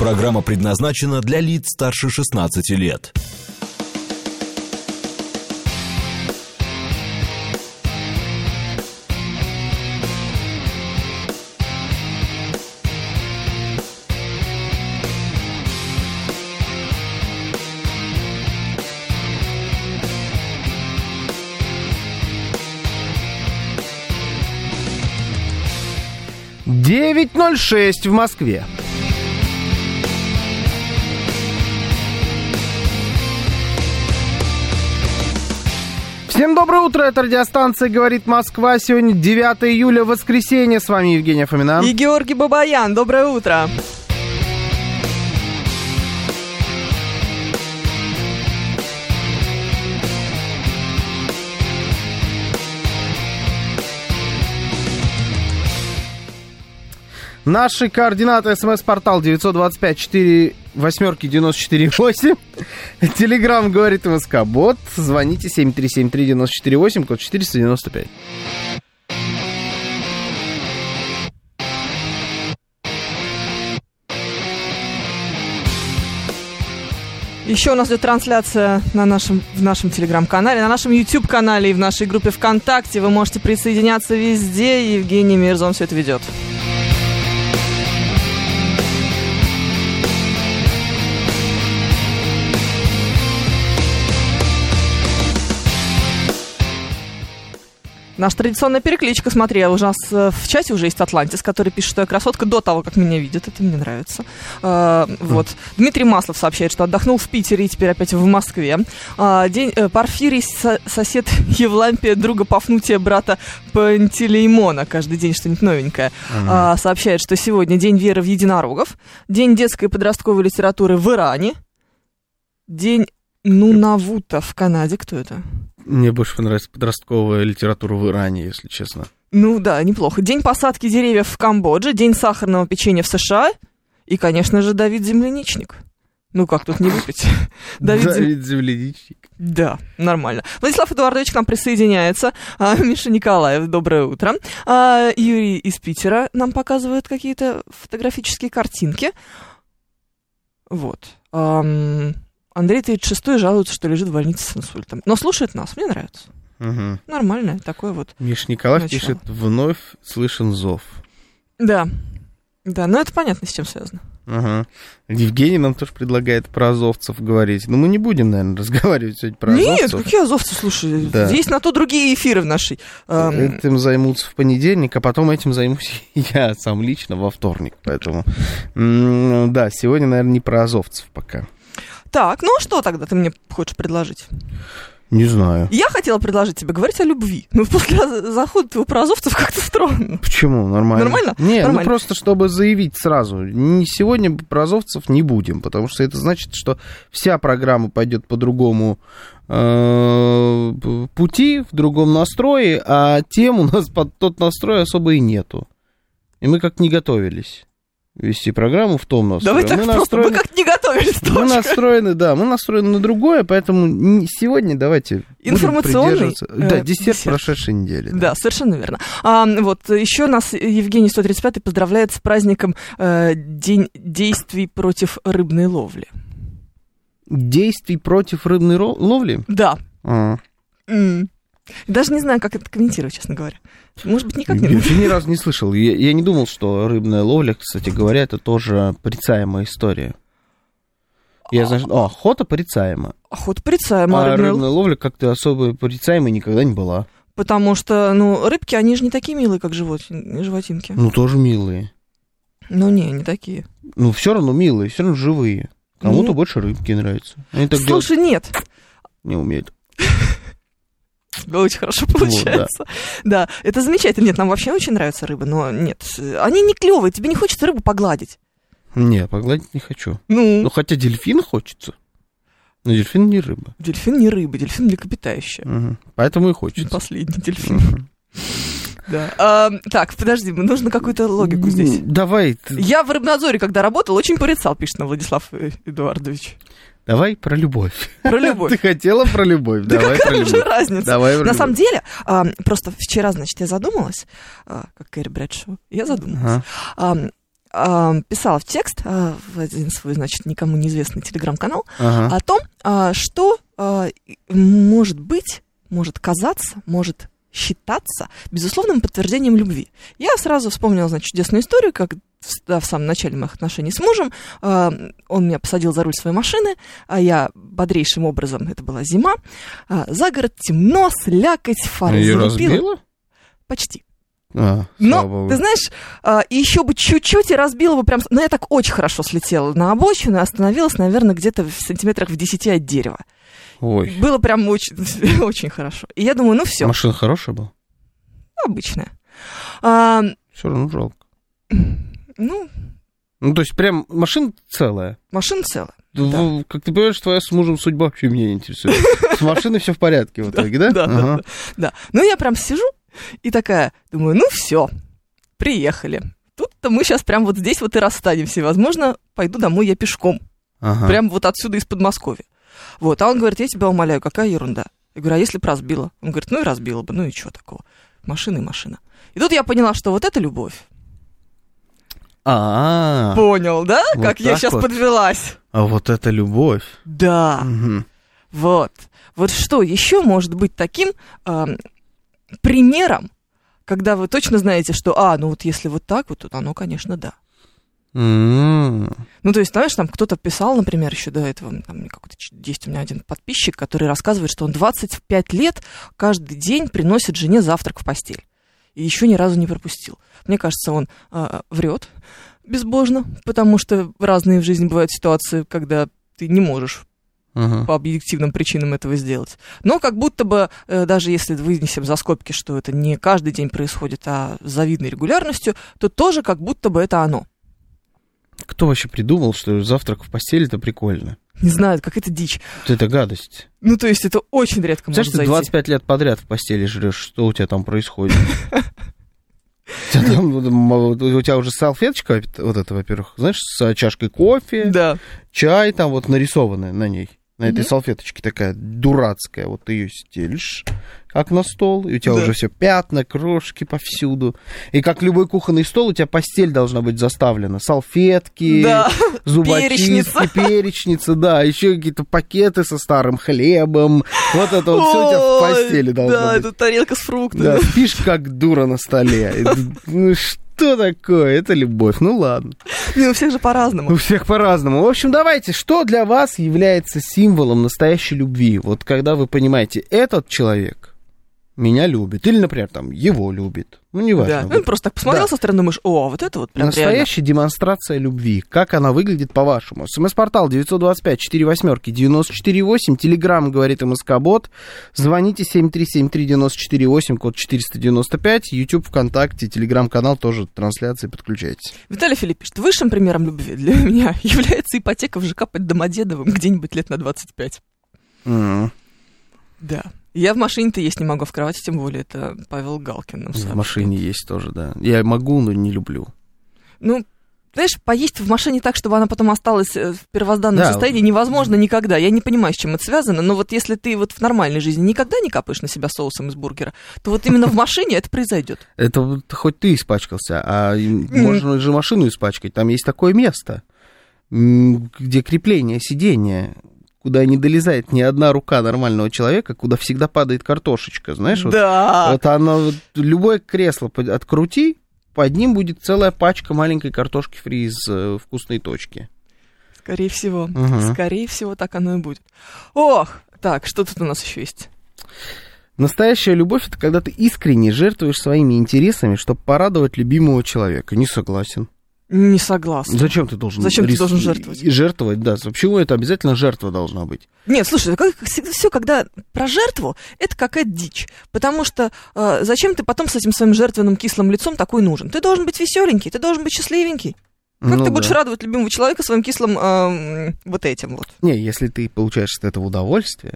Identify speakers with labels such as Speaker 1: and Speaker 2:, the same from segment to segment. Speaker 1: Программа предназначена для лиц старше 16 лет.
Speaker 2: Девять ноль шесть в Москве. Всем доброе утро, это радиостанция «Говорит Москва». Сегодня 9 июля, воскресенье. С вами Евгения Фомина.
Speaker 3: И Георгий Бабаян, доброе утро.
Speaker 2: Наши координаты. СМС-портал 925 4 восьмерки 94,8. Телеграмм говорит МСК. Бот. Звоните 7373948, код 495.
Speaker 3: Еще у нас идет трансляция на нашем, в нашем телеграм-канале, на нашем YouTube-канале и в нашей группе ВКонтакте. Вы можете присоединяться везде. Евгений Мирзон все это ведет. Наша традиционная перекличка, смотри, у нас э, в чате уже есть Атлантис, который пишет, что я красотка до того, как меня видят. Это мне нравится. Э, Вот. Дмитрий Маслов сообщает, что отдохнул в Питере и теперь опять в Москве. А, День... э, Порфирий, со- сосед Евлампия, друга Пафнутия, брата Пантелеймона. Каждый день что-нибудь новенькое. А, Сообщает, что сегодня День веры в единорогов, День детской и подростковой литературы в Иране, День Нунавута в Канаде. Кто это?
Speaker 2: Мне больше понравится подростковая литература в Иране, если честно.
Speaker 3: Ну да, неплохо. День посадки деревьев в Камбодже, день сахарного печенья в США и, конечно же, Давид Земляничник. Ну как тут не выпить? Давид Зем-
Speaker 2: Земляничник.
Speaker 3: Да, нормально. Владислав Эдуардович к нам присоединяется. А, Миша Николаев, доброе утро. А, Юрий из Питера нам показывает какие-то фотографические картинки. Вот. Ам, Андрей 36 жалуется, что лежит в больнице с инсультом. Но слушает нас, мне нравится.
Speaker 2: Угу.
Speaker 3: Нормально, такое вот
Speaker 2: Миш Николаев
Speaker 3: Начало.
Speaker 2: пишет, вновь слышен зов.
Speaker 3: Да. Да, ну это понятно, с чем связано.
Speaker 2: Ага. Евгений нам тоже предлагает про азовцев говорить. Но мы не будем, наверное, разговаривать сегодня про
Speaker 3: Нет,
Speaker 2: азовцев.
Speaker 3: какие азовцы, слушай.
Speaker 2: Да. Э,
Speaker 3: Есть на то другие эфиры в нашей. эм,
Speaker 2: Этим займутся в понедельник, а потом этим займусь я сам лично во вторник. Поэтому, м, да, сегодня, наверное, не про азовцев пока.
Speaker 3: Так, ну а что тогда ты мне хочешь предложить?
Speaker 2: Не знаю.
Speaker 3: Я хотела предложить тебе говорить о любви. Но после за- захода твоего про азовцев как-то странно.
Speaker 2: Почему? Нормально.
Speaker 3: Нормально?
Speaker 2: Не, ну
Speaker 3: Нормально.
Speaker 2: просто чтобы заявить сразу. Не сегодня про азовцев не будем, потому что это значит, что вся программа пойдет по другому э, п- пути, в другом настрое, а тем у нас под тот настрой особо и нету. И мы как не готовились вести программу в том настрое.
Speaker 3: Давай так
Speaker 2: мы
Speaker 3: просто. Мы
Speaker 2: настроены-
Speaker 3: как не готовились,
Speaker 2: Мы
Speaker 3: точка.
Speaker 2: настроены, да, мы настроены на другое, поэтому не- сегодня давайте будем
Speaker 3: Информационный,
Speaker 2: придерживаться-
Speaker 3: э,
Speaker 2: Да, десерт,
Speaker 3: десерт.
Speaker 2: прошедшей недели.
Speaker 3: Да, совершенно верно. А, вот еще нас Евгений 135 поздравляет с праздником э, День действий против рыбной ловли.
Speaker 2: Действий против рыбной ро- ловли?
Speaker 3: Да.
Speaker 2: А.
Speaker 3: М. Даже не знаю, как это комментировать, честно говоря. Может быть, никак не
Speaker 2: Я
Speaker 3: надо.
Speaker 2: вообще ни разу не слышал. Я, я не думал, что рыбная ловля, кстати говоря, это тоже порицаемая история. Я знаю, что- о, охота порицаема.
Speaker 3: Охота порицаема,
Speaker 2: А
Speaker 3: рыбная л-
Speaker 2: рыбная ловля как-то особо порицаемой никогда не была.
Speaker 3: Потому что, ну, рыбки, они же не такие милые, как живот... животинки.
Speaker 2: Ну, тоже милые.
Speaker 3: Ну, не, не такие.
Speaker 2: Ну, все равно милые, все равно живые. Кому-то
Speaker 3: Ну.
Speaker 2: больше рыбки нравятся. Они так делать
Speaker 3: Слушай, нет.
Speaker 2: не умеют.
Speaker 3: Да, Очень хорошо
Speaker 2: да.
Speaker 3: получается. да. это замечательно. Нет, нам вообще очень нравится рыба, но нет. э, Они не клевые, тебе не хочется рыбу погладить.
Speaker 2: Не, погладить не хочу.
Speaker 3: Ну,
Speaker 2: Ну, хотя дельфин хочется. Но дельфин не рыба.
Speaker 3: дельфин не рыба, дельфин млекопитающее.
Speaker 2: Мгм. Поэтому и
Speaker 3: Чуть
Speaker 2: хочется.
Speaker 3: Последний дельфин,
Speaker 2: Мгм.
Speaker 3: да. А, так, подожди, мы- нужно какую-то логику здесь.
Speaker 2: М, Давай, ты-
Speaker 3: Я в рыбнадзоре, когда работал, очень порицал, пишет нам Владислав э, Эдуардович.
Speaker 2: давай про любовь.
Speaker 3: Про любовь.
Speaker 2: Ты хотела про любовь.
Speaker 3: Да
Speaker 2: Давай про
Speaker 3: какая уже
Speaker 2: любовь.
Speaker 3: разница?
Speaker 2: Давай про
Speaker 3: На самом
Speaker 2: любовь.
Speaker 3: деле, а, просто вчера, значит, я задумалась, а, как Кэрри Брэдшоу, я задумалась.
Speaker 2: Ага.
Speaker 3: А, а, э, писала в текст э, в один свой, значит, никому неизвестный телеграм-канал
Speaker 2: Ага.
Speaker 3: о том, э, что э, и- может быть, может казаться, может считаться безусловным подтверждением любви. Я сразу вспомнила, значит, чудесную историю, как в- да, в самом начале моих отношений с мужем э, он меня посадил за руль своей машины, а я бодрейшим образом, это была зима, э, за город темно, слякоть, фары
Speaker 2: Ее
Speaker 3: залепила.
Speaker 2: разбила?
Speaker 3: Почти.
Speaker 2: А, слава
Speaker 3: Но,
Speaker 2: богу.
Speaker 3: Ну, ты знаешь, а, и еще бы чуть-чуть и разбила бы прям... с- Ну, я так очень хорошо слетела на обочину и остановилась, наверное, где-то в сантиметрах в 10 от дерева.
Speaker 2: Ой,
Speaker 3: Было прям очень, очень хорошо. И я думаю, ну все,
Speaker 2: машина хорошая была?
Speaker 3: обычное. А,
Speaker 2: Все равно жалко.
Speaker 3: ну,
Speaker 2: Ну, то есть, прям машина целая.
Speaker 3: машина целая.
Speaker 2: В- Как ты понимаешь, твоя с мужем судьба вообще меня не интересует. С машиной все в порядке в итоге, да?
Speaker 3: Да, да,
Speaker 2: Ага.
Speaker 3: Да. Ну, я прям сижу и такая, думаю, ну все, приехали. Тут-то мы сейчас прям вот здесь вот и расстанемся. И, возможно, пойду домой я пешком.
Speaker 2: Ага.
Speaker 3: Прям вот отсюда из Подмосковья. Вот, а он говорит, я тебя умоляю, какая ерунда. Я говорю, а если бы разбила? Он говорит, ну и разбила бы, ну и чего такого. Машина и машина. И тут я поняла, что вот это любовь.
Speaker 2: А,
Speaker 3: Понял, да?
Speaker 2: Вот
Speaker 3: как я
Speaker 2: так
Speaker 3: сейчас
Speaker 2: вот?
Speaker 3: подвелась.
Speaker 2: а вот это любовь.
Speaker 3: Да,
Speaker 2: Мгм.
Speaker 3: вот. Вот что еще может быть таким ам, примером, когда вы точно знаете, что, а, ну вот если вот так вот, то оно, конечно, да.
Speaker 2: М.
Speaker 3: Ну, то есть, знаешь, там кто-то писал, например, еще до этого, там мне какой-то ч- есть у меня один подписчик, который рассказывает, что он 25 лет каждый день приносит жене завтрак в постель. И еще ни разу не пропустил. Мне кажется, он а, врет безбожно, потому что разные в жизни бывают ситуации, когда ты не можешь
Speaker 2: Ага.
Speaker 3: по объективным причинам этого сделать. Но как будто бы, э, даже если вынесем за скобки, что это не каждый день происходит, а с завидной регулярностью, то тоже как будто бы это оно.
Speaker 2: Кто вообще придумал, что завтрак в постели это прикольно?
Speaker 3: Не знаю, как это дичь.
Speaker 2: Вот это гадость.
Speaker 3: Ну, то есть это очень редко
Speaker 2: Знаешь,
Speaker 3: может
Speaker 2: ты
Speaker 3: зайти.
Speaker 2: 25 лет подряд в постели жрешь, что у тебя там происходит? У тебя там, м, У тебя уже салфеточка, вот это, во-первых, знаешь, с э, чашкой кофе,
Speaker 3: Да.
Speaker 2: чай там вот нарисованная на ней. На этой
Speaker 3: Мгм.
Speaker 2: салфеточке такая дурацкая. Вот ты ее стелишь, как на стол, и у тебя
Speaker 3: Да.
Speaker 2: уже все пятна, крошки повсюду. И как любой кухонный стол, у тебя постель должна быть заставлена. Салфетки,
Speaker 3: Да.
Speaker 2: зубочистки,
Speaker 3: Перечница.
Speaker 2: перечница, да, еще какие-то пакеты со старым хлебом. Вот это вот все у тебя в
Speaker 3: Ой,
Speaker 2: постели должно
Speaker 3: Да,
Speaker 2: быть.
Speaker 3: это тарелка с фруктами.
Speaker 2: Да, спишь как дура на столе. И ты, Ну что такое? Это любовь. Ну ладно.
Speaker 3: Не, у всех же
Speaker 2: У
Speaker 3: по-разному.
Speaker 2: всех по-разному. В общем, давайте, что для вас является символом настоящей любви? Вот когда вы понимаете, этот человек меня любит. Или, например, там, его любит. Ну,
Speaker 3: Да.
Speaker 2: неважно.
Speaker 3: Ну,
Speaker 2: Вот
Speaker 3: просто так посмотрел
Speaker 2: Да.
Speaker 3: со стороны, думаешь, о, вот это вот прям реально.
Speaker 2: Настоящая демонстрация любви. Как она выглядит по-вашему? СМС-портал 925-48-94-8. Телеграмм говорит МСК-бот. Звоните 7373948, код 495. YouTube, ВКонтакте, Телеграм-канал тоже трансляции подключайтесь.
Speaker 3: Виталий Филипп пишет, высшим примером любви для меня является ипотека в ЖК под Домодедовым где-нибудь лет на 25.
Speaker 2: М.
Speaker 3: Да. Я в машине-то есть не могу, а в кровати тем более. Это Павел Галкин. нам
Speaker 2: В
Speaker 3: сообщил.
Speaker 2: машине есть тоже, да. Я могу, но не люблю.
Speaker 3: Ну, знаешь, поесть в машине так, чтобы она потом осталась э, в первозданном
Speaker 2: Да.
Speaker 3: состоянии, невозможно никогда. Я не понимаю, с чем это связано, но вот если ты вот в нормальной жизни никогда не капаешь на себя соусом из бургера, то вот именно в машине это произойдет.
Speaker 2: Это вот хоть ты испачкался, а им можно же машину испачкать. Там есть такое место, м, где крепление сиденья, куда не долезает ни одна рука нормального человека, куда всегда падает картошечка, знаешь? вот- Вот,
Speaker 3: Да.
Speaker 2: оно, вот любое кресло под- открути, под ним будет целая пачка маленькой картошки фри из э, вкусной точки.
Speaker 3: Скорее всего.
Speaker 2: Мгм.
Speaker 3: Скорее всего, так оно и будет. Ох! Так, что тут у нас еще есть?
Speaker 2: Настоящая любовь — это когда ты искренне жертвуешь своими интересами, чтобы порадовать любимого человека. Не согласен.
Speaker 3: Не согласна.
Speaker 2: Зачем ты должен
Speaker 3: Зачем ты
Speaker 2: рис-
Speaker 3: должен жертвовать?
Speaker 2: и- Жертвовать, да. Почему это обязательно жертва должна быть?
Speaker 3: Нет, слушай, все, когда про жертву, это какая-то дичь. Потому что э, зачем ты потом с этим своим жертвенным кислым лицом такой нужен? Ты должен быть веселенький, ты должен быть счастливенький. Как
Speaker 2: Ну
Speaker 3: ты будешь
Speaker 2: да.
Speaker 3: радовать любимого человека своим кислым эм, вот этим вот?
Speaker 2: Не, если ты получаешь от этого удовольствие,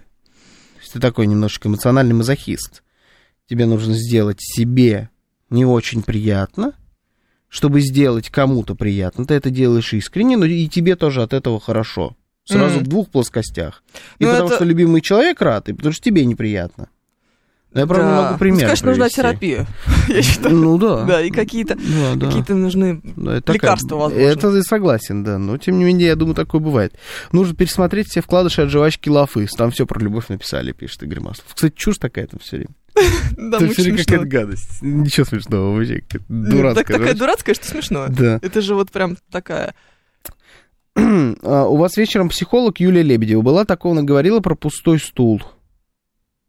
Speaker 2: то есть ты такой немножечко эмоциональный мазохист, тебе нужно сделать себе не очень приятно, чтобы сделать кому-то приятно, ты это делаешь искренне, но и тебе тоже от этого хорошо. Сразу
Speaker 3: Мгм.
Speaker 2: в двух плоскостях. И
Speaker 3: Ну,
Speaker 2: потому
Speaker 3: это-
Speaker 2: что любимый человек рад, и потому что тебе неприятно. Я, правда,
Speaker 3: Да.
Speaker 2: не могу пример
Speaker 3: Ну, конечно, нужна
Speaker 2: привести.
Speaker 3: терапия, я считаю.
Speaker 2: Ну да.
Speaker 3: Да, и какие-то
Speaker 2: Ну Да, да.
Speaker 3: какие-то нужны
Speaker 2: Да, Ну, это такая-
Speaker 3: лекарства, возможно.
Speaker 2: Это я согласен, да. Но тем не менее, я думаю, такое бывает. Нужно пересмотреть все вкладыши от жвачки Лафыс. Там все про любовь написали, пишет Игорь Маслов. Кстати, чушь такая там все время.
Speaker 3: Да,
Speaker 2: там
Speaker 3: ну,
Speaker 2: все время
Speaker 3: смешно.
Speaker 2: какая-то гадость. Ничего смешного вообще. какая-то
Speaker 3: Ну,
Speaker 2: Дурацкая
Speaker 3: так- Такая
Speaker 2: жвачка.
Speaker 3: дурацкая, что смешно.
Speaker 2: Да.
Speaker 3: Это же вот прям такая...
Speaker 2: А, У вас вечером психолог Юлия Лебедева была, такого она говорила про пустой стул.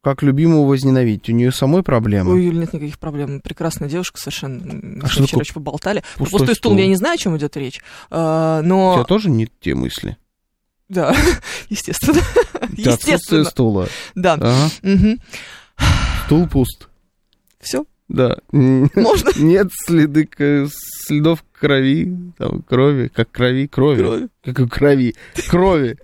Speaker 2: Как любимого возненавидеть. У нее самой
Speaker 3: У
Speaker 2: проблема.
Speaker 3: Юли нет никаких проблем. Прекрасная девушка совершенно. Мы
Speaker 2: А
Speaker 3: с
Speaker 2: что такое
Speaker 3: ней вчера еще поболтали. Про Пустой стул, я не знаю, о чем идет речь. а,
Speaker 2: У тебя
Speaker 3: Но...
Speaker 2: тоже не те мысли?
Speaker 3: Да, естественно.
Speaker 2: У тебя отсутствие
Speaker 3: Естественно,
Speaker 2: стула.
Speaker 3: да.
Speaker 2: Ага. Стул пуст.
Speaker 3: Все,
Speaker 2: Да. М.
Speaker 3: можно.
Speaker 2: Нет следы, к- следов крови, там, крови, как крови, крови,
Speaker 3: Крови.
Speaker 2: как у крови, крови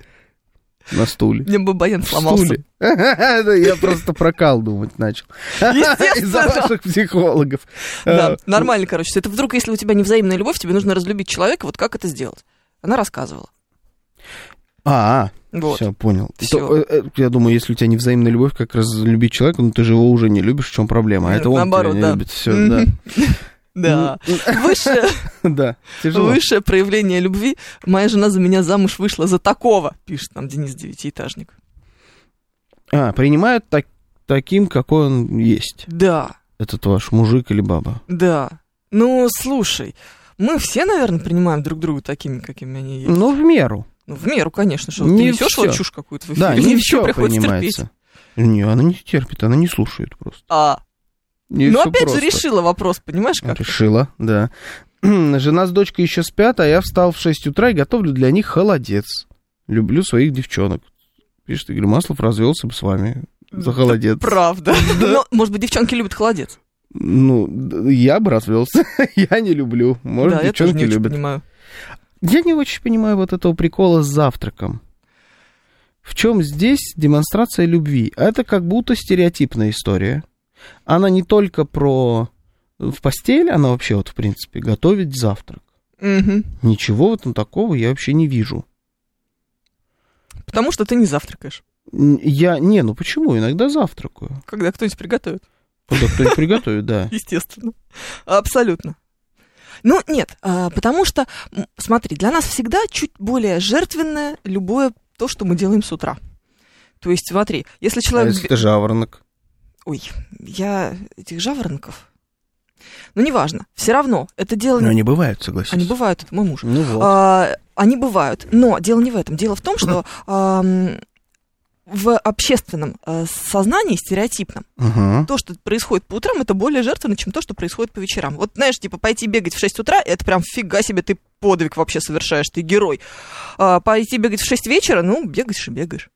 Speaker 2: на стуле.
Speaker 3: Мне бы баян
Speaker 2: В
Speaker 3: сломался.
Speaker 2: стуле. Да, Я просто прокал думать начал. Из-за
Speaker 3: Естественно.
Speaker 2: ваших психологов.
Speaker 3: Да,
Speaker 2: А,
Speaker 3: нормально, короче. Это вдруг, если у тебя невзаимная любовь, тебе нужно разлюбить человека, вот как это сделать? Она рассказывала.
Speaker 2: А,
Speaker 3: Вот.
Speaker 2: все, понял.
Speaker 3: Всё.
Speaker 2: То, э, э, Я думаю, если у тебя невзаимная любовь, как раз любить человека, ну ты же его уже не любишь, в чем проблема? А
Speaker 3: Нет,
Speaker 2: это он тебя
Speaker 3: наоборот,
Speaker 2: не
Speaker 3: да.
Speaker 2: любит. Все, да. Ну,
Speaker 3: Мгм. Да. Высшее,
Speaker 2: Да, тяжело.
Speaker 3: высшее проявление любви. Моя жена за меня замуж вышла за такого, пишет нам Денис Девятиэтажник.
Speaker 2: А, принимают так- таким, какой он есть.
Speaker 3: Да.
Speaker 2: Этот ваш мужик или баба.
Speaker 3: Да. Ну, слушай, мы все, наверное, принимаем друг друга такими, какими они есть.
Speaker 2: Ну, в меру.
Speaker 3: Ну, в меру, конечно, что
Speaker 2: Не
Speaker 3: ты несешь
Speaker 2: всё.
Speaker 3: вот чушь какую-то в эфире,
Speaker 2: Да,
Speaker 3: и
Speaker 2: не
Speaker 3: всё
Speaker 2: все
Speaker 3: приходится
Speaker 2: принимается.
Speaker 3: терпеть.
Speaker 2: Не, она не терпит, она не слушает просто.
Speaker 3: А,
Speaker 2: Не
Speaker 3: ну,
Speaker 2: всё
Speaker 3: опять
Speaker 2: просто.
Speaker 3: же, решила вопрос, понимаешь, как?
Speaker 2: Решила, да. Жена с дочкой еще спят, а я встал в 6 утра и готовлю для них холодец. Люблю своих девчонок. Пишет Игорь Маслов, развелся бы с вами за холодец.
Speaker 3: Правда. Но, может быть, девчонки любят холодец.
Speaker 2: Ну, д- я бы развелся. я не люблю. Может,
Speaker 3: да, я тоже
Speaker 2: девчонки
Speaker 3: не очень
Speaker 2: любят.
Speaker 3: понимаю.
Speaker 2: Я не очень понимаю вот этого прикола с завтраком. В чем здесь демонстрация любви? Это как будто стереотипная история. Она не только про э, в постель, она вообще вот, в принципе, готовить завтрак.
Speaker 3: Мгм.
Speaker 2: Ничего в этом такого я вообще не вижу.
Speaker 3: Потому что ты не завтракаешь,
Speaker 2: Н- Я, не, ну почему? Иногда завтракаю.
Speaker 3: когда кто-нибудь приготовит,
Speaker 2: Когда кто-нибудь приготовит, да.
Speaker 3: естественно. Абсолютно. Ну, нет, а, потому что, м, смотри, для нас всегда чуть более жертвенное любое то, что мы делаем с утра. То есть, смотри, если
Speaker 2: А
Speaker 3: человек...
Speaker 2: если это жаворонок?
Speaker 3: Ой, я этих жаворонков. Ну, неважно. Все равно это дело...
Speaker 2: Ну,
Speaker 3: не-
Speaker 2: они бывают,
Speaker 3: Они
Speaker 2: согласись.
Speaker 3: бывают, это мой муж.
Speaker 2: Ну вот.
Speaker 3: А, они бывают. Но дело не в этом. Дело в том, что ам, в общественном э, сознании стереотипном
Speaker 2: Мгм.
Speaker 3: то, что происходит по утрам, это более жертвенно, чем то, что происходит по вечерам. Вот, знаешь, типа, пойти бегать в 6 утра, это прям фига себе, ты подвиг вообще совершаешь, ты герой. А пойти бегать в 6 вечера, ну, бегаешь и бегаешь.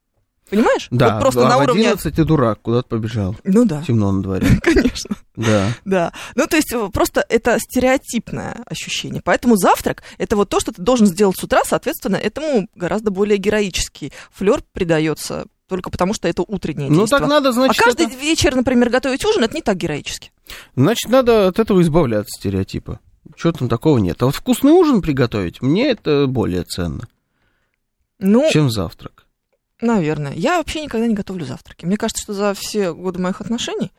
Speaker 3: Понимаешь?
Speaker 2: Да,
Speaker 3: вот просто
Speaker 2: а
Speaker 3: на
Speaker 2: в типа.
Speaker 3: уровне...
Speaker 2: 11 ты дурак, куда ты побежал?
Speaker 3: Ну да,
Speaker 2: Темно на дворе.
Speaker 3: конечно.
Speaker 2: Да.
Speaker 3: Да. Ну, то есть э, просто это стереотипное ощущение. Поэтому завтрак — это вот то, что ты должен сделать с утра, соответственно, этому гораздо более героический флер придается только потому, что это утреннее
Speaker 2: Ну
Speaker 3: действие.
Speaker 2: так надо,
Speaker 3: а
Speaker 2: значит,
Speaker 3: каждый
Speaker 2: это-
Speaker 3: вечер, например, готовить ужин, это не так героически.
Speaker 2: значит, надо от этого избавляться стереотипа. Чего там такого нет? А вот вкусный ужин приготовить, мне это более ценно,
Speaker 3: Ну,
Speaker 2: чем завтрак.
Speaker 3: наверное. Я вообще никогда не готовлю завтраки. Мне кажется, что за все годы моих отношений,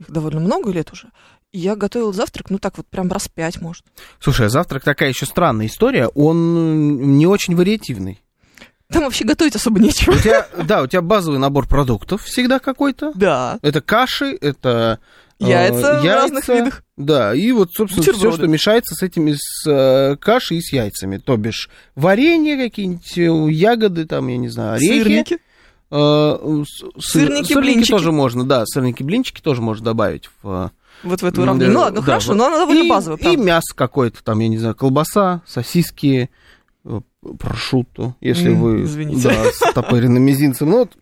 Speaker 3: их довольно много лет уже, я готовила завтрак, ну так вот прям раз пять, может.
Speaker 2: Слушай, а завтрак такая еще странная история, он м, не очень вариативный.
Speaker 3: Там вообще готовить особо нечего.
Speaker 2: У тебя, да, у тебя базовый набор продуктов всегда какой-то.
Speaker 3: Да.
Speaker 2: Это каши, это э,
Speaker 3: Яйца в разных
Speaker 2: яйца,
Speaker 3: видах.
Speaker 2: Да, и вот, собственно, все,
Speaker 3: Бутерброды.
Speaker 2: что мешается с этими с э, кашей и с яйцами. То бишь, варенье какие-нибудь, э, ягоды, там, я не знаю, орехи.
Speaker 3: Сырники.
Speaker 2: Э, с-
Speaker 3: Сырники, блинчики.
Speaker 2: тоже можно, да, сырники, блинчики тоже можно добавить в...
Speaker 3: Вот в
Speaker 2: М,
Speaker 3: эту уравнение.
Speaker 2: да,
Speaker 3: Ну ладно,
Speaker 2: да,
Speaker 3: хорошо,
Speaker 2: вот.
Speaker 3: но она довольно
Speaker 2: и,
Speaker 3: базовая,
Speaker 2: И
Speaker 3: правда.
Speaker 2: мясо какое-то, там, я не знаю, колбаса, сосиски, э, прошутто, если
Speaker 3: М,
Speaker 2: вы...
Speaker 3: извините.
Speaker 2: Да, с топыренным мизинцем, ну вот.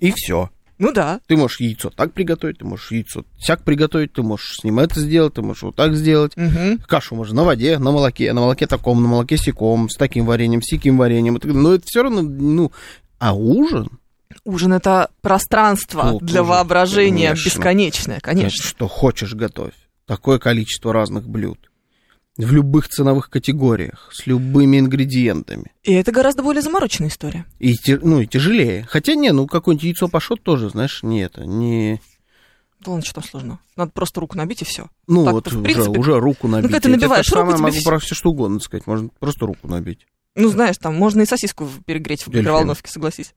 Speaker 2: И все.
Speaker 3: Ну да.
Speaker 2: Ты можешь яйцо так приготовить, ты можешь яйцо сяк приготовить, ты можешь с ним это сделать, ты можешь вот так сделать.
Speaker 3: Мгм.
Speaker 2: Кашу можно на воде, на молоке, на молоке таком, на молоке секом, с таким вареньем, с сяким вареньем. и так далее. Но это все равно, ну... А ужин?
Speaker 3: Ужин это пространство
Speaker 2: Ну,
Speaker 3: для
Speaker 2: ужин,
Speaker 3: воображения
Speaker 2: конечно.
Speaker 3: бесконечное,
Speaker 2: Значит,
Speaker 3: конечно.
Speaker 2: Что хочешь, готовь. Такое количество разных блюд. В любых ценовых категориях, с любыми ингредиентами.
Speaker 3: И это гораздо более замороченная история.
Speaker 2: И, те- ну, и тяжелее. Хотя, не, ну, какое-нибудь яйцо пашот тоже, знаешь, не это, не...
Speaker 3: Да ладно, что там сложно. Надо просто руку набить и все.
Speaker 2: Ну
Speaker 3: Так-то,
Speaker 2: вот
Speaker 3: в
Speaker 2: уже,
Speaker 3: принципе-
Speaker 2: уже руку набить.
Speaker 3: когда ты
Speaker 2: Я тебе
Speaker 3: набиваешь
Speaker 2: так
Speaker 3: руку,
Speaker 2: самое
Speaker 3: тебе
Speaker 2: могу
Speaker 3: всё-
Speaker 2: про все что угодно сказать. Можно просто руку набить.
Speaker 3: Ну, знаешь, там можно и сосиску в- перегреть в
Speaker 2: Дельфин.
Speaker 3: микроволновке, согласись.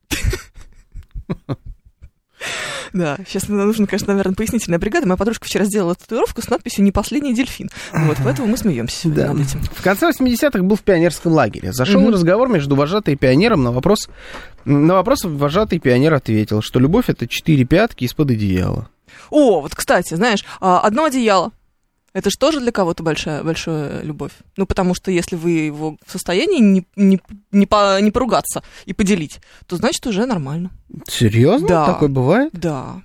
Speaker 3: Да, сейчас нужно, конечно, наверное, пояснительная бригада. Моя подружка вчера сделала татуировку с надписью «Не последний дельфин». Вот, поэтому мы смеемся сегодня
Speaker 2: Да.
Speaker 3: над этим.
Speaker 2: В конце 80-х был в пионерском лагере. Зашел
Speaker 3: Мгм.
Speaker 2: разговор между вожатой и пионером на вопрос... На вопрос вожатый пионер ответил, что любовь — это четыре пятки из-под одеяла.
Speaker 3: О, вот, кстати, знаешь, а, одно одеяло. Это же тоже для кого-то большая, большая любовь. Ну, потому что если вы его в состоянии не, не, не, по- не поругаться и поделить, то значит уже нормально.
Speaker 2: Серьезно?
Speaker 3: Да.
Speaker 2: Такое бывает?
Speaker 3: Да.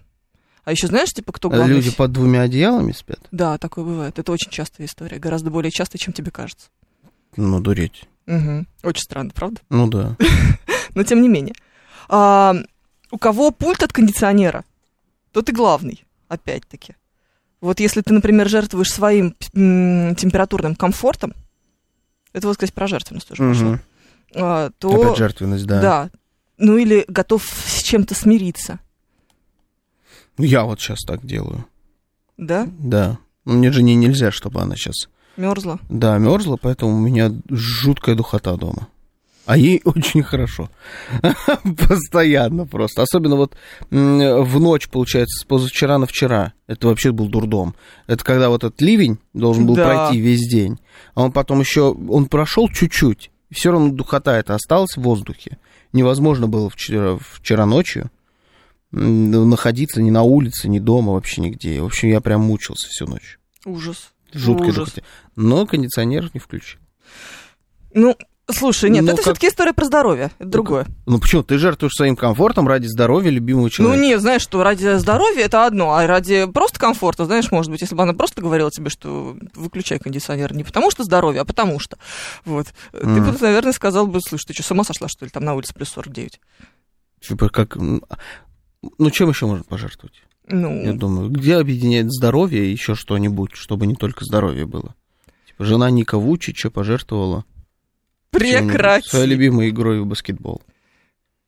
Speaker 3: А еще знаешь, типа, кто
Speaker 2: А
Speaker 3: главный?
Speaker 2: Люди под двумя одеялами спят?
Speaker 3: Да, такое бывает. Это очень частая история. Гораздо более частая, чем тебе кажется.
Speaker 2: Ну, дуреть.
Speaker 3: Мгм. Очень странно, правда?
Speaker 2: Ну да.
Speaker 3: Но тем не менее. А, у кого пульт от кондиционера, то ты главный, опять-таки. Вот если ты, например, жертвуешь своим м, температурным комфортом, это вот, кстати, про жертвенность тоже пошло,
Speaker 2: Мгм.
Speaker 3: а, то...
Speaker 2: Опять жертвенность, да.
Speaker 3: да. Ну или готов с чем-то смириться,
Speaker 2: Ну, Я вот сейчас так делаю.
Speaker 3: да?
Speaker 2: Да. Мне жене нельзя, чтобы она сейчас,
Speaker 3: Мерзла.
Speaker 2: да, мерзла, поэтому у меня жуткая духота дома. А ей очень хорошо. Постоянно просто. Особенно вот м, в ночь, получается, с позавчера на вчера. Это вообще был дурдом. Это когда вот этот ливень должен был
Speaker 3: Да.
Speaker 2: пройти весь день. А он потом еще, он прошел чуть-чуть. Все равно духота это осталась в воздухе. Невозможно было вчера, вчера ночью м, находиться ни на улице, ни дома, вообще нигде. В общем, я прям мучился всю ночь.
Speaker 3: Ужас.
Speaker 2: Жуткая
Speaker 3: Ну, Ужас.
Speaker 2: духота. Но кондиционер не включил.
Speaker 3: Ну, слушай, нет,
Speaker 2: Ну,
Speaker 3: это
Speaker 2: как-
Speaker 3: все-таки история про здоровье. Это другое.
Speaker 2: Ну почему? Ты жертвуешь своим комфортом ради здоровья любимого человека.
Speaker 3: Ну, нет, знаешь, что ради здоровья это одно, а ради просто комфорта, знаешь, может быть, если бы она просто говорила тебе, что выключай кондиционер не потому что здоровье, а потому что. Вот. Ты
Speaker 2: Мгм.
Speaker 3: бы, наверное, сказал бы, слушай, ты что, с ума сошла, что ли, там на улице плюс 49?
Speaker 2: Типа как... м, Ну чем еще можно пожертвовать? Я
Speaker 3: Ну,
Speaker 2: думаю, где объединяет здоровье и еще что-нибудь, чтобы не только здоровье было? Типа жена Ника Вучича пожертвовала чем-нибудь.
Speaker 3: прекрати.
Speaker 2: своей любимой игрой в баскетбол.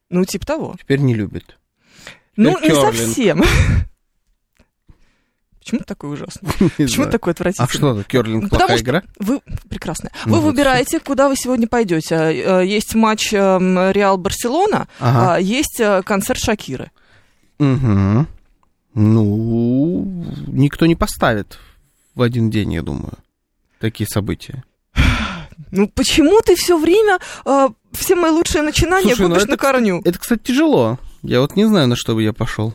Speaker 3: Ну, типа того.
Speaker 2: Теперь не любит.
Speaker 3: Ну, не
Speaker 2: кёрлинг.
Speaker 3: совсем. Почему ты такой ужасный?
Speaker 2: Не
Speaker 3: Почему
Speaker 2: знаю.
Speaker 3: ты такой отвратительный?
Speaker 2: А что, это, керлинг
Speaker 3: Потому
Speaker 2: плохая
Speaker 3: что-
Speaker 2: игра?
Speaker 3: Вы прекрасно.
Speaker 2: Ну,
Speaker 3: Вы
Speaker 2: вот
Speaker 3: выбираете, куда вы сегодня пойдете. Э, Есть матч эм, Реал Барселона,
Speaker 2: Ага.
Speaker 3: а есть э, концерт Шакиры.
Speaker 2: Мгм. Ну, никто не поставит в один день, я думаю, такие события.
Speaker 3: Ну почему ты все время э, все мои лучшие начинания
Speaker 2: Слушай, ну
Speaker 3: губишь
Speaker 2: это-
Speaker 3: на корню?
Speaker 2: Это, кстати, тяжело. Я вот не знаю, на что бы я пошел.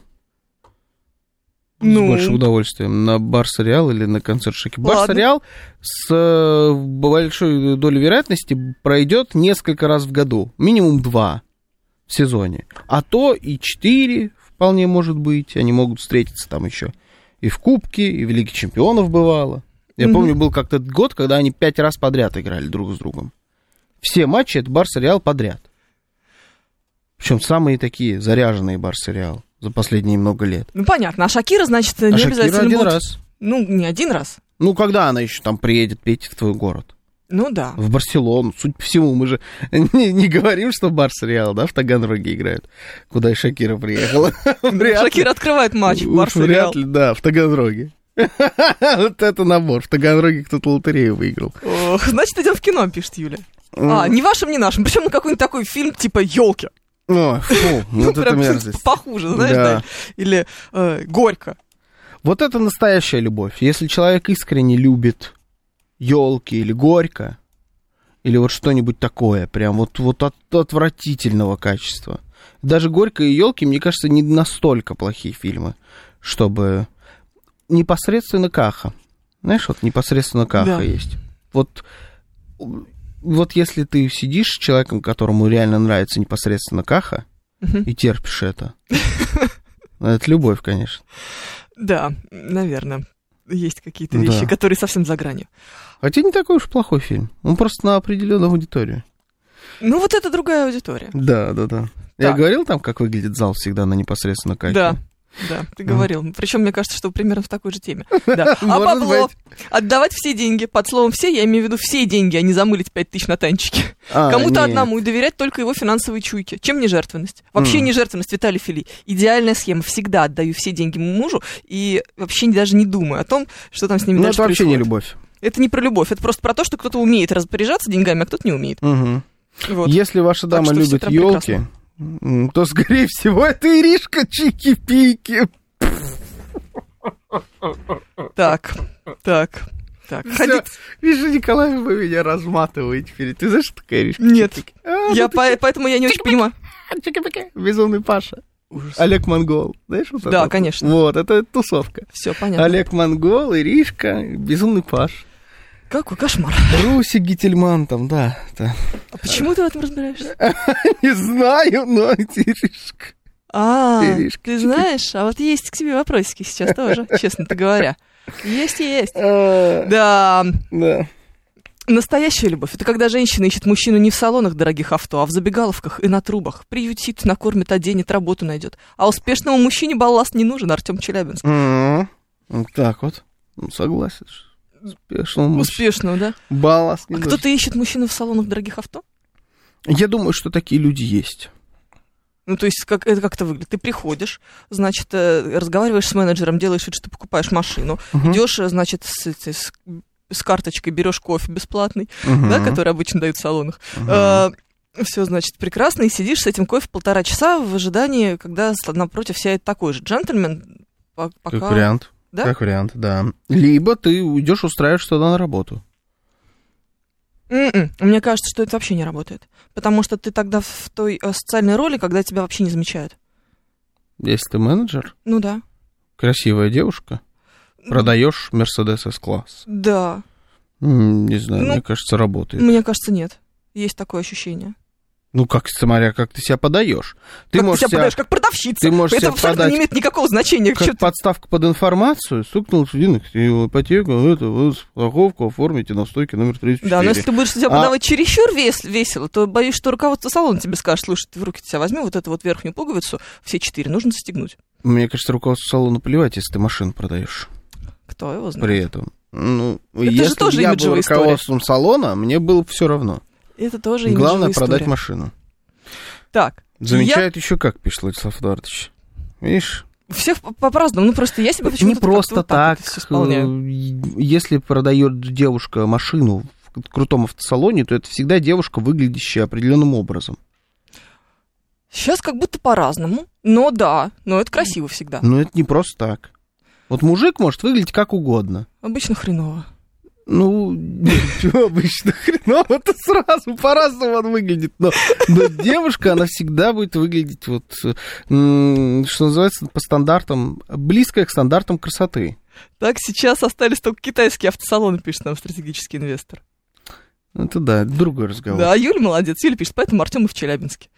Speaker 3: Ну.
Speaker 2: С большим удовольствием. На Барса Реал или на концерт Шаки. Барса
Speaker 3: Ладно.
Speaker 2: Реал с э, большой долей вероятности пройдет несколько раз в году. Минимум два в сезоне. А то и четыре вполне может быть. Они могут встретиться там еще. И в Кубке, и в Лиге Чемпионов бывало. Я
Speaker 3: Мгм.
Speaker 2: помню, был как-то год, когда они пять раз подряд играли друг с другом. Все матчи это Барса Реал подряд. Причем самые такие заряженные Барса Реал за последние много лет.
Speaker 3: Ну понятно, а Шакира, значит, не
Speaker 2: А Шакира
Speaker 3: обязательно
Speaker 2: один
Speaker 3: будет-
Speaker 2: раз.
Speaker 3: Ну, не один раз.
Speaker 2: Ну, когда она еще там приедет петь в твой город?
Speaker 3: Ну да.
Speaker 2: В Барселону, судя по всему, мы же не, не говорим, что Барса Реал, да, в Таганроге играют. Куда и Шакира приехала. Вряд ли.
Speaker 3: Шакира открывает матч.
Speaker 2: Уж
Speaker 3: Барса А, типа и Реал.
Speaker 2: Вряд ли, да, в Таганроге. Вот это набор. В Таганроге кто-то лотерею выиграл.
Speaker 3: Ох, значит, идем в кино, пишет Юля. А, не вашим, не нашим. Причем на какой-нибудь такой фильм типа елки.
Speaker 2: Ой, фу, Ну, вот это мерзость.
Speaker 3: похуже, знаешь,
Speaker 2: Да.
Speaker 3: да. Или э, горько.
Speaker 2: Вот это настоящая любовь. Если человек искренне любит елки или горько, или вот что-нибудь такое, прям вот, вот от отвратительного качества. Даже горько и елки, мне кажется, не настолько плохие фильмы, чтобы непосредственно Каха. Знаешь, вот непосредственно Каха
Speaker 3: Да.
Speaker 2: есть. Вот, вот если ты сидишь с человеком, которому реально нравится непосредственно Каха,
Speaker 3: Мгм.
Speaker 2: и терпишь это. Это любовь, конечно.
Speaker 3: Да, наверное. Есть какие-то
Speaker 2: Ну Да.
Speaker 3: вещи, которые совсем за гранью. А
Speaker 2: Хотя не такой уж плохой фильм. Он просто на определенную аудиторию.
Speaker 3: Ну, вот это другая аудитория.
Speaker 2: Да, да, да. Я
Speaker 3: Так.
Speaker 2: говорил там, как выглядит зал всегда на непосредственно кайфе?
Speaker 3: Да. Да, ты говорил. Причем, мне кажется, что примерно в такой же теме. Да. А
Speaker 2: Может
Speaker 3: бабло?
Speaker 2: быть.
Speaker 3: Отдавать все деньги. Под словом «все» я имею в виду все деньги, а не замылить пять тысяч на танчике.
Speaker 2: А,
Speaker 3: Кому-то
Speaker 2: нет.
Speaker 3: одному и доверять только его финансовой чуйке. Чем не жертвенность? Вообще
Speaker 2: Мгм.
Speaker 3: не жертвенность, Виталий Фили. Идеальная схема. Всегда отдаю все деньги мужу и вообще даже не думаю о том, что там с ними
Speaker 2: Ну,
Speaker 3: дальше
Speaker 2: это вообще не
Speaker 3: происходит.
Speaker 2: любовь.
Speaker 3: Это не про любовь. Это просто про то, что кто-то умеет распоряжаться деньгами, а кто-то не умеет.
Speaker 2: Мгм.
Speaker 3: Вот.
Speaker 2: Если ваша
Speaker 3: Так
Speaker 2: дама
Speaker 3: что всё
Speaker 2: любит
Speaker 3: прям
Speaker 2: елки, то, скорее всего, это Иришка Чики-Пики.
Speaker 3: Так, так, так.
Speaker 2: Всё.
Speaker 3: Ходить-
Speaker 2: Вижу, Николай, вы меня разматываете теперь. Ты знаешь, что такая Иришка
Speaker 3: Нет.
Speaker 2: Чики-Пики? А,
Speaker 3: Я
Speaker 2: ну
Speaker 3: по- поэтому я не очень понимаю.
Speaker 2: ты Чики-Пики. Безумный Паша. Олег Монгол. Знаешь, вот
Speaker 3: Да,
Speaker 2: это?
Speaker 3: конечно.
Speaker 2: Вот, это тусовка.
Speaker 3: Все, понятно.
Speaker 2: Олег Монгол, Иришка, Безумный Паш.
Speaker 3: Какой кошмар.
Speaker 2: Руси Гительман там, да. да.
Speaker 3: А почему ты в этом разбираешься?
Speaker 2: Не знаю, но Иришка.
Speaker 3: А,
Speaker 2: Иришка.
Speaker 3: ты знаешь, а вот есть к тебе вопросики сейчас тоже, честно-то говоря. Есть и есть.
Speaker 2: Э,
Speaker 3: Да,
Speaker 2: Да.
Speaker 3: настоящая любовь – это когда женщина ищет мужчину не в салонах дорогих авто, а в забегаловках и на трубах. Приютит, накормит, оденет, работу найдет. А успешному мужчине балласт не нужен, Артем Челябинск.
Speaker 2: М, Вот так вот. Ну, согласен. Успешно. мужчина.
Speaker 3: Успешного, да?
Speaker 2: Балласт не
Speaker 3: А
Speaker 2: нужен.
Speaker 3: кто-то ищет мужчину в салонах дорогих авто?
Speaker 2: Я думаю, что такие люди есть.
Speaker 3: Ну, то есть, как, это как-то выглядит. Ты приходишь, значит, э, разговариваешь с менеджером, делаешь вид, что ты покупаешь машину,
Speaker 2: Мгм.
Speaker 3: идешь, э, значит, с, эти- с- с карточкой берешь кофе бесплатный,
Speaker 2: Мгм.
Speaker 3: да, который э, обычно дают в салонах.
Speaker 2: Мгм.
Speaker 3: все, значит, прекрасно, и сидишь с этим кофе полтора часа в ожидании, когда с- напротив сядет такой же джентльмен, по-
Speaker 2: Как
Speaker 3: пока...
Speaker 2: вариант.
Speaker 3: Да?
Speaker 2: Как вариант, да. Либо ты уйдешь, устраиваешься туда на работу.
Speaker 3: М-м, Мне кажется, что это вообще не работает. Потому что ты тогда в той э, социальной роли, когда тебя вообще не замечают.
Speaker 2: Если ты менеджер,
Speaker 3: Ну да.
Speaker 2: красивая девушка, продаешь Мерседес С-класс.
Speaker 3: Да.
Speaker 2: М, Не знаю,
Speaker 3: Ну,
Speaker 2: мне кажется, работает.
Speaker 3: Мне кажется, нет. Есть такое ощущение.
Speaker 2: Ну, как, смотря, как ты себя подаешь. Ты
Speaker 3: Как
Speaker 2: можешь
Speaker 3: себя
Speaker 2: себя-
Speaker 3: подаешь как продавщица.
Speaker 2: ты можешь
Speaker 3: это
Speaker 2: себя
Speaker 3: абсолютно
Speaker 2: подать
Speaker 3: не имеет никакого значения.
Speaker 2: как
Speaker 3: чё ты-
Speaker 2: подставка под информацию, стукнул рынок, ипотеку, ну, это, вот, страховку оформите на стойке номер 34.
Speaker 3: Да, но если ты будешь себя
Speaker 2: А-
Speaker 3: подавать чересчур вес- весело, то боюсь, что руководство салона тебе скажет, слушай, ты в руки тебя возьми, вот эту вот верхнюю пуговицу, все четыре нужно застегнуть.
Speaker 2: Мне кажется, руководству салона плевать, если ты машину продаешь
Speaker 3: Кто его знает?
Speaker 2: при этом. Ну,
Speaker 3: же
Speaker 2: если бы
Speaker 3: тоже
Speaker 2: я был
Speaker 3: имиджевая история.
Speaker 2: руководством салона, мне было все равно.
Speaker 3: Это тоже имиджевая
Speaker 2: Главное продать
Speaker 3: история.
Speaker 2: машину.
Speaker 3: Так,
Speaker 2: Замечает еще как, пишет Владислав Эдуардович. Видишь?
Speaker 3: всех по- по-разному, ну просто я себя
Speaker 2: Не
Speaker 3: почему-то
Speaker 2: просто так. э,
Speaker 3: все исполняю.
Speaker 2: если продает девушка машину в крутом автосалоне, то это всегда девушка, выглядящая определенным образом.
Speaker 3: Сейчас как будто по-разному, но да, но это красиво всегда.
Speaker 2: Но Ну, это не просто так. Вот мужик может выглядеть как угодно.
Speaker 3: Обычно хреново.
Speaker 2: Ну, чё обычно хреново, это сразу по-разному он выглядит. Но, но девушка, она всегда будет выглядеть вот, м, что называется, по стандартам, близкая к стандартам красоты.
Speaker 3: Так, сейчас остались только китайские автосалоны, пишет нам стратегический инвестор.
Speaker 2: Это да, это другой разговор.
Speaker 3: Да, Юля молодец. Юля пишет, поэтому Артем и в Челябинске.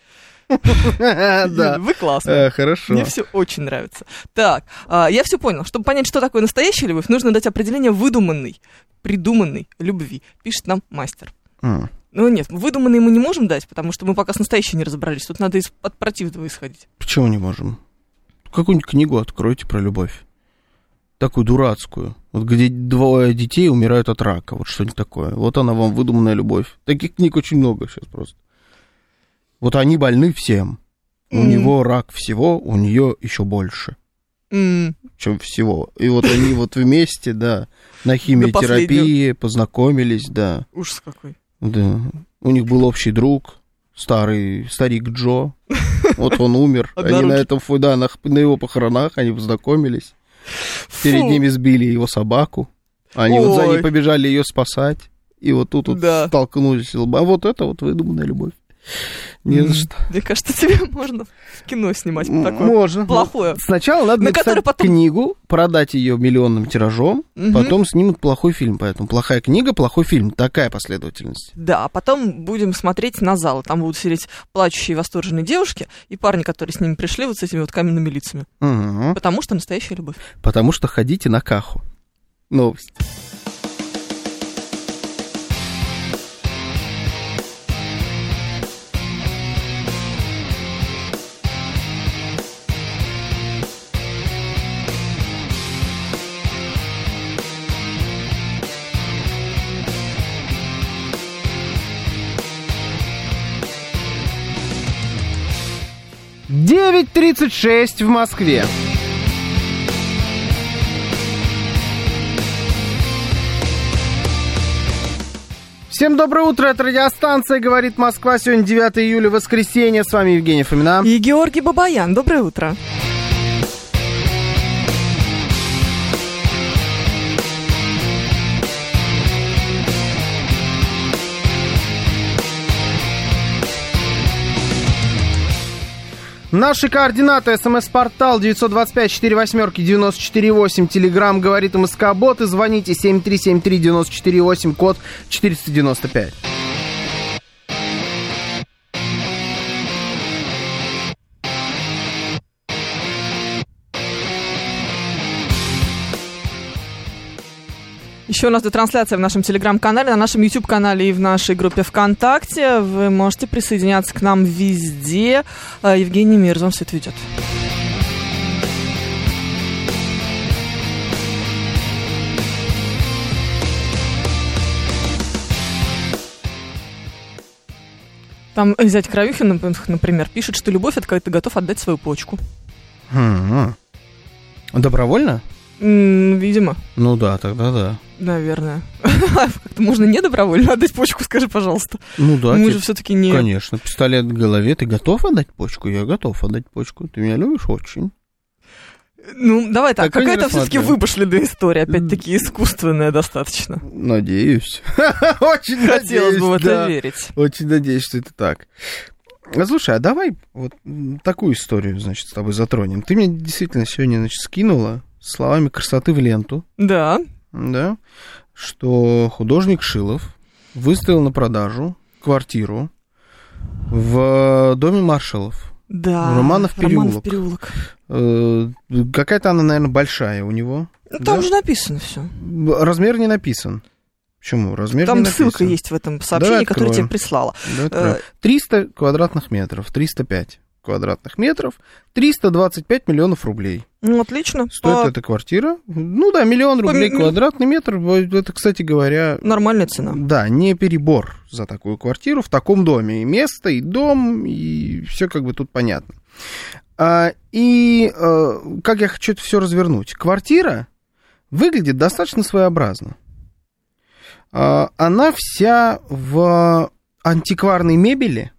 Speaker 3: Юля,
Speaker 2: Да.
Speaker 3: вы классные.
Speaker 2: Э, Хорошо.
Speaker 3: Мне все очень нравится. Так, а, я все понял. Чтобы понять, что такое настоящая любовь, нужно дать определение выдуманной, придуманной любви, пишет нам мастер.
Speaker 2: М.
Speaker 3: Ну нет, выдуманной мы не можем дать, потому что мы пока с настоящей не разобрались. Тут надо из, от противного исходить.
Speaker 2: Почему не можем? Какую-нибудь книгу откройте про любовь. Такую дурацкую. Вот где двое детей умирают от рака. Вот что-нибудь такое. Вот она вам выдуманная любовь. Таких книг очень много сейчас просто. Вот они больны всем. У
Speaker 3: М.
Speaker 2: него рак всего, у нее еще больше,
Speaker 3: М,
Speaker 2: чем всего. И вот они вот вместе, да, на химиотерапии познакомились, да.
Speaker 3: ужас какой.
Speaker 2: Да. У них был общий друг, старый старик Джо. Вот он умер. Они на
Speaker 3: Однорукий.
Speaker 2: этом фу- да, на, х- на его похоронах они познакомились. Перед
Speaker 3: Фу,
Speaker 2: ними сбили его собаку. Они вот за ней
Speaker 3: Ой.
Speaker 2: побежали ее спасать. И вот тут вот
Speaker 3: Да.
Speaker 2: столкнулись лба. Вот это вот выдуманная любовь. Не
Speaker 3: М,
Speaker 2: за что.
Speaker 3: Мне кажется, тебе можно в кино снимать
Speaker 2: М,
Speaker 3: такое
Speaker 2: Можно. Ну,
Speaker 3: плохое.
Speaker 2: Сначала надо
Speaker 3: На
Speaker 2: написать
Speaker 3: который потом-
Speaker 2: книгу, продать ее миллионным тиражом,
Speaker 3: Мгм.
Speaker 2: потом снимут плохой фильм. Поэтому плохая книга, плохой фильм. Такая последовательность.
Speaker 3: Да, а потом будем смотреть на зал. Там будут сидеть плачущие восторженные девушки и парни, которые с ними пришли вот с этими вот каменными лицами.
Speaker 2: Мгм.
Speaker 3: Потому что настоящая любовь.
Speaker 2: Потому что ходите на каху. Новость. 9.36 в Москве. Всем доброе утро, это радиостанция «Говорит Москва». Сегодня 9 июля, воскресенье. С вами Евгений Фомина.
Speaker 3: И Георгий Бабаян. Доброе утро.
Speaker 2: Наши координаты. СМС-портал 925-48-94-8. Телеграмм «Говорит МСК-бот». И звоните 7373-94-8, код 495.
Speaker 3: Еще у нас идет трансляция в нашем телеграм-канале, на нашем YouTube-канале и в нашей группе ВКонтакте. Вы можете присоединяться к нам везде. Э, Евгений Мирзон все это ведет. Там э, зять Кровихин, нап- например, пишет, что любовь это когда ты готов отдать свою почку.
Speaker 2: Хм. Добровольно?
Speaker 3: М, видимо,
Speaker 2: Ну да, тогда да.
Speaker 3: наверное. Как-то можно не добровольно отдать почку, скажи, пожалуйста.
Speaker 2: Ну да,
Speaker 3: Мы
Speaker 2: типа,
Speaker 3: же все-таки не...
Speaker 2: конечно. Пистолет в голове. Ты готов отдать почку? Я готов отдать почку. Ты меня любишь очень.
Speaker 3: Ну, давай так,
Speaker 2: Такое не
Speaker 3: какая-то все-таки
Speaker 2: рассматриваем.
Speaker 3: выбошленная история, опять-таки искусственная достаточно.
Speaker 2: Надеюсь. Очень надеюсь,
Speaker 3: Хотелось бы в
Speaker 2: да.
Speaker 3: это верить.
Speaker 2: Очень надеюсь, что это так. А Слушай, а давай вот м, такую историю, значит, с тобой затронем. Ты мне действительно сегодня, значит, скинула словами красоты в ленту,
Speaker 3: Да,
Speaker 2: да, что художник Шилов выставил на продажу квартиру в доме маршалов.
Speaker 3: да.
Speaker 2: Романов переулок.
Speaker 3: переулок.
Speaker 2: Э, Какая-то она, наверное, большая у него.
Speaker 3: Ну, там
Speaker 2: Да.
Speaker 3: же написано все.
Speaker 2: Размер не написан. Почему? Размер не
Speaker 3: Там
Speaker 2: написан.
Speaker 3: ссылка есть в этом сообщении, которое тебе
Speaker 2: откроем.
Speaker 3: прислала. Э,
Speaker 2: Да, это правда. 300 квадратных метров, 305 квадратных метров, 325 миллионов рублей.
Speaker 3: Ну, отлично.
Speaker 2: Стоит
Speaker 3: По-
Speaker 2: эта квартира? Ну да, миллион рублей
Speaker 3: ми-
Speaker 2: квадратный метр. Это, кстати говоря,
Speaker 3: Нормальная цена.
Speaker 2: да, не перебор за такую квартиру в таком доме. И место, и дом, и все как бы тут понятно. А, и э, как я хочу это все развернуть. Квартира выглядит достаточно своеобразно. А, она вся в антикварной мебели.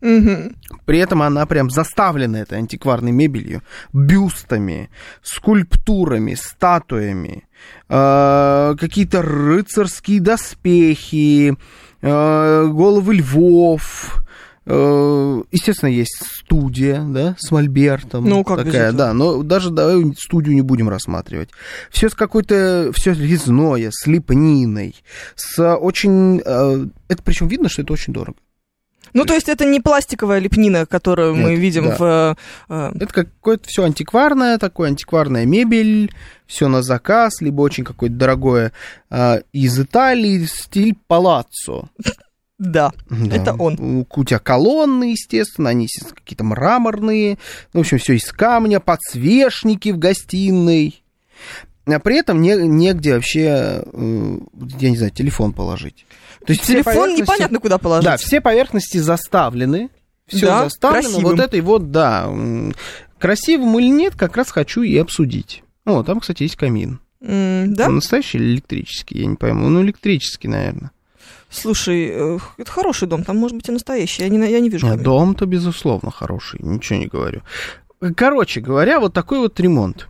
Speaker 3: Мгм.
Speaker 2: При этом она прям заставлена этой антикварной мебелью, бюстами, скульптурами, статуями, э, какие-то рыцарские доспехи, э, головы львов. Э, Естественно, есть студия, да, с Мольбертом.
Speaker 3: Ну, как без
Speaker 2: такая,
Speaker 3: этого?
Speaker 2: да, но даже давай студию не будем рассматривать. Все с какой-то, все резное, с лепниной, с очень, э, это причем видно, что это очень дорого.
Speaker 3: Ну, то есть это не пластиковая лепнина, которую мы
Speaker 2: Нет,
Speaker 3: видим
Speaker 2: да.
Speaker 3: в... э, э,
Speaker 2: Это какое-то все антикварное, такое антикварная мебель, все на заказ, либо очень какое-то дорогое а, из Италии, стиль палаццо.
Speaker 3: Да.
Speaker 2: Да.
Speaker 3: Это он.
Speaker 2: У у тебя колонны, естественно, они естественно, какие-то мраморные, ну, в общем, все из камня, подсвечники в гостиной. А при этом не- негде вообще, э, я не знаю, телефон положить. То есть все
Speaker 3: Телефон
Speaker 2: поверхности-
Speaker 3: непонятно куда положить.
Speaker 2: да, все поверхности заставлены. Все
Speaker 3: Да,
Speaker 2: заставлено.
Speaker 3: красивым.
Speaker 2: Вот этой вот, да. м, Красивым или нет, как раз хочу и обсудить. О, там, кстати, есть камин.
Speaker 3: М, да?
Speaker 2: Он настоящий или электрический? Я не пойму. Ну, электрический, наверное.
Speaker 3: Слушай, э, это хороший дом, там может быть и настоящий. Я не, на- я не вижу.
Speaker 2: А
Speaker 3: камер.
Speaker 2: Дом-то, безусловно, хороший. Ничего не говорю. Короче говоря, вот такой вот ремонт.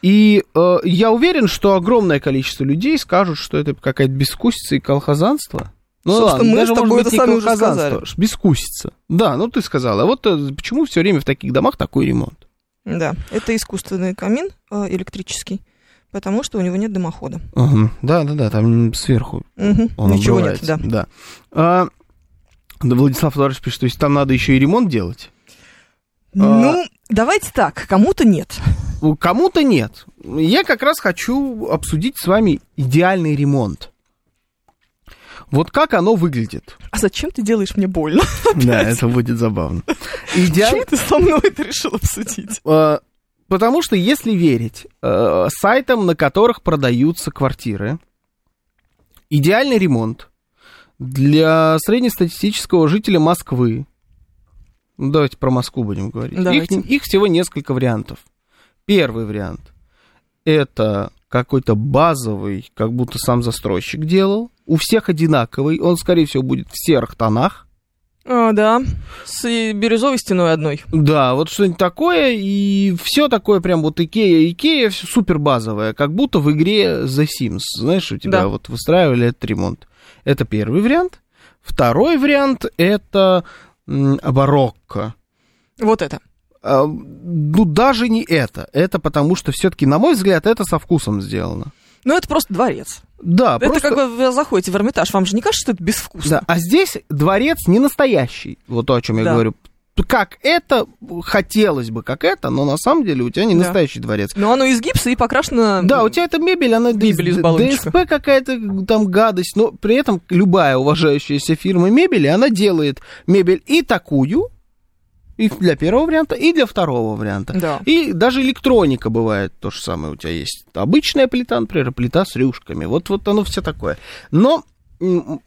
Speaker 2: И э, я уверен, что огромное количество людей скажут, что это какая-то бескусица и колхозанство. Ну
Speaker 3: Собственно,
Speaker 2: ладно,
Speaker 3: мы
Speaker 2: даже
Speaker 3: с тобой
Speaker 2: может быть,
Speaker 3: это
Speaker 2: не
Speaker 3: сами уже
Speaker 2: колхозанство,
Speaker 3: сказали.
Speaker 2: ж Бескусица. Да, ну ты сказала. А вот э, почему все время в таких домах такой ремонт?
Speaker 3: Да, это искусственный камин э, электрический, потому что у него нет дымохода.
Speaker 2: Ага. Да, да, да, там сверху
Speaker 3: Мгм,
Speaker 2: он
Speaker 3: Ничего нет,
Speaker 2: обрывается.
Speaker 3: да.
Speaker 2: да. А, да, Владислав Федорович пишет, то есть там надо еще и ремонт делать.
Speaker 3: Ну, давайте так, кому-то нет.
Speaker 2: Ну, Кому-то нет. Я как раз хочу обсудить с вами идеальный ремонт. Вот как оно выглядит.
Speaker 3: А зачем ты делаешь мне больно?
Speaker 2: Да, это будет забавно.
Speaker 3: Почему
Speaker 2: Идеально.
Speaker 3: ты со мной это решил обсудить?
Speaker 2: э, Потому что, если верить э, сайтам, на которых продаются квартиры, идеальный ремонт для среднестатистического жителя Москвы Ну, давайте про Москву будем говорить. Их,
Speaker 3: Давайте.
Speaker 2: их всего несколько вариантов. Первый вариант это какой-то базовый, как будто сам застройщик делал. У всех одинаковый. Он, скорее всего, будет в серых тонах.
Speaker 3: А, да, с э, бирюзовой стеной одной.
Speaker 2: Да, вот что-нибудь такое, и все такое прям вот Икея, Икея, все супер базовое, как будто в игре The Sims, знаешь, у тебя
Speaker 3: Да.
Speaker 2: вот выстраивали этот ремонт. Это первый вариант. Второй вариант это м, барокко.
Speaker 3: Вот это.
Speaker 2: А, ну, даже не это. Это потому что все-таки, на мой взгляд, это со вкусом сделано.
Speaker 3: Ну, это просто дворец.
Speaker 2: Да,
Speaker 3: это
Speaker 2: просто...
Speaker 3: как бы вы заходите в Эрмитаж, вам же не кажется, что это безвкусно?
Speaker 2: Да, а здесь дворец не настоящий. Вот то, о чем я
Speaker 3: Да.
Speaker 2: говорю. Как это, хотелось бы как это, но на самом деле у тебя не
Speaker 3: Да.
Speaker 2: настоящий дворец.
Speaker 3: Но оно из гипса и покрашено...
Speaker 2: Да, у тебя это мебель, она д-
Speaker 3: Мебель из
Speaker 2: д-
Speaker 3: баллончика.
Speaker 2: ДСП какая-то там гадость, но при этом любая уважающаяся фирма мебели, она делает мебель и такую, и для первого варианта, и для второго варианта.
Speaker 3: Да.
Speaker 2: И даже электроника бывает то же самое у тебя есть. Обычная плита, например, плита с рюшками. Вот, вот оно все такое. Но м,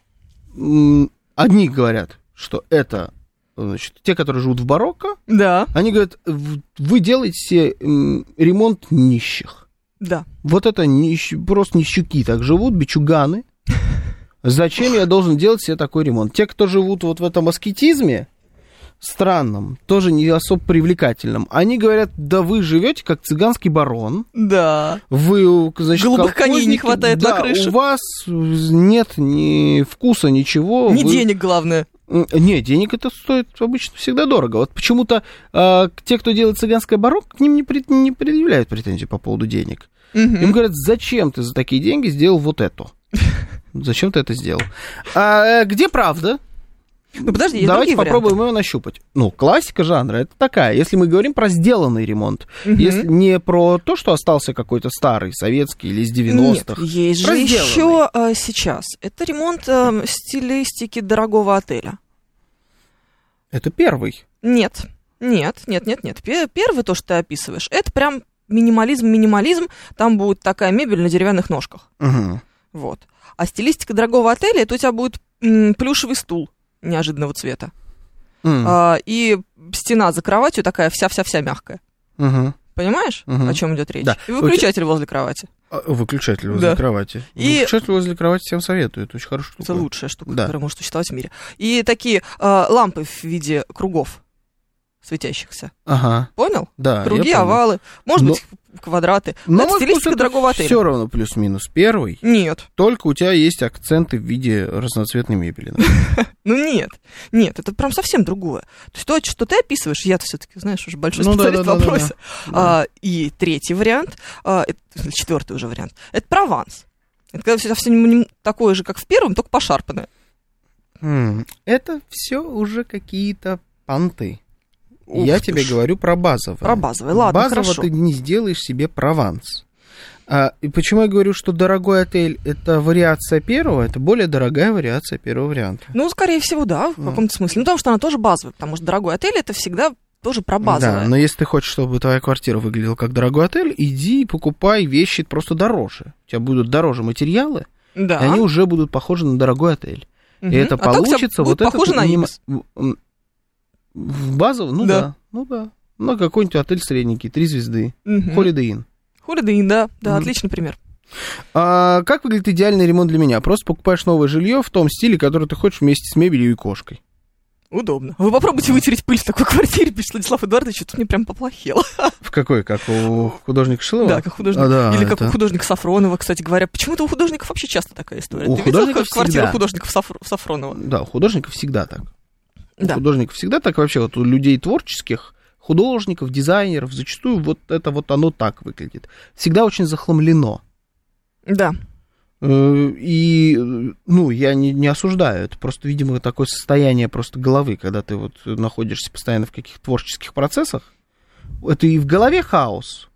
Speaker 2: м, одни говорят, что это значит, те, которые живут в барокко,
Speaker 3: Да,
Speaker 2: они говорят, «В- вы делаете себе м, ремонт нищих.
Speaker 3: да.
Speaker 2: Вот это нищ- просто нищуки так живут, бичуганы. Зачем я должен делать себе такой ремонт? Те, кто живут вот в этом аскетизме, странном, тоже не особо привлекательном, они говорят, да вы живете как цыганский барон,
Speaker 3: Да.
Speaker 2: вы, значит,
Speaker 3: Голубых коней не
Speaker 2: колхозники,
Speaker 3: хватает на
Speaker 2: да,
Speaker 3: крыше».
Speaker 2: у вас нет ни вкуса, ничего.
Speaker 3: не
Speaker 2: вы-
Speaker 3: денег, главное.
Speaker 2: М, Не, денег это стоит обычно всегда дорого. Вот почему-то э, те, кто делает цыганское барокко, к ним не, пред- не предъявляют претензий по поводу денег.
Speaker 3: Мгм.
Speaker 2: Им говорят, зачем ты за такие деньги сделал вот эту? Зачем ты это сделал? А, э, где правда?
Speaker 3: Ну, подожди, есть
Speaker 2: Давайте
Speaker 3: другие
Speaker 2: попробуем ее нащупать. Ну, классика жанра это такая. Если мы говорим про сделанный ремонт,
Speaker 3: варианты. Мгм.
Speaker 2: если не про то, что остался какой-то старый, советский или из 90-х.
Speaker 3: Нет, есть же
Speaker 2: Разделанный.
Speaker 3: еще э, сейчас. Это ремонт э, стилистики дорогого отеля.
Speaker 2: Это первый.
Speaker 3: Нет, нет, нет, нет, нет. Пе- Первое то, что ты описываешь, это прям минимализм, минимализм. Там будет такая мебель на деревянных ножках.
Speaker 2: Мгм.
Speaker 3: Вот. А стилистика дорогого отеля, это у тебя будет м, плюшевый стул неожиданного цвета.
Speaker 2: М,
Speaker 3: А, и стена за кроватью такая вся-вся-вся мягкая.
Speaker 2: мгм.
Speaker 3: Понимаешь,
Speaker 2: Мгм.
Speaker 3: о чем идет речь?
Speaker 2: Да.
Speaker 3: И выключатель возле кровати.
Speaker 2: А, Выключатель возле
Speaker 3: Да.
Speaker 2: кровати. Ну,
Speaker 3: И-
Speaker 2: Выключатель возле кровати всем советую. Это очень хорошая штука.
Speaker 3: Это лучшая штука,
Speaker 2: Да.
Speaker 3: которая может существовать в мире. И такие э, лампы в виде кругов светящихся.
Speaker 2: Ага,
Speaker 3: Понял?
Speaker 2: да.
Speaker 3: Круги, овалы, может
Speaker 2: Но-
Speaker 3: быть, квадраты.
Speaker 2: ну,
Speaker 3: Но это стилистика дорогого отеля.
Speaker 2: Все равно плюс-минус первый.
Speaker 3: Нет.
Speaker 2: Только у тебя есть акценты в виде разноцветной мебели.
Speaker 3: Ну нет. Нет, это прям совсем другое. То есть то, что ты описываешь, я-то все-таки, знаешь, уже большой
Speaker 2: Ну да,
Speaker 3: специалист
Speaker 2: да, да,
Speaker 3: в
Speaker 2: да,
Speaker 3: вопросе.
Speaker 2: Да.
Speaker 3: А, и третий вариант, а, это, или четвертый уже вариант, это Прованс. Это когда все совсем не- такое же, как в первом, только пошарпанное.
Speaker 2: М, Это все уже какие-то понты.
Speaker 3: Ух
Speaker 2: Я
Speaker 3: ты
Speaker 2: тебе
Speaker 3: ж.
Speaker 2: говорю про базовое.
Speaker 3: Про базовое. Ладно,
Speaker 2: Базово
Speaker 3: хорошо.
Speaker 2: ты не сделаешь себе прованс. А, и почему я говорю, что дорогой отель это вариация первого, это более дорогая вариация первого варианта.
Speaker 3: Ну, скорее всего, да, в
Speaker 2: Ну.
Speaker 3: каком-то смысле. Ну, потому что она тоже базовая, потому что дорогой отель это всегда тоже про базовое.
Speaker 2: Да, Ну, но если ты хочешь, чтобы твоя квартира выглядела как дорогой отель, иди и покупай вещи просто дороже. У тебя будут дороже материалы,
Speaker 3: Да.
Speaker 2: и они уже будут похожи на дорогой отель.
Speaker 3: Мгм.
Speaker 2: И это
Speaker 3: А так вся
Speaker 2: получится вот
Speaker 3: будет
Speaker 2: это
Speaker 3: похоже на Ибис.
Speaker 2: В базовом, ну
Speaker 3: Да.
Speaker 2: да. ну да. Ну, какой-нибудь отель средненький, три звезды,
Speaker 3: Мгм.
Speaker 2: Holiday Inn.
Speaker 3: Holiday Inn, да, да,
Speaker 2: Мгм.
Speaker 3: отличный пример.
Speaker 2: А, как выглядит идеальный ремонт для меня? Просто покупаешь новое жилье в том стиле, который ты хочешь вместе с мебелью и кошкой.
Speaker 3: Удобно. Вы попробуйте вытереть пыль в такой квартире, пишет Владислав Эдуардович, и тут мне прям поплохело.
Speaker 2: В какой? Как у художника Шилова?
Speaker 3: Да, как художник.
Speaker 2: А, да,
Speaker 3: Или как у
Speaker 2: это-
Speaker 3: художника Сафронова, кстати говоря. Почему-то у художников вообще часто такая история.
Speaker 2: У
Speaker 3: Ты видел
Speaker 2: художников
Speaker 3: квартиру
Speaker 2: всегда.
Speaker 3: художников Сафр- Сафронова?
Speaker 2: Да, у художников всегда так. У
Speaker 3: Да.
Speaker 2: художников всегда так. Вообще вот у людей творческих, художников, дизайнеров, зачастую вот это вот оно так выглядит. Всегда очень захламлено.
Speaker 3: Да.
Speaker 2: Э, И, э, ну, я не, не осуждаю, это просто, видимо, такое состояние просто головы, когда ты вот находишься постоянно в каких-то творческих процессах. Это и в голове хаос,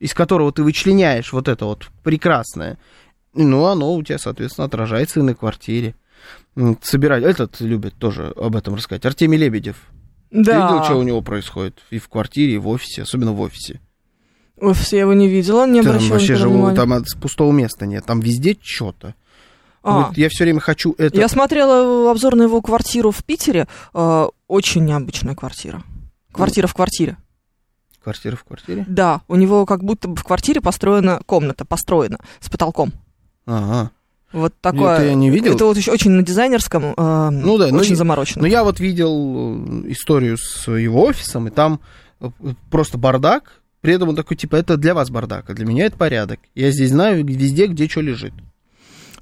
Speaker 2: из которого ты вычленяешь вот это вот прекрасное. Ну, оно у тебя, соответственно, отражается и на квартире. М, Собирать. Этот любит тоже об этом рассказать. Артемий Лебедев. Ты видел, что у
Speaker 3: Да.
Speaker 2: него происходит? И в квартире, и в офисе, особенно в офисе.
Speaker 3: Офис я его не видела, не
Speaker 2: там
Speaker 3: обращала
Speaker 2: вообще
Speaker 3: никогда
Speaker 2: же
Speaker 3: внимания.
Speaker 2: там от- пустого места нет. Там везде что-то.
Speaker 3: А.
Speaker 2: Вот я все время хочу это.
Speaker 3: Я смотрела обзор на его квартиру в Питере. Э, Очень необычная квартира. Квартира в квартире.
Speaker 2: Квартира в квартире.
Speaker 3: Да, у него как будто бы в квартире построена комната, построена с потолком.
Speaker 2: Ага.
Speaker 3: Вот такое.
Speaker 2: Это я не видел.
Speaker 3: Это вот еще очень на дизайнерском, э,
Speaker 2: Ну да, ну
Speaker 3: очень
Speaker 2: и-
Speaker 3: заморочено.
Speaker 2: Но я вот видел э, историю с его офисом, и там э, просто бардак. При этом он такой, типа, это для вас бардак, а для меня это порядок. Я здесь знаю везде, где что лежит.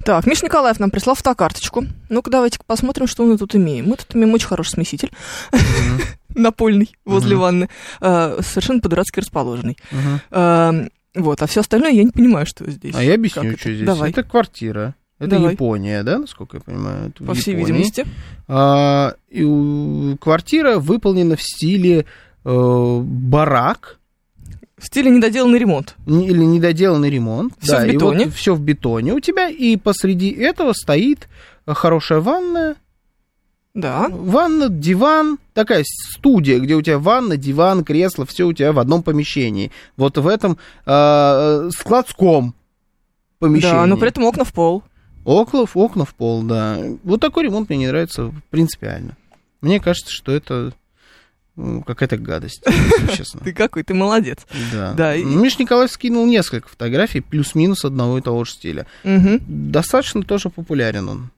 Speaker 3: Так, Миша Николаев нам прислал фотокарточку. Ну-ка, давайте посмотрим, что мы тут имеем. Мы тут имеем очень хороший смеситель напольный возле
Speaker 2: Мгм.
Speaker 3: ванны, э, совершенно по-дурацки расположенный. Э, Вот, а все остальное я не понимаю, что здесь.
Speaker 2: А я объясню,
Speaker 3: Как
Speaker 2: что
Speaker 3: это?
Speaker 2: здесь.
Speaker 3: Давай.
Speaker 2: Это квартира. Это
Speaker 3: Давай.
Speaker 2: Япония, да, насколько я понимаю? Это в
Speaker 3: По всей
Speaker 2: Японии.
Speaker 3: видимости.
Speaker 2: А, и, у- квартира выполнена в стиле э, барак
Speaker 3: В стиле недоделанный ремонт.
Speaker 2: не- или недоделанный ремонт.
Speaker 3: Всё в бетоне.
Speaker 2: все в бетоне у тебя. И посреди этого стоит э, хорошая ванная.
Speaker 3: Да.
Speaker 2: Ванна, диван, такая студия, где у тебя ванна, диван, кресло, все у тебя в одном помещении. Вот в этом э, складском помещении.
Speaker 3: Да, но при этом окна в пол.
Speaker 2: Окна, в- окна в пол, да. Вот такой ремонт мне не нравится принципиально. Мне кажется, что это ну, какая-то гадость, если честно.
Speaker 3: Ты какой, ты молодец.
Speaker 2: Да.
Speaker 3: Да, и-
Speaker 2: Миш Николаев скинул несколько фотографий, плюс-минус одного и того же стиля.
Speaker 3: Мгм.
Speaker 2: Достаточно тоже популярен он.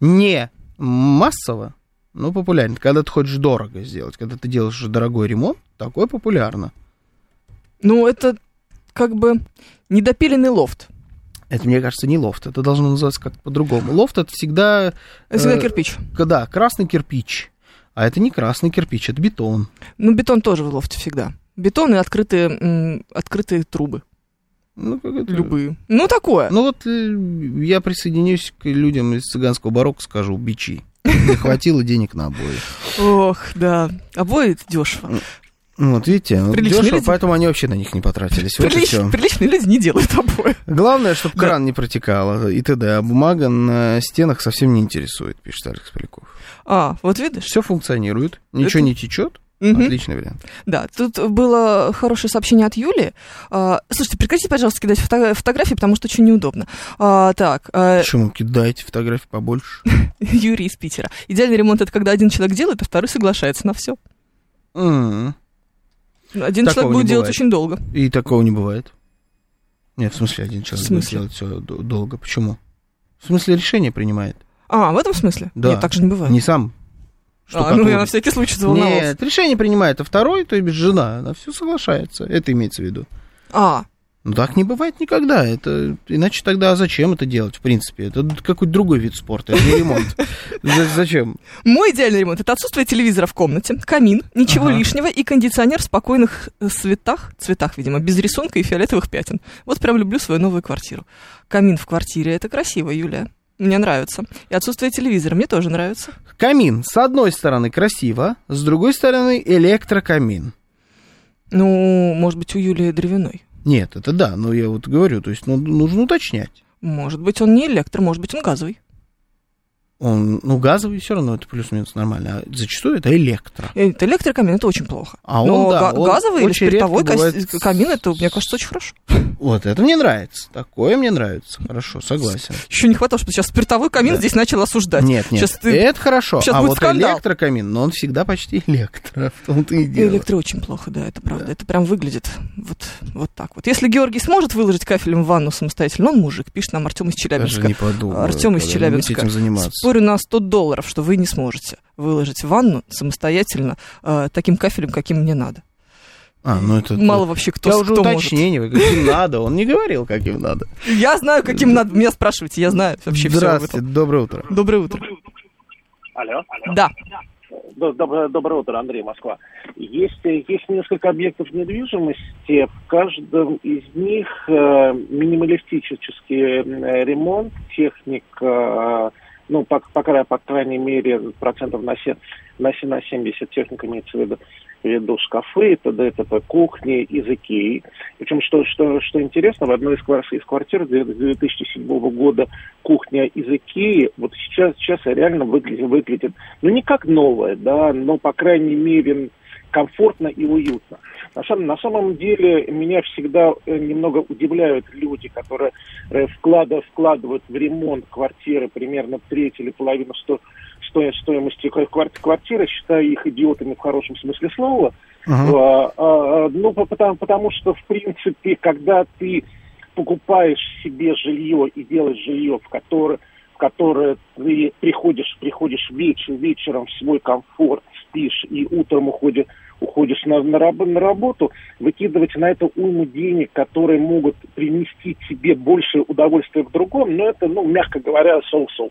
Speaker 2: Не массово, но популярен. Когда ты хочешь дорого сделать, когда ты делаешь дорогой ремонт, такое популярно.
Speaker 3: Ну, это как бы недопиленный лофт.
Speaker 2: Это, мне кажется, не лофт. Это должно называться как-то по-другому. Лофт это всегда
Speaker 3: Это всегда
Speaker 2: Э,
Speaker 3: А кирпич.
Speaker 2: К- Да, красный кирпич. А это не красный кирпич, это бетон.
Speaker 3: Ну, бетон тоже в лофте всегда. Бетон и открытые, м, открытые трубы.
Speaker 2: Ну, как это-
Speaker 3: Любые. Ну, такое.
Speaker 2: Ну вот э, я присоединюсь к людям из цыганского барокко, скажу, бичи. Не хватило денег на обои.
Speaker 3: Ох, да. Обои дешево.
Speaker 2: Вот видите, вот
Speaker 3: Приличные
Speaker 2: дешево,
Speaker 3: люди.
Speaker 2: поэтому они вообще на них не потратились. Вот и
Speaker 3: Прилич-
Speaker 2: всё.
Speaker 3: приличные люди не делают обои.
Speaker 2: Главное, чтобы
Speaker 3: Да.
Speaker 2: кран не протекал и т.д. А бумага на стенах совсем не интересует, пишет Алекс Поляков.
Speaker 3: А, вот видишь?
Speaker 2: Все функционирует, ничего
Speaker 3: Это-
Speaker 2: не течет.
Speaker 3: Мгм.
Speaker 2: Отличный вариант.
Speaker 3: Да, тут было хорошее сообщение от Юли. А, слушайте, прекратите, пожалуйста, кидать фото- фотографии, потому что очень неудобно. А, так, а,
Speaker 2: Почему кидайте фотографии побольше?
Speaker 3: Юрий из Питера. Идеальный ремонт это когда один человек делает, а второй соглашается на все.
Speaker 2: М.
Speaker 3: Один
Speaker 2: Такого
Speaker 3: человек
Speaker 2: не
Speaker 3: будет делать
Speaker 2: бывает.
Speaker 3: очень долго.
Speaker 2: И такого не бывает. Нет, в смысле, один человек
Speaker 3: В смысле?
Speaker 2: будет делать все долго. Почему? В смысле, решение принимает.
Speaker 3: А, в этом смысле?
Speaker 2: Да.
Speaker 3: Нет, так же не бывает.
Speaker 2: Не сам. Что
Speaker 3: а, ну я на
Speaker 2: готовит.
Speaker 3: всякий случай заволновался.
Speaker 2: Нет, решение принимает, а второй, то есть жена, она все соглашается. Это имеется в виду.
Speaker 3: А,
Speaker 2: Ну так не бывает никогда. Это иначе тогда зачем это делать, в принципе? Это какой-то другой вид спорта, это не ремонт. За- Зачем?
Speaker 3: мой идеальный ремонт это отсутствие телевизора в комнате, камин, ничего
Speaker 2: Ага.
Speaker 3: лишнего и кондиционер в спокойных э, цветах, цветах, видимо, без рисунка и фиолетовых пятен. Вот прям люблю свою новую квартиру. Камин в квартире это красиво, Юлия. Мне нравится. И отсутствие телевизора мне тоже нравится.
Speaker 2: Камин. С одной стороны красиво, с другой стороны электрокамин.
Speaker 3: Ну, может быть, у Юлии древяной.
Speaker 2: Нет, это да, но я вот говорю, то есть ну, нужно уточнять.
Speaker 3: Может быть, он не электро, может быть, он газовый.
Speaker 2: Он, ну, газовый все равно это плюс-минус нормально. А зачастую это электро.
Speaker 3: Э, Это электрокамин, это очень плохо.
Speaker 2: А он,
Speaker 3: Но
Speaker 2: да,
Speaker 3: га-
Speaker 2: он
Speaker 3: газовый или
Speaker 2: очень редко
Speaker 3: спиртовой кос-
Speaker 2: бывает
Speaker 3: камин, это, мне кажется, очень хорошо.
Speaker 2: Вот это мне нравится. Такое мне нравится. Хорошо, согласен.
Speaker 3: Еще не хватало, чтобы сейчас спиртовой камин
Speaker 2: Да.
Speaker 3: здесь начал осуждать.
Speaker 2: Нет, нет.
Speaker 3: Сейчас ты-
Speaker 2: Это хорошо.
Speaker 3: сейчас
Speaker 2: а
Speaker 3: будет
Speaker 2: вот
Speaker 3: скандал.
Speaker 2: электрокамин, но он всегда почти электро. В том-то и дело.
Speaker 3: Электро очень плохо, да, это правда.
Speaker 2: Да.
Speaker 3: Это прям выглядит вот, вот так вот. Если Георгий сможет выложить кафелем в ванну самостоятельно, он мужик, пишет нам Артем из
Speaker 2: Даже
Speaker 3: Челябинска.
Speaker 2: не подумал.
Speaker 3: Артём из
Speaker 2: когда-нибудь
Speaker 3: Челябинска.
Speaker 2: этим заниматься.
Speaker 3: Спорю на 100 долларов, что вы не сможете выложить в ванну самостоятельно э, таким кафелем, каким мне надо.
Speaker 2: А, ну это...
Speaker 3: Мало вообще кто,
Speaker 2: Я
Speaker 3: с-
Speaker 2: уже
Speaker 3: кто может.
Speaker 2: уточнение, вы каким надо. Он не говорил, каким надо.
Speaker 3: Я знаю, каким надо. Меня спрашивайте, я знаю вообще все
Speaker 2: Здравствуйте, доброе утро.
Speaker 3: Доброе утро.
Speaker 4: Алло.
Speaker 3: Да.
Speaker 4: Д- добро- Доброе утро, Андрей, Москва. Есть, э, есть несколько объектов недвижимости. В каждом из них э, минималистический э, ремонт, техника, э, ну, по, по, кра- по крайней мере, процентов на, се- на, се- на 70 техника имеется в виду в виду шкафы, и т.д., и т.п., кухни из Икеи. Причем, что, что, что интересно, в одной из, квар- из квартир две- 2007 года кухня из Икеи, вот сейчас, сейчас реально выглядит, выглядит ну не как новая, да, но по крайней мере комфортно и уютно. На самом, на самом деле меня всегда э, немного удивляют люди, которые э, вклада, вкладывают в ремонт квартиры примерно треть или половину сто, сто, стоимости квар- квартиры, считая их идиотами в хорошем смысле слова.
Speaker 2: Ага.
Speaker 4: А, а, ну, по- потому, потому что, в принципе, когда ты покупаешь себе жилье и делаешь жилье, в которое, в которое ты приходишь, приходишь вечер, вечером в свой комфорт, спишь и утром уходишь, уходишь на, на, раб- на работу, выкидывать на это уйму денег, которые могут принести тебе больше удовольствия в другом, но это, ну, мягко говоря, соусов.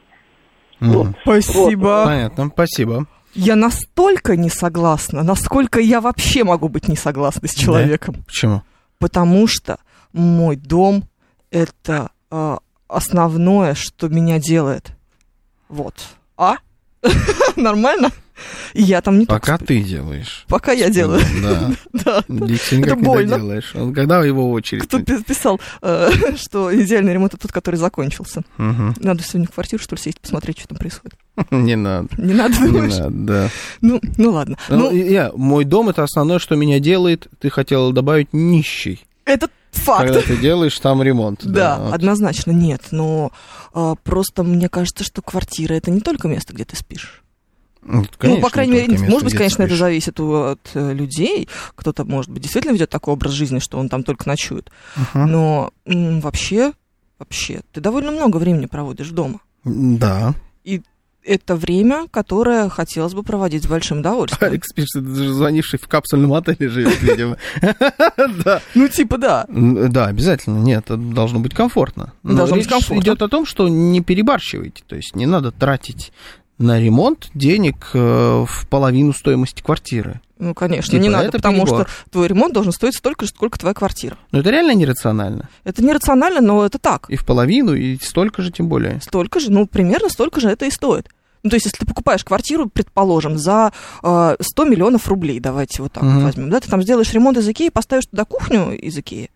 Speaker 2: Мгм.
Speaker 3: Спасибо.
Speaker 2: Понятно, спасибо.
Speaker 3: Я настолько не согласна, насколько я вообще могу быть не согласна с человеком.
Speaker 2: Почему?
Speaker 3: Потому что мой дом это э, основное, что меня делает. Вот. А? Нормально? И я там не
Speaker 2: Пока
Speaker 3: только сплю.
Speaker 2: ты делаешь.
Speaker 3: Пока я делаю.
Speaker 2: Да.
Speaker 3: Да.
Speaker 2: И ты никак
Speaker 3: Это
Speaker 2: не
Speaker 3: больно.
Speaker 2: доделаешь. Вот Когда его очередь?
Speaker 3: Кто пи- писал, э, что идеальный ремонт это тот, который закончился.
Speaker 2: Мгм.
Speaker 3: Надо сегодня в квартиру, что ли, сесть, посмотреть, что там происходит.
Speaker 2: Не надо.
Speaker 3: Не надо,
Speaker 2: Не
Speaker 3: думаешь?
Speaker 2: надо, да.
Speaker 3: Ну, ну ладно.
Speaker 2: Ну,
Speaker 3: Ну,
Speaker 2: я, мой дом это основное, что меня делает, ты хотела добавить, нищий.
Speaker 3: это факт.
Speaker 2: Когда ты делаешь там ремонт.
Speaker 3: Да,
Speaker 2: вот.
Speaker 3: однозначно нет, но а, просто мне кажется, что квартира это не только место, где ты спишь.
Speaker 2: Ну, конечно,
Speaker 3: ну, по крайней мере,
Speaker 2: только место,
Speaker 3: может быть,
Speaker 2: где
Speaker 3: конечно,
Speaker 2: ты
Speaker 3: это
Speaker 2: спишь.
Speaker 3: зависит у- от э, людей. Кто-то, может быть, действительно ведет такой образ жизни, что он там только ночует.
Speaker 2: Ага.
Speaker 3: Но м, вообще, вообще, ты довольно много времени проводишь дома.
Speaker 2: М, Да.
Speaker 3: Это время, которое хотелось бы проводить с большим удовольствием.
Speaker 2: Алекс пишет, ты же звонивший в капсульном отеле живет, видимо. Да.
Speaker 3: Ну, типа, да.
Speaker 2: М, Да, обязательно. Нет, это должно быть комфортно. Но
Speaker 3: Должно быть
Speaker 2: речь
Speaker 3: комфортно.
Speaker 2: идет о том, что не перебарщивайте. То есть не надо тратить на ремонт денег э, в половину стоимости квартиры.
Speaker 3: Ну, конечно,
Speaker 2: Типа,
Speaker 3: не надо,
Speaker 2: это
Speaker 3: потому
Speaker 2: перебор.
Speaker 3: что твой ремонт должен стоить столько же, сколько твоя квартира.
Speaker 2: Но это реально нерационально.
Speaker 3: Это нерационально, но это так.
Speaker 2: И в половину, и столько же тем более.
Speaker 3: столько же, ну, примерно столько же это и стоит. Ну, то есть, если ты покупаешь квартиру, предположим, за э, 100 миллионов рублей, давайте вот так вот
Speaker 2: Мгм.
Speaker 3: возьмем, да, ты там сделаешь ремонт из Икеи, поставишь туда кухню из Икеи,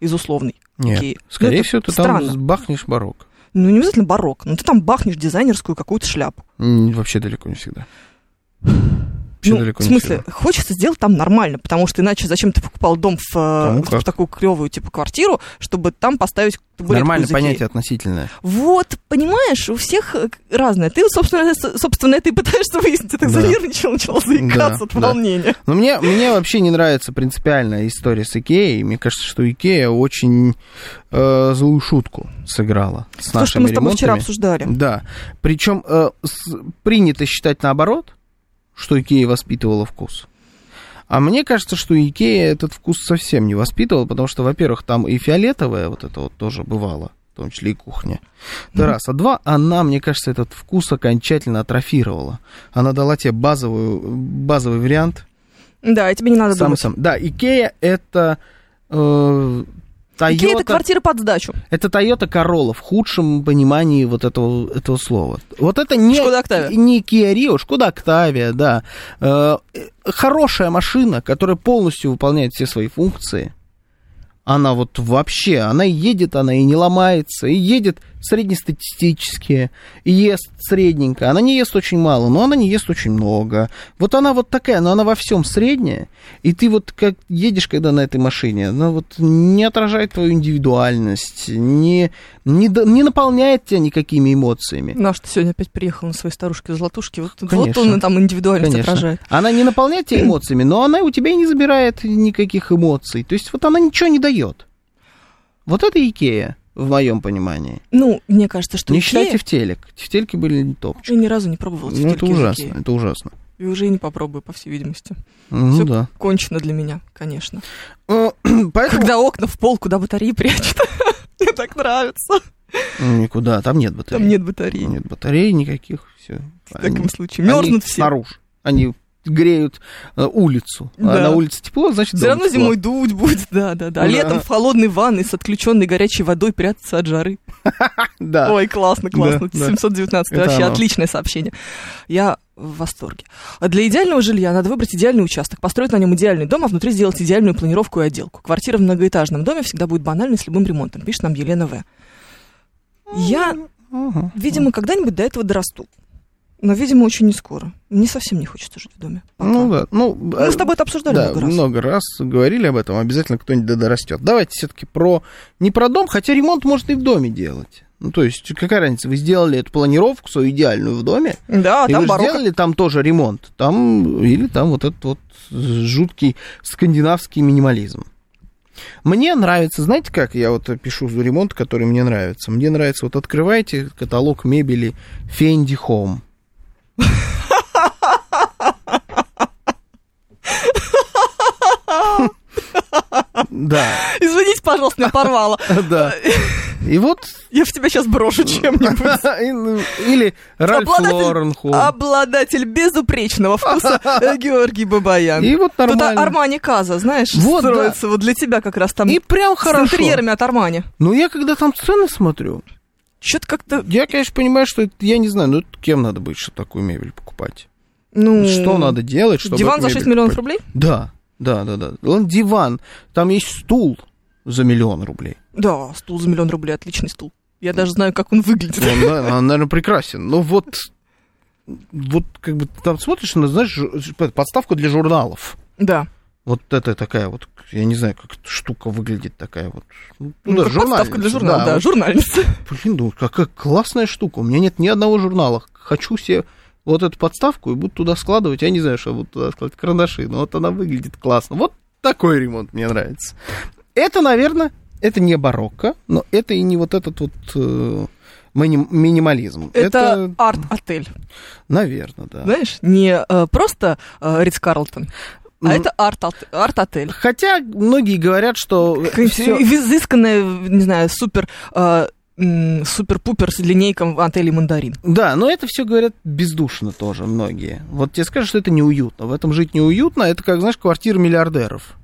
Speaker 3: из условной
Speaker 2: Нет.
Speaker 3: Икеи. Ну,
Speaker 2: Скорее
Speaker 3: это
Speaker 2: всего, ты
Speaker 3: странно.
Speaker 2: там бахнешь барок.
Speaker 3: Ну, не обязательно барок, но ты там бахнешь дизайнерскую какую-то шляпу.
Speaker 2: М, Вообще далеко не всегда. Вообще
Speaker 3: Ну,
Speaker 2: далеко
Speaker 3: в
Speaker 2: не
Speaker 3: смысле,
Speaker 2: всегда.
Speaker 3: хочется сделать там нормально, потому что иначе зачем ты покупал дом в, э,
Speaker 2: Ну,
Speaker 3: в
Speaker 2: как?
Speaker 3: такую клевую типа квартиру, чтобы там поставить табуретку
Speaker 2: Нормально
Speaker 3: из Икеи?
Speaker 2: понятие относительное.
Speaker 3: Вот, понимаешь, у всех э, к- разное. Ты, собственно, с- собственно, это и пытаешься выяснить. Ты так
Speaker 2: Да.
Speaker 3: занервничал, начал заикаться
Speaker 2: Да,
Speaker 3: от
Speaker 2: да.
Speaker 3: волнения.
Speaker 2: Но мне, мне вообще не нравится принципиальная история с Икеей. Мне кажется, что Икея очень э, злую шутку сыграла с
Speaker 3: То, что
Speaker 2: нашими
Speaker 3: мы с тобой вчера
Speaker 2: ремонтами.
Speaker 3: обсуждали.
Speaker 2: Да. Причем э, с- принято считать наоборот, что Икея воспитывала вкус. А мне кажется, что Икея этот вкус совсем не воспитывала, потому что, во-первых, там и фиолетовая вот это вот тоже бывало, в том числе и кухня. Это
Speaker 3: Мгм.
Speaker 2: раз. А два, она, мне кажется, этот вкус окончательно атрофировала. Она дала тебе базовую, базовый вариант.
Speaker 3: Да, и тебе не надо
Speaker 2: Самый
Speaker 3: думать.
Speaker 2: сам. Да, Икея это... э,
Speaker 3: Икея это
Speaker 2: Toyota-
Speaker 3: квартира под сдачу.
Speaker 2: это Toyota Corolla в худшем понимании вот этого, этого слова. Вот это не,
Speaker 3: Шкода Октавия.
Speaker 2: не Kia Rio, Шкода Октавия, да. Э, э, хорошая машина, которая полностью выполняет все свои функции. Она вот вообще, она и едет, она и не ломается, и едет среднестатистически, и ест средненько. Она не ест очень мало, но она не ест очень много. Вот она вот такая, но она во всем средняя. И ты вот как едешь, когда на этой машине, она вот не отражает твою индивидуальность, не, не, да- не наполняет тебя никакими эмоциями.
Speaker 3: Наш ты сегодня опять приехал на своей старушке-золотушке. Вот, вот
Speaker 2: Конечно.
Speaker 3: он и там индивидуальность
Speaker 2: Конечно.
Speaker 3: отражает.
Speaker 2: Она не наполняет тебя эмоциями, но она у тебя и не забирает никаких эмоций. То есть вот она ничего не дает. Вот это Икея, в моем понимании.
Speaker 3: Ну, мне кажется, что
Speaker 2: Не
Speaker 3: Икея-
Speaker 2: считайте в телек. В телеке были не топчик.
Speaker 3: Я ни разу не пробовала
Speaker 2: Ну, это
Speaker 3: тефтельки из
Speaker 2: ужасно,
Speaker 3: Икеи.
Speaker 2: это ужасно.
Speaker 3: И уже и не попробую, по всей видимости.
Speaker 2: Ну
Speaker 3: Всё.
Speaker 2: да.
Speaker 3: Кончено для меня, конечно. А,
Speaker 2: Э, Поэтому
Speaker 3: Когда окна в пол, куда батареи прячут. Мне так нравится.
Speaker 2: Ну, никуда, там нет батареи.
Speaker 3: Там нет батареи.
Speaker 2: Нет батарей никаких, все.
Speaker 3: В таком случае. Мерзнут все.
Speaker 2: Снаружи. Они греют э, улицу.
Speaker 3: Да.
Speaker 2: А на улице тепло, значит,
Speaker 3: Все
Speaker 2: дома
Speaker 3: равно
Speaker 2: тепло.
Speaker 3: зимой дуть будет, да, да, да. А
Speaker 2: Ну Да.
Speaker 3: Летом в холодной ванной с отключенной горячей водой прятаться от жары.
Speaker 2: Да.
Speaker 3: Ой, классно, классно.
Speaker 2: А. да.
Speaker 3: 719
Speaker 2: Это
Speaker 3: вообще
Speaker 2: оно.
Speaker 3: отличное сообщение. Я в восторге. А Для идеального жилья надо выбрать идеальный участок, построить на нем идеальный дом, а внутри сделать идеальную планировку и отделку. Квартира в многоэтажном доме всегда будет банальной с любым ремонтом, пишет нам Елена В. Я,
Speaker 2: Мгм.
Speaker 3: видимо, когда-нибудь до этого дорасту. Но, видимо, очень не скоро. Мне совсем не хочется жить в доме. Пока.
Speaker 2: Ну да. Ну,
Speaker 3: Мы с тобой это обсуждали
Speaker 2: да,
Speaker 3: много раз.
Speaker 2: много раз говорили об этом, обязательно кто-нибудь да дорастет. Давайте все-таки про не про дом, хотя ремонт можно и в доме делать. Ну, то есть, какая разница, вы сделали эту планировку свою идеальную в доме,
Speaker 3: Да,
Speaker 2: и
Speaker 3: А там
Speaker 2: вы же
Speaker 3: барокко.
Speaker 2: сделали там тоже ремонт, там или там вот этот вот жуткий скандинавский минимализм. Мне нравится, знаете как, я вот пишу ремонт, который мне нравится. Мне нравится, вот открываете каталог мебели Fendi Home. Да,
Speaker 3: Извините, пожалуйста, меня порвало.
Speaker 2: да. И вот...
Speaker 3: Я в тебя сейчас брошу чем-нибудь.
Speaker 2: Или Ральф
Speaker 3: Обладатель-
Speaker 2: Лорен Home.
Speaker 3: Обладатель безупречного вкуса э, Георгий Бабаян.
Speaker 2: И вот
Speaker 3: Тут
Speaker 2: нормально.
Speaker 3: Армани Каза, знаешь,
Speaker 2: Вот, да.
Speaker 3: строится вот для тебя как раз там
Speaker 2: И прям
Speaker 3: с
Speaker 2: хорошо.
Speaker 3: интерьерами от Армани.
Speaker 2: Ну, я когда там цены смотрю,
Speaker 3: Что-то как-то,
Speaker 2: я, конечно, понимаю, что это, я не знаю, ну, это кем надо быть, чтобы такую мебель покупать?
Speaker 3: ну...
Speaker 2: Что надо делать, чтобы
Speaker 3: Диван
Speaker 2: эту
Speaker 3: за
Speaker 2: мебель
Speaker 3: 6 миллионов
Speaker 2: покупать?
Speaker 3: рублей?
Speaker 2: Да, да, да, да. Ладно, диван, там есть стул за миллион рублей.
Speaker 3: Да, стул за миллион рублей, отличный стул. Я даже знаю, как он выглядит.
Speaker 2: Он, да, он, наверное, прекрасен. Но вот, вот как бы ты там смотришь, на, знаешь, жу- подставку для журналов.
Speaker 3: Да.
Speaker 2: Вот это такая вот, я не знаю, как эта штука выглядит такая вот. Ну, да,
Speaker 3: Ну, как подставка
Speaker 2: журнальница,
Speaker 3: для журнала, да,
Speaker 2: вот
Speaker 3: журнальница.
Speaker 2: Блин, ну какая классная штука. У меня нет ни одного журнала. Хочу себе вот эту подставку и буду туда складывать. Я не знаю, что я буду туда складывать. Карандаши. Но вот она выглядит классно. Вот такой ремонт мне нравится. Это, наверное, это не барокко, но это и не вот этот вот э, мини- минимализм.
Speaker 3: Это арт-отель,
Speaker 2: наверное, да.
Speaker 3: знаешь? Не э, просто э, Ридс Карлтон,
Speaker 2: Ну,
Speaker 3: а это арт-от- арт-отель.
Speaker 2: Хотя многие говорят, что
Speaker 3: Какая-нибудь
Speaker 2: всё-
Speaker 3: изысканная, не знаю, супер... э, м, Супер-пупер с линейком в отеле «Мандарин».
Speaker 2: Да, но это все говорят бездушно тоже многие. Вот тебе скажут, что это неуютно. В этом жить неуютно, а это как, знаешь, квартиры миллиардеров.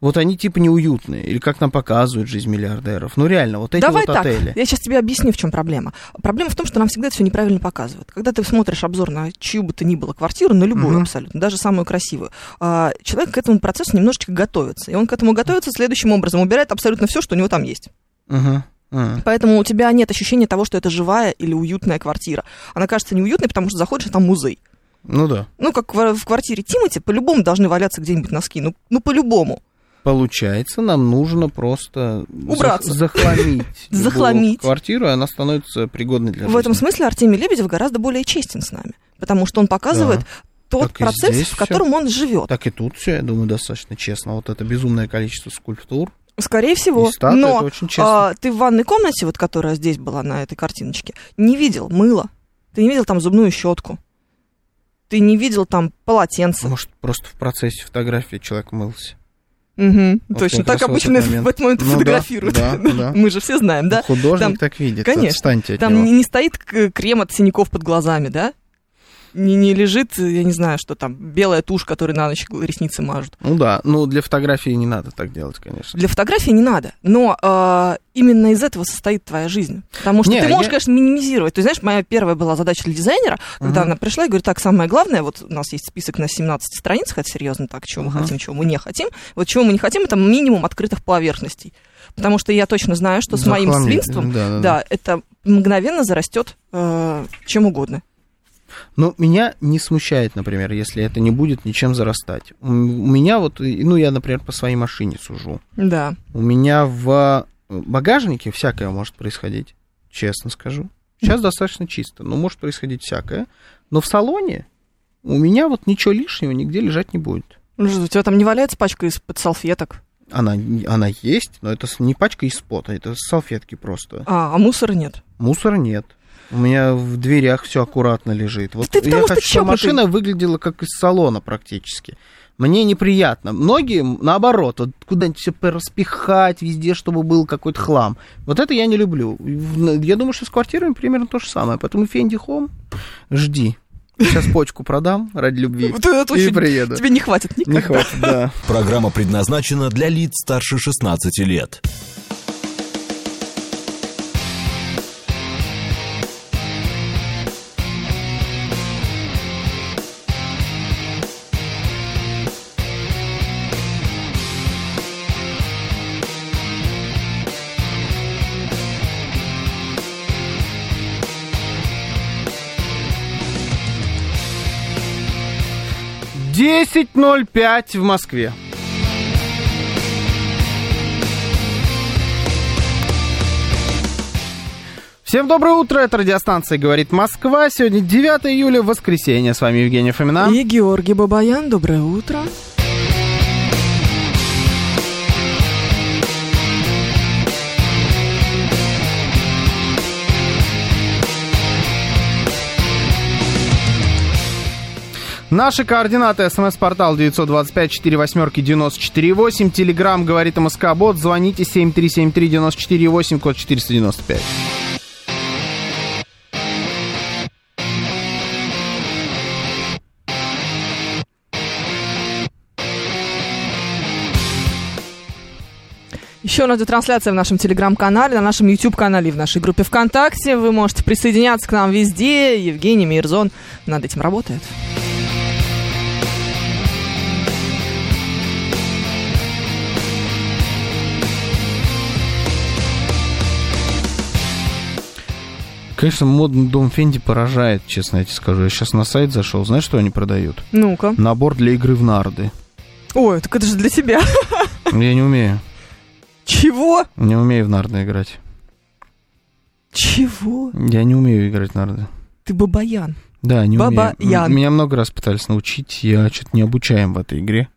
Speaker 2: Вот они типа неуютные, или как нам показывают жизнь миллиардеров. Ну реально, вот эти
Speaker 3: Давай
Speaker 2: вот
Speaker 3: так,
Speaker 2: отели.
Speaker 3: я сейчас тебе объясню, в чем проблема. Проблема в том, что нам всегда это все неправильно показывают. Когда ты смотришь обзор на чью бы то ни было квартиру, на любую
Speaker 2: Мгм.
Speaker 3: абсолютно, даже самую красивую, а, человек к этому процессу немножечко готовится. И он к этому готовится следующим образом. Убирает абсолютно все, что у него там есть.
Speaker 2: Мгм, А, мгм.
Speaker 3: Поэтому у тебя нет ощущения того, что это живая или уютная квартира. Она кажется неуютной, потому что заходишь, а там музей.
Speaker 2: Ну да,
Speaker 3: Ну, как в, в квартире Тимати, по-любому должны валяться где-нибудь носки. Ну, ну по-любому.
Speaker 2: получается, нам нужно просто зах-
Speaker 3: Убраться.
Speaker 2: захламить, любую
Speaker 3: Захламить.
Speaker 2: квартиру, и она становится пригодной для
Speaker 3: в этом
Speaker 2: жизни.
Speaker 3: смысле Артемий Лебедев гораздо более честен с нами. Потому что он показывает
Speaker 2: Да. Так
Speaker 3: тот
Speaker 2: и здесь
Speaker 3: процесс, в
Speaker 2: всё.
Speaker 3: котором он живет.
Speaker 2: Так и тут все, я думаю, достаточно честно. Вот это безумное количество скульптур
Speaker 3: Скорее всего.
Speaker 2: и статуй,
Speaker 3: Но
Speaker 2: это очень честно.
Speaker 3: а, ты в ванной комнате, вот которая здесь была на этой картиночке, не видел мыла. Ты не видел там зубную щетку. Ты не видел там полотенце.
Speaker 2: Может, просто в процессе фотографии человек мылся.
Speaker 3: Мгм,
Speaker 2: вот
Speaker 3: точно.
Speaker 2: как
Speaker 3: Так
Speaker 2: раз в
Speaker 3: обычно
Speaker 2: этот
Speaker 3: в
Speaker 2: момент.
Speaker 3: этот момент
Speaker 2: Ну да,
Speaker 3: фотографируют.
Speaker 2: да, да.
Speaker 3: Мы же все знаем, да?
Speaker 2: Ну, Художник
Speaker 3: Там-
Speaker 2: так видит.
Speaker 3: конечно,
Speaker 2: Отстаньте от
Speaker 3: Там
Speaker 2: него.
Speaker 3: не, не стоит к- крем от синяков под глазами, да? Не, не лежит, я не знаю, что там, белая тушь, которой на ночь ресницы мажут.
Speaker 2: Ну да, ну для фотографии не надо так делать, конечно.
Speaker 3: Для фотографии не надо, но э, именно из этого состоит твоя жизнь. Потому что
Speaker 2: Не,
Speaker 3: ты можешь,
Speaker 2: я-
Speaker 3: конечно, минимизировать. То есть, знаешь, моя первая была задача для дизайнера, когда
Speaker 2: Мгм.
Speaker 3: она пришла и говорит, так, самое главное, вот у нас есть список на 17 страниц, хотя серьезно так, чего мы
Speaker 2: Мгм.
Speaker 3: хотим, чего мы не хотим. Вот чего мы не хотим, это минимум открытых поверхностей. Потому что я точно знаю, что с моим
Speaker 2: Захламить,
Speaker 3: свинством
Speaker 2: Да, да, да.
Speaker 3: Да, это мгновенно зарастет э, чем угодно.
Speaker 2: Но Ну, меня не смущает, например, если это не будет ничем зарастать. У м- у меня вот, и- ну я, например, по своей машине сужу.
Speaker 3: Да.
Speaker 2: У меня в э, багажнике всякое может происходить, честно скажу. Сейчас достаточно чисто, но может происходить всякое. Но в салоне у меня вот ничего лишнего нигде лежать не будет.
Speaker 3: Ну что, у тебя там не валяется пачка из-под салфеток,
Speaker 2: Она, она есть, но это с- не пачка из пота, это салфетки просто.
Speaker 3: а, а мусора нет.
Speaker 2: Мусора нет. У меня в дверях все аккуратно лежит. Вот
Speaker 3: ты
Speaker 2: я
Speaker 3: потому что
Speaker 2: хочу, чтобы
Speaker 3: чокнутый.
Speaker 2: машина выглядела как из салона практически. Мне неприятно. Многие, наоборот, вот куда-нибудь все распихать везде, чтобы был какой-то хлам. Вот это я не люблю. В- Я думаю, что с квартирами примерно то же самое. Поэтому Фенди Хом, жди. Сейчас почку продам ради любви.
Speaker 3: Вот это
Speaker 2: И
Speaker 3: очень-
Speaker 2: приеду.
Speaker 3: Тебе не хватит
Speaker 2: Не
Speaker 3: никогда.
Speaker 2: хватит, да.
Speaker 1: Программа предназначена для лиц старше 16 лет.
Speaker 5: 「
Speaker 2: 10.05 в Москве. Всем доброе утро, это радиостанция «Говорит Москва». Сегодня 9 июля, воскресенье. С вами Евгения Фомина.
Speaker 3: И Георгий Бабаян, доброе утро.
Speaker 2: Наши координаты. СМС-портал 925-48-94-8. Телеграмм «Говорит МСК-бот». Звоните 7373-94-8, код 495.
Speaker 3: Еще радиотрансляция в нашем телеграм-канале, на нашем YouTube-канале и в нашей группе ВКонтакте. Вы можете присоединяться к нам везде. Евгений Мирзон над этим работает.
Speaker 2: Конечно, модный дом Фенди поражает, честно я тебе скажу. Я сейчас на сайт зашел. Знаешь, что они продают?
Speaker 3: Ну-ка.
Speaker 2: Набор для игры в нарды.
Speaker 3: Ой, так это же для тебя.
Speaker 2: Я не умею.
Speaker 3: Чего?
Speaker 2: Не умею в нарды играть.
Speaker 3: Чего?
Speaker 2: Я не умею играть в нарды.
Speaker 3: Ты бабаян.
Speaker 2: Да, не
Speaker 3: Баба
Speaker 2: умею.
Speaker 3: Ян.
Speaker 2: М- Меня много раз пытались научить. Я что-то не обучаем в этой игре.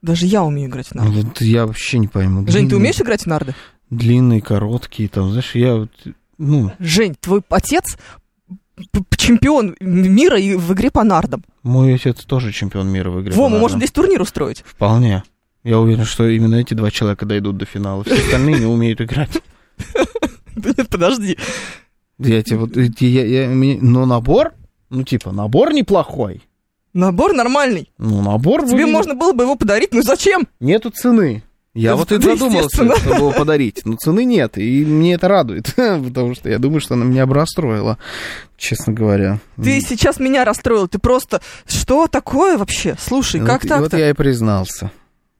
Speaker 2: Ну,
Speaker 3: Даже я умею играть в нарды.
Speaker 2: Вот я вообще не пойму.
Speaker 3: Жень, ты
Speaker 2: Длинные-
Speaker 3: умеешь играть в нарды?
Speaker 2: Длинные, короткие, там, знаешь, я вот, ну,
Speaker 3: Жень, твой отец п- п- чемпион мира и в игре по нардам.
Speaker 2: мой отец тоже чемпион мира в игре.
Speaker 3: Во, мы
Speaker 2: Ладно.
Speaker 3: можем здесь турнир устроить.
Speaker 2: Вполне. Я уверен, что именно эти два человека дойдут до финала. Все остальные не умеют играть.
Speaker 3: Да нет, подожди.
Speaker 2: Я тебе вот... я- я- мне- но набор, ну, типа, набор неплохой.
Speaker 3: Набор нормальный.
Speaker 2: Ну, набор...
Speaker 3: Тебе
Speaker 2: выглядит-
Speaker 3: можно было бы его подарить, ну зачем?
Speaker 2: Нету цены. Я
Speaker 3: Да,
Speaker 2: вот и
Speaker 3: да,
Speaker 2: задумался,
Speaker 3: естественно.
Speaker 2: чтобы его подарить. Но цены нет, и мне это радует. Потому что я думаю, что она меня бы расстроила, честно говоря.
Speaker 3: Ты сейчас меня расстроил, ты просто... Что такое вообще? Слушай,
Speaker 2: Ну, Вот-
Speaker 3: как
Speaker 2: и
Speaker 3: так-то?
Speaker 2: Вот я и признался.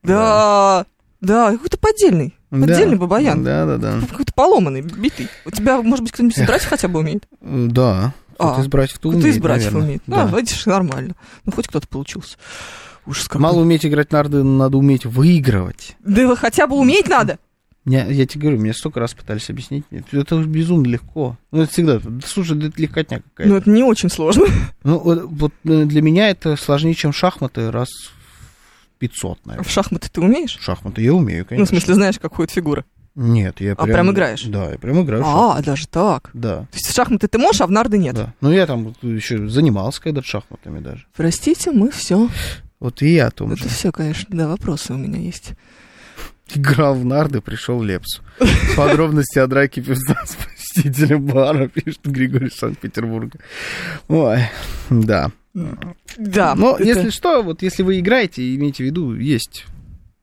Speaker 3: Да, да, какой-то поддельный. Поддельный
Speaker 2: Да.
Speaker 3: бабаян.
Speaker 2: Да, да, да.
Speaker 3: Какой-то поломанный, битый. У тебя, может быть, кто-нибудь из братьев хотя бы умеет?
Speaker 2: Да.
Speaker 3: А,
Speaker 2: Кто-то из братьев то
Speaker 3: Кто-то
Speaker 2: умеет,
Speaker 3: из братьев
Speaker 2: наверное.
Speaker 3: умеет.
Speaker 2: Да.
Speaker 3: А, видишь, нормально. Ну, хоть кто-то получился. Ужас какой.
Speaker 2: Мало уметь играть в нарды, надо уметь выигрывать.
Speaker 3: Да вы хотя бы уметь надо.
Speaker 2: Я, я тебе говорю, мне столько раз пытались объяснить. Нет, это безумно легко. Ну, это всегда. да, Слушай, да это легкотня
Speaker 3: Ну,
Speaker 2: какая-то.
Speaker 3: это не очень сложно.
Speaker 2: Ну, вот, вот, э, для меня это сложнее, чем шахматы раз в 500,
Speaker 3: А
Speaker 2: наверное.
Speaker 3: В шахматы ты умеешь?
Speaker 2: Шахматы я умею,
Speaker 3: Ну, в
Speaker 2: конечно.
Speaker 3: смысле, знаешь, как ходит фигура.
Speaker 2: Нет, я
Speaker 3: А,
Speaker 2: прям...
Speaker 3: прям играешь?
Speaker 2: Да, я прям играю в шахматы.
Speaker 3: А, даже так.
Speaker 2: Да,
Speaker 3: То есть в шахматы ты можешь, а в нарды нет.
Speaker 2: да. Ну, я там еще занимался когда-то шахматами даже.
Speaker 3: Простите, мы все.
Speaker 2: Вот и я о том же.
Speaker 3: Это все, конечно, да, вопросы у меня есть.
Speaker 2: Играл в нарды, пришел Лепс. Подробности о драке певца с посетителем бара, пишет Григорий из Санкт-Петербурга. Ой, да.
Speaker 3: Да.
Speaker 2: Но
Speaker 3: это-
Speaker 2: если что, вот если вы играете, имейте в виду, есть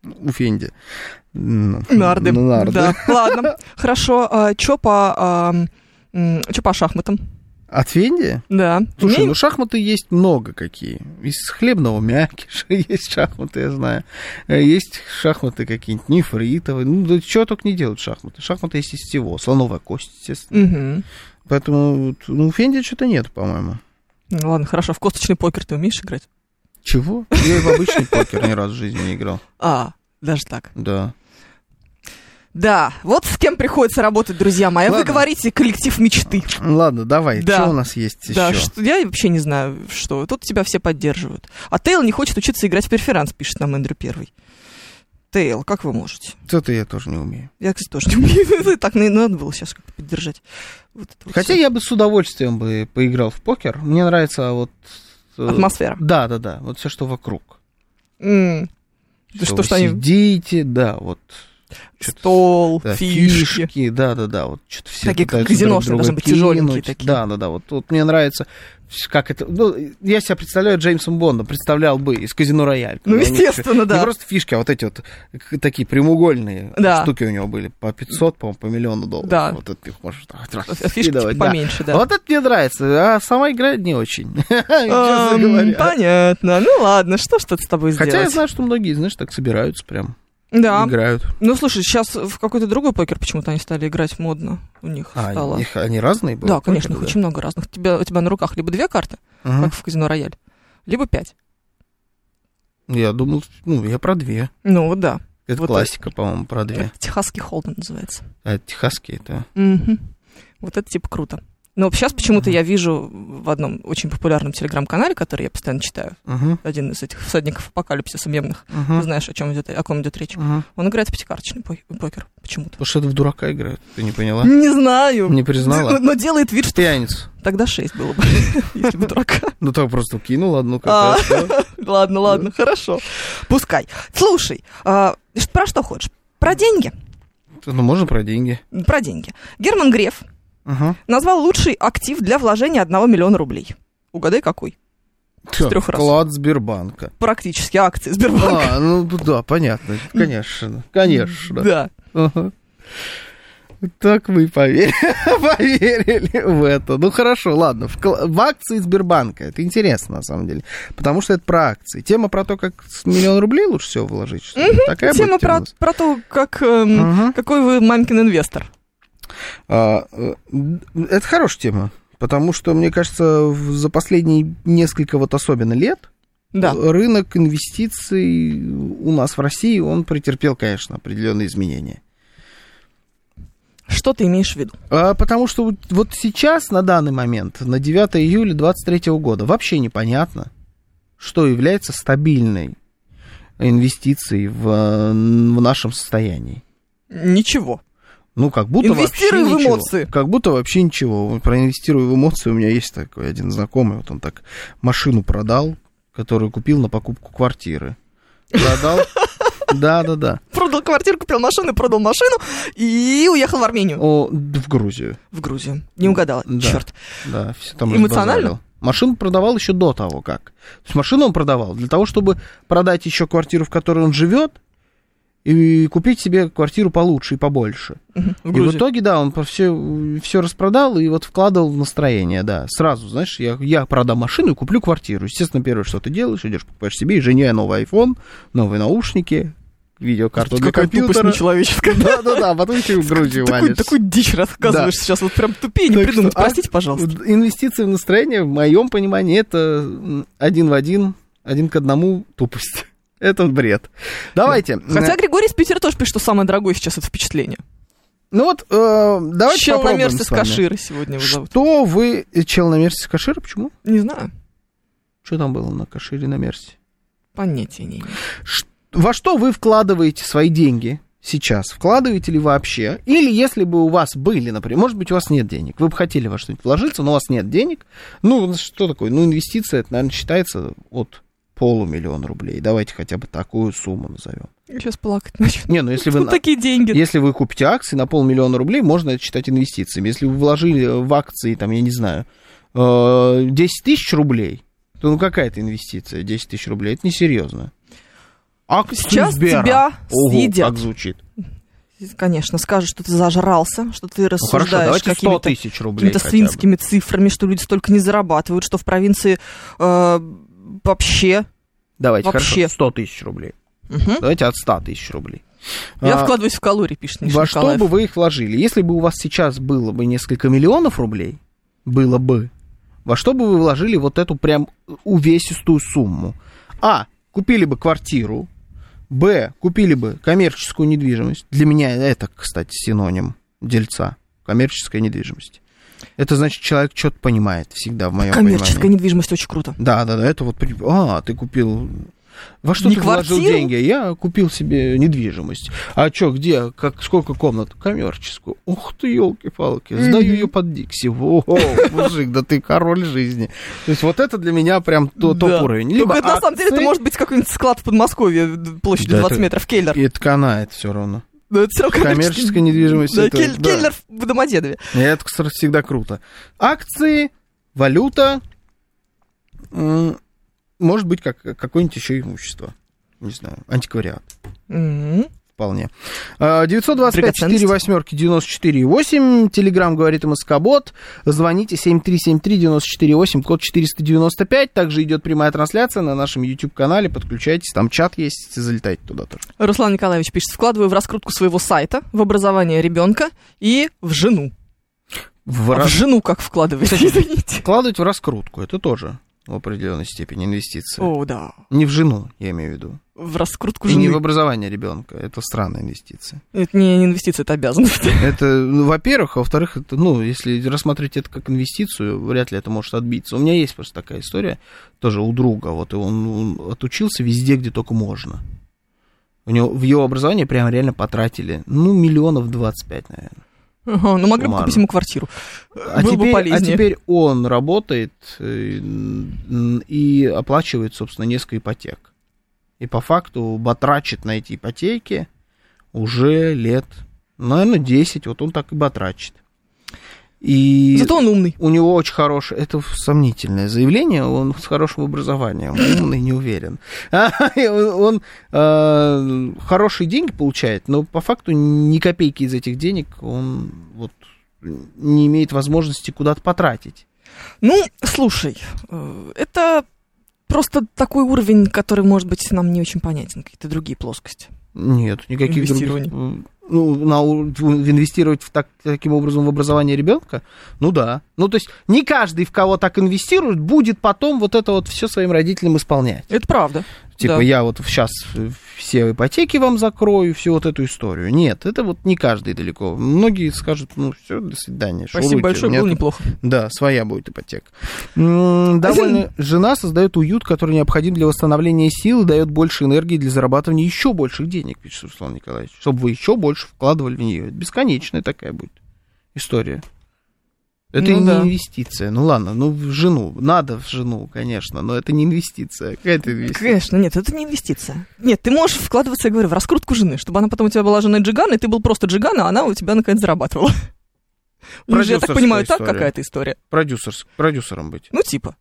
Speaker 2: у Фенди. м,
Speaker 3: Нарды.
Speaker 2: ну, нарды.
Speaker 3: Да, ладно. Хорошо. А, чё по... а, м, чё по шахматам?
Speaker 2: От Фенди?
Speaker 3: Да.
Speaker 2: Слушай,
Speaker 3: Умеем?
Speaker 2: ну шахматы есть много какие. Из хлебного мякиша есть шахматы, я знаю. Э, Есть шахматы какие-нибудь нефритовые. Ну, да чего только не делают шахматы. Шахматы есть из всего. Слоновая кость, естественно.
Speaker 3: Мгм.
Speaker 2: Поэтому, вот, ну, у Фенди что-то нет, по-моему.
Speaker 3: Ну, ладно, хорошо. В косточный покер ты умеешь играть?
Speaker 2: Чего? Я и в обычный покер ни разу в жизни не играл.
Speaker 3: А, даже так.
Speaker 2: Да.
Speaker 3: Да, вот с кем приходится работать, друзья мои. А Вы
Speaker 2: Ладно.
Speaker 3: говорите коллектив мечты.
Speaker 2: Ладно, давай,
Speaker 3: Да.
Speaker 2: что у нас есть еще?
Speaker 3: Да, что, я вообще не знаю, что. Тут тебя все поддерживают. А Тейл не хочет учиться играть в перферанс, пишет нам Эндрю Первый. Тейл, как вы можете?
Speaker 2: Это я тоже не умею.
Speaker 3: Я, кстати, тоже не умею. Так ну, надо было сейчас как-то поддержать. Вот это вот
Speaker 2: Хотя
Speaker 3: всё.
Speaker 2: я бы с удовольствием бы поиграл в покер. Мне нравится вот... э,
Speaker 3: Атмосфера.
Speaker 2: Да, да, да. Вот все, что вокруг.
Speaker 3: М. Да что
Speaker 2: вы
Speaker 3: ж они-
Speaker 2: сидите, да, вот... чё-то-
Speaker 3: Стол,
Speaker 2: да,
Speaker 3: фишки.
Speaker 2: да, да, да, вот что-то все
Speaker 3: Такие, как
Speaker 2: пытаются друг
Speaker 3: казиношные,
Speaker 2: друга
Speaker 3: должны быть тяжеленькие
Speaker 2: кинуть.
Speaker 3: такие.
Speaker 2: Да, да, да, вот, вот мне нравится, как это, ну, я себя представляю Джеймсом Бондом, представлял бы из казино Рояль. когда
Speaker 3: Ну,
Speaker 2: у них всё-
Speaker 3: естественно,
Speaker 2: Не
Speaker 3: да.
Speaker 2: просто фишки, а вот эти вот к- такие прямоугольные
Speaker 3: Да.
Speaker 2: штуки у него были. По 500, по-моему, по миллиону долларов.
Speaker 3: Да.
Speaker 2: Вот это их можешь так
Speaker 3: А Фишки типа
Speaker 2: раскидывать, да.
Speaker 3: поменьше, да.
Speaker 2: Вот это мне нравится, а сама игра не очень, честно
Speaker 3: Эм,
Speaker 2: говоря.
Speaker 3: Понятно. Ну ладно, что ж тут с тобой
Speaker 2: Хотя я
Speaker 3: сделать?
Speaker 2: знаю, что многие, знаешь, так собираются прям,
Speaker 3: Да.
Speaker 2: играют.
Speaker 3: Ну слушай, сейчас в какой-то другой покер почему-то они стали играть модно. У них
Speaker 2: А,
Speaker 3: стало.
Speaker 2: их- они разные были?
Speaker 3: Да, конечно, их
Speaker 2: покеры,
Speaker 3: очень много разных. У тебя, у тебя на руках либо две карты,
Speaker 2: да? Мгм.
Speaker 3: как в казино рояль, либо пять.
Speaker 2: Я думал, ну, я про две.
Speaker 3: Ну вот да.
Speaker 2: Это
Speaker 3: Вот
Speaker 2: классика, по-моему, про две.
Speaker 3: Техасский холден называется.
Speaker 2: А техасские это...
Speaker 3: Мгм. Вот это типа круто. Но сейчас почему-то я вижу в одном очень популярном телеграм-канале, который я постоянно читаю,
Speaker 2: Угу,
Speaker 3: один из этих всадников апокалипсиса мемных, ты
Speaker 2: угу,
Speaker 3: знаешь, о, чем идет, о ком идет речь.
Speaker 2: угу.
Speaker 3: Он играет в пятикарточный пой- покер почему-то.
Speaker 2: Потому что это в дурака играют, ты не поняла?
Speaker 3: Не знаю.
Speaker 2: Не признала?
Speaker 3: Но делает вид, что
Speaker 2: Пьяница.
Speaker 3: тогда 6 было бы, если бы дурака.
Speaker 2: Ну так просто кинул одну
Speaker 3: А.
Speaker 2: какая-то.
Speaker 3: Ладно, ладно, хорошо. Пускай. Слушай, а, ш- про что хочешь? Про деньги?
Speaker 2: Ну можно про деньги.
Speaker 3: Про деньги. Герман Греф
Speaker 2: Ага.
Speaker 3: назвал лучший актив для вложения 1 миллиона рублей. Угадай, какой?
Speaker 2: Всё,
Speaker 3: трёх раз.
Speaker 2: Вклад Сбербанка.
Speaker 3: Практически акции Сбербанка.
Speaker 2: А, ну да, понятно. Конечно. Конечно.
Speaker 3: Да.
Speaker 2: Ага. Так вы поверили, поверили в это. Ну хорошо, ладно. В, кл- в акции Сбербанка. Это интересно, на самом деле. Потому что это про акции. Тема про то, как с миллион рублей лучше всего вложить. что ли? Такая
Speaker 3: Тема
Speaker 2: будет тема
Speaker 3: про,
Speaker 2: у нас?
Speaker 3: про то, как, эм,
Speaker 2: Ага.
Speaker 3: какой вы мамкин инвестор.
Speaker 2: А, э, это хорошая тема. Потому что, мне кажется, в- за последние несколько вот особенно лет
Speaker 3: Да.
Speaker 2: рынок инвестиций у нас в России, он претерпел, конечно, определенные изменения.
Speaker 3: Что ты имеешь в виду?
Speaker 2: А, Потому что вот- вот сейчас, на данный момент, на 9 июля 2023 года, вообще непонятно, что является стабильной инвестицией в, э, в нашем состоянии.
Speaker 3: Ничего.
Speaker 2: Ну, как будто
Speaker 3: Инвестируй
Speaker 2: вообще
Speaker 3: в
Speaker 2: ничего.
Speaker 3: эмоции.
Speaker 2: Как будто вообще ничего. Про инвестирую в эмоции у меня есть такой один знакомый. Вот он так машину продал, которую купил на покупку квартиры. Продал. Да, да, да.
Speaker 3: Продал квартиру, купил машину, продал машину и уехал в Армению.
Speaker 2: О, д- в Грузию.
Speaker 3: В Грузию. Не угадала.
Speaker 2: Да.
Speaker 3: Черт.
Speaker 2: Да, все там
Speaker 3: Эмоционально?
Speaker 2: разбазарил. Машину продавал еще до того, как. То есть машину он продавал для того, чтобы продать еще квартиру, в которой он живет, и купить себе квартиру получше и побольше.
Speaker 3: В
Speaker 2: И в
Speaker 3: Грузию.
Speaker 2: итоге, да, он все, все распродал и вот вкладывал в настроение, да. Сразу, знаешь, я, я продам машину и куплю квартиру. Естественно, первое, что ты делаешь, идешь, покупаешь себе и жене новый iPhone, новые наушники, видеокарту для
Speaker 3: Какая тупость
Speaker 2: компьютера.
Speaker 3: нечеловеческая.
Speaker 2: Да-да-да, а потом еще в Грузию
Speaker 3: Такую,
Speaker 2: валишься.
Speaker 3: такую дичь рассказываешь сейчас, вот прям тупее не
Speaker 2: Так
Speaker 3: придумать.
Speaker 2: что, а,
Speaker 3: Простите, пожалуйста.
Speaker 2: Инвестиции в настроение, в моем понимании, это м, один в один, один к одному тупость. Это бред. Давайте.
Speaker 3: Хотя Григорий из Питера тоже пишет, что самое дорогое сейчас это впечатление.
Speaker 2: Ну вот, э, давайте
Speaker 3: Чел на
Speaker 2: попробуем
Speaker 3: Мерсе
Speaker 2: с вами.
Speaker 3: Кашира сегодня его зовут.
Speaker 2: Что вы... э, Чел на Мерсе с Кашира? Почему?
Speaker 3: Не знаю,
Speaker 2: Что там было на Кашире на Мерсе?
Speaker 3: понятия не имею.
Speaker 2: Ш- Во что вы вкладываете свои деньги сейчас? Вкладываете ли вообще? Или если бы у вас были, например, может быть, у вас нет денег, вы бы хотели во что-нибудь вложиться, но у вас нет денег. Ну, что такое? Ну, инвестиция, это, наверное, считается от полумиллиона рублей. Давайте хотя бы такую сумму назовем.
Speaker 3: Я сейчас плакать начну.
Speaker 2: Не, ну если вы...
Speaker 3: Ну,
Speaker 2: на-
Speaker 3: такие деньги.
Speaker 2: Если вы купите акции на полмиллиона рублей, можно это считать инвестициями. Если вы вложили в акции, там, я не знаю, э, 10 тысяч рублей, то ну какая это инвестиция? 10 тысяч рублей, это несерьезно. Акции
Speaker 3: Сейчас
Speaker 2: Сбера.
Speaker 3: тебя
Speaker 2: Ого,
Speaker 3: съедят.
Speaker 2: как звучит. Ну,
Speaker 3: Конечно, скажут, что ты зажрался, что ты
Speaker 2: Ну, хорошо,
Speaker 3: рассуждаешь
Speaker 2: давайте 100
Speaker 3: какими-то
Speaker 2: тысяч рублей
Speaker 3: какими-то
Speaker 2: хотя бы.
Speaker 3: свинскими цифрами, что люди столько не зарабатывают, что в провинции э, вообще.
Speaker 2: Давайте,
Speaker 3: Вообще.
Speaker 2: хорошо, 100 тысяч рублей.
Speaker 3: Мгм.
Speaker 2: Давайте от 100 тысяч рублей.
Speaker 3: Я
Speaker 2: А,
Speaker 3: вкладываюсь в калории, пишет Миша
Speaker 2: Во что
Speaker 3: Николаев.
Speaker 2: бы вы их вложили? Если бы у вас сейчас было бы несколько миллионов рублей, было бы, во что бы вы вложили вот эту прям увесистую сумму? А. Купили бы квартиру. Б. Купили бы коммерческую недвижимость. Для меня это, кстати, синоним дельца. Коммерческая недвижимость. Это значит, человек что-то понимает всегда в моем
Speaker 3: Коммерческая
Speaker 2: понимании.
Speaker 3: недвижимость очень круто.
Speaker 2: Да, да, да, это вот... при- А, ты купил... Во что
Speaker 3: Не
Speaker 2: ты вложил
Speaker 3: квартиру?
Speaker 2: деньги? Я купил себе недвижимость. А что, где, как, сколько комнат? Коммерческую. Ух ты, елки-палки, сдаю
Speaker 3: Мгм.
Speaker 2: ее под Дикси. Во, мужик, да ты король жизни. То есть вот это для меня прям то-
Speaker 3: Да.
Speaker 2: топ-уровень.
Speaker 3: Только это на самом деле это
Speaker 2: акции,
Speaker 3: может быть какой-нибудь склад в Подмосковье
Speaker 2: А,
Speaker 3: площадью
Speaker 2: Да,
Speaker 3: 20
Speaker 2: это-
Speaker 3: метров, келлер.
Speaker 2: И это канает все равно.
Speaker 3: Но это все равно
Speaker 2: Коммерческая
Speaker 3: коммерческий-
Speaker 2: недвижимость
Speaker 3: Да,
Speaker 2: это-
Speaker 3: кель-
Speaker 2: да.
Speaker 3: келлер в Домодедове.
Speaker 2: И это, кстати, всегда круто. Акции, валюта, м, может быть, как, какое-нибудь еще имущество. Не знаю, антиквариат.
Speaker 3: Мгм.
Speaker 2: вполне. А, 925 4 восьмерки 94 8. Телеграмм говорит МСК-бот. Звоните 7373 94 8, код 495. Также идет прямая трансляция на нашем YouTube-канале. Подключайтесь, там чат есть, залетайте туда тоже.
Speaker 3: Руслан Николаевич пишет, вкладываю в раскрутку своего сайта, в образование ребенка и в жену. А в жену как вкладывать, извините.
Speaker 2: Вкладывать в раскрутку, это тоже в определенной степени инвестиции.
Speaker 3: О, да.
Speaker 2: Не в жену, я имею в виду.
Speaker 3: В раскрутку
Speaker 2: И не в
Speaker 3: жены.
Speaker 2: образование ребенка. Это странная инвестиция.
Speaker 3: Это не не инвестиция, это обязанность.
Speaker 2: Это, ну, во-первых, а во-вторых, это, ну, если рассмотреть это как инвестицию, вряд ли это может отбиться. У меня есть просто такая история, тоже у друга, вот и он, он отучился везде, где только можно. У него в его образование прям реально потратили, ну, миллионов 25, наверное.
Speaker 3: Ага, Ну, могли бы
Speaker 2: Ладно.
Speaker 3: купить ему квартиру.
Speaker 2: А,
Speaker 3: Было бы
Speaker 2: теперь, а
Speaker 3: полезнее.
Speaker 2: теперь он работает э, н- и оплачивает, собственно, несколько ипотек. И по факту батрачит на эти ипотеки уже лет, наверное, 10. Вот он так и батрачит. И
Speaker 3: Зато он умный.
Speaker 2: у него очень хорошее, это сомнительное заявление, он с хорошим образованием, умный, не уверен. И Он э, хорошие деньги получает, но по факту ни копейки из этих денег он вот не имеет возможности куда-то потратить.
Speaker 3: Ну, слушай, э, это просто такой уровень, который, может быть, нам не очень понятен. Какие-то другие плоскости.
Speaker 2: Нет, никаких других...
Speaker 3: Инвестирование.
Speaker 2: Ну, на, у- в- инвестировать в так, таким образом в образование ребенка? Ну да. Ну, то есть не каждый, в кого так инвестирует, будет потом вот это вот все своим родителям исполнять.
Speaker 3: Это правда.
Speaker 2: Типа,
Speaker 3: Да.
Speaker 2: я вот сейчас все ипотеки вам закрою, всю вот эту историю. Нет, это вот не каждый далеко. Многие скажут, ну все, до свидания.
Speaker 3: Спасибо
Speaker 2: шуруйте, у
Speaker 3: большое,
Speaker 2: меня
Speaker 3: было
Speaker 2: тут-
Speaker 3: неплохо.
Speaker 2: Да, своя будет ипотека. М, Довольно жена создает уют, который необходим для восстановления сил и дает больше энергии для зарабатывания еще больших денег, пишет Руслан Николаевич. Чтобы вы еще больше вкладывали в нее. Бесконечная такая будет история. Это
Speaker 3: Ну
Speaker 2: не
Speaker 3: да.
Speaker 2: инвестиция. Ну ладно, ну в жену. Надо в жену, конечно, но это не инвестиция. Какая это инвестиция?
Speaker 3: Конечно, нет, это не инвестиция. Нет, ты можешь вкладываться, я говорю, в раскрутку жены, чтобы она потом у тебя была женой Джигана, и ты был просто Джиган, а она у тебя наконец зарабатывала. У них же, я так
Speaker 2: Продюсерская
Speaker 3: понимаю, так
Speaker 2: история.
Speaker 3: какая-то история.
Speaker 2: Продюсер, продюсером быть.
Speaker 3: Ну, типа.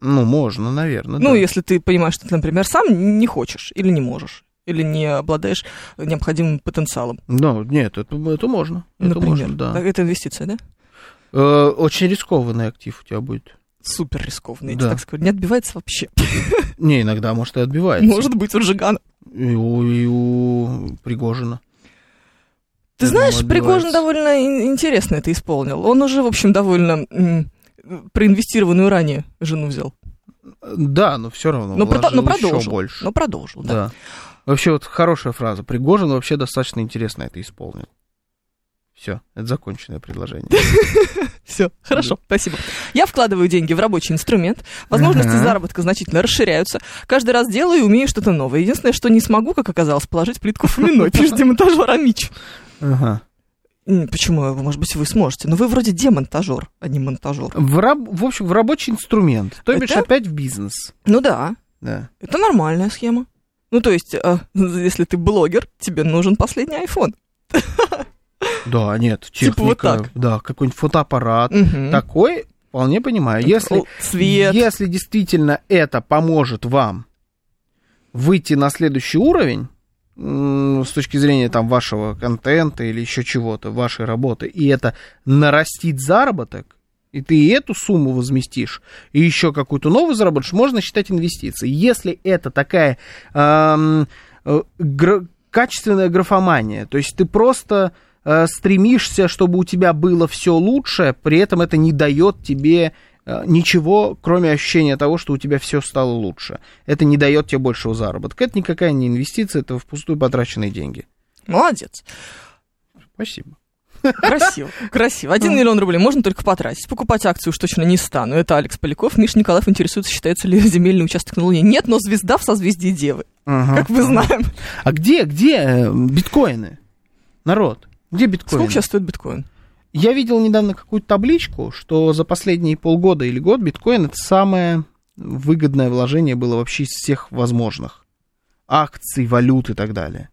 Speaker 2: Ну, можно, наверное.
Speaker 3: Ну,
Speaker 2: да.
Speaker 3: если ты понимаешь, что ты, например, сам не хочешь или не можешь, или не обладаешь необходимым потенциалом.
Speaker 2: Ну, нет, это, это можно. Это
Speaker 3: например.
Speaker 2: можно, да.
Speaker 3: Так, Это инвестиция, да?
Speaker 2: Э, очень рискованный актив у тебя будет.
Speaker 3: Супер рискованная,
Speaker 2: Да.
Speaker 3: так сказать. Не отбивается вообще.
Speaker 2: Не, иногда, может, и отбивается.
Speaker 3: Может быть, у Джигана.
Speaker 2: И у, и у Пригожина.
Speaker 3: Ты
Speaker 2: Я
Speaker 3: знаешь,
Speaker 2: думаю,
Speaker 3: Пригожин
Speaker 2: отбивается.
Speaker 3: довольно ин- интересно это исполнил. Он уже, в общем, довольно м, проинвестированную ранее жену взял.
Speaker 2: Да, но все равно.
Speaker 3: Но, прото- но
Speaker 2: вложил ещё
Speaker 3: продолжил.
Speaker 2: больше.
Speaker 3: Но продолжил, ну, да.
Speaker 2: да. Вообще, вот хорошая фраза. Пригожин вообще достаточно интересно это исполнил. Все, это законченное предложение.
Speaker 3: Все, хорошо, спасибо. Я вкладываю деньги в рабочий инструмент. Возможности
Speaker 2: Ага.
Speaker 3: заработка значительно расширяются. Каждый раз делаю и умею что-то новое. Единственное, что не смогу, как оказалось, положить плитку Фоминой, пишет демонтажер Амич.
Speaker 2: Ага.
Speaker 3: М, Почему? а, Может быть, вы сможете. Но вы вроде демонтажер, а не монтажер.
Speaker 2: В, раб- в общем, в рабочий инструмент. То бишь,
Speaker 3: Это-
Speaker 2: опять в бизнес.
Speaker 3: Ну да,
Speaker 2: Да.
Speaker 3: это нормальная схема. Ну, то есть, э, если ты блогер, тебе нужен последний iPhone.
Speaker 2: Да, нет, техника.
Speaker 3: Типа вот так.
Speaker 2: Да, какой-нибудь фотоаппарат.
Speaker 3: Мгм.
Speaker 2: Такой вполне понимаю. Если,
Speaker 3: Л- Цвет.
Speaker 2: если действительно это поможет вам выйти на следующий уровень м, с точки зрения там вашего контента или еще чего-то, вашей работы, и это нарастит заработок, и ты и эту сумму возместишь, и еще какую-то новую заработаешь, можно считать инвестицией. Если это такая эм, э, гра- качественная графомания, то есть ты просто э, стремишься, чтобы у тебя было все лучше, при этом это не дает тебе э, ничего, кроме ощущения того, что у тебя все стало лучше. Это не дает тебе большего заработка. Это никакая не инвестиция, это впустую потраченные деньги.
Speaker 3: Молодец.
Speaker 2: Спасибо.
Speaker 3: Красиво. Красиво. Один миллион рублей можно только потратить. Покупать акцию уж точно не стану. Это Алекс Поляков. Миша Николаев интересуется, считается ли земельный участок на Луне. Нет, но звезда в созвездии Девы. Как мы знаем.
Speaker 2: А где, где э, биткоины? Народ, где биткоины?
Speaker 3: Сколько сейчас стоит биткоин?
Speaker 2: Я видел недавно какую-то табличку, что за последние полгода или год биткоин это самое выгодное вложение было вообще из всех возможных. Акций, валют и так далее.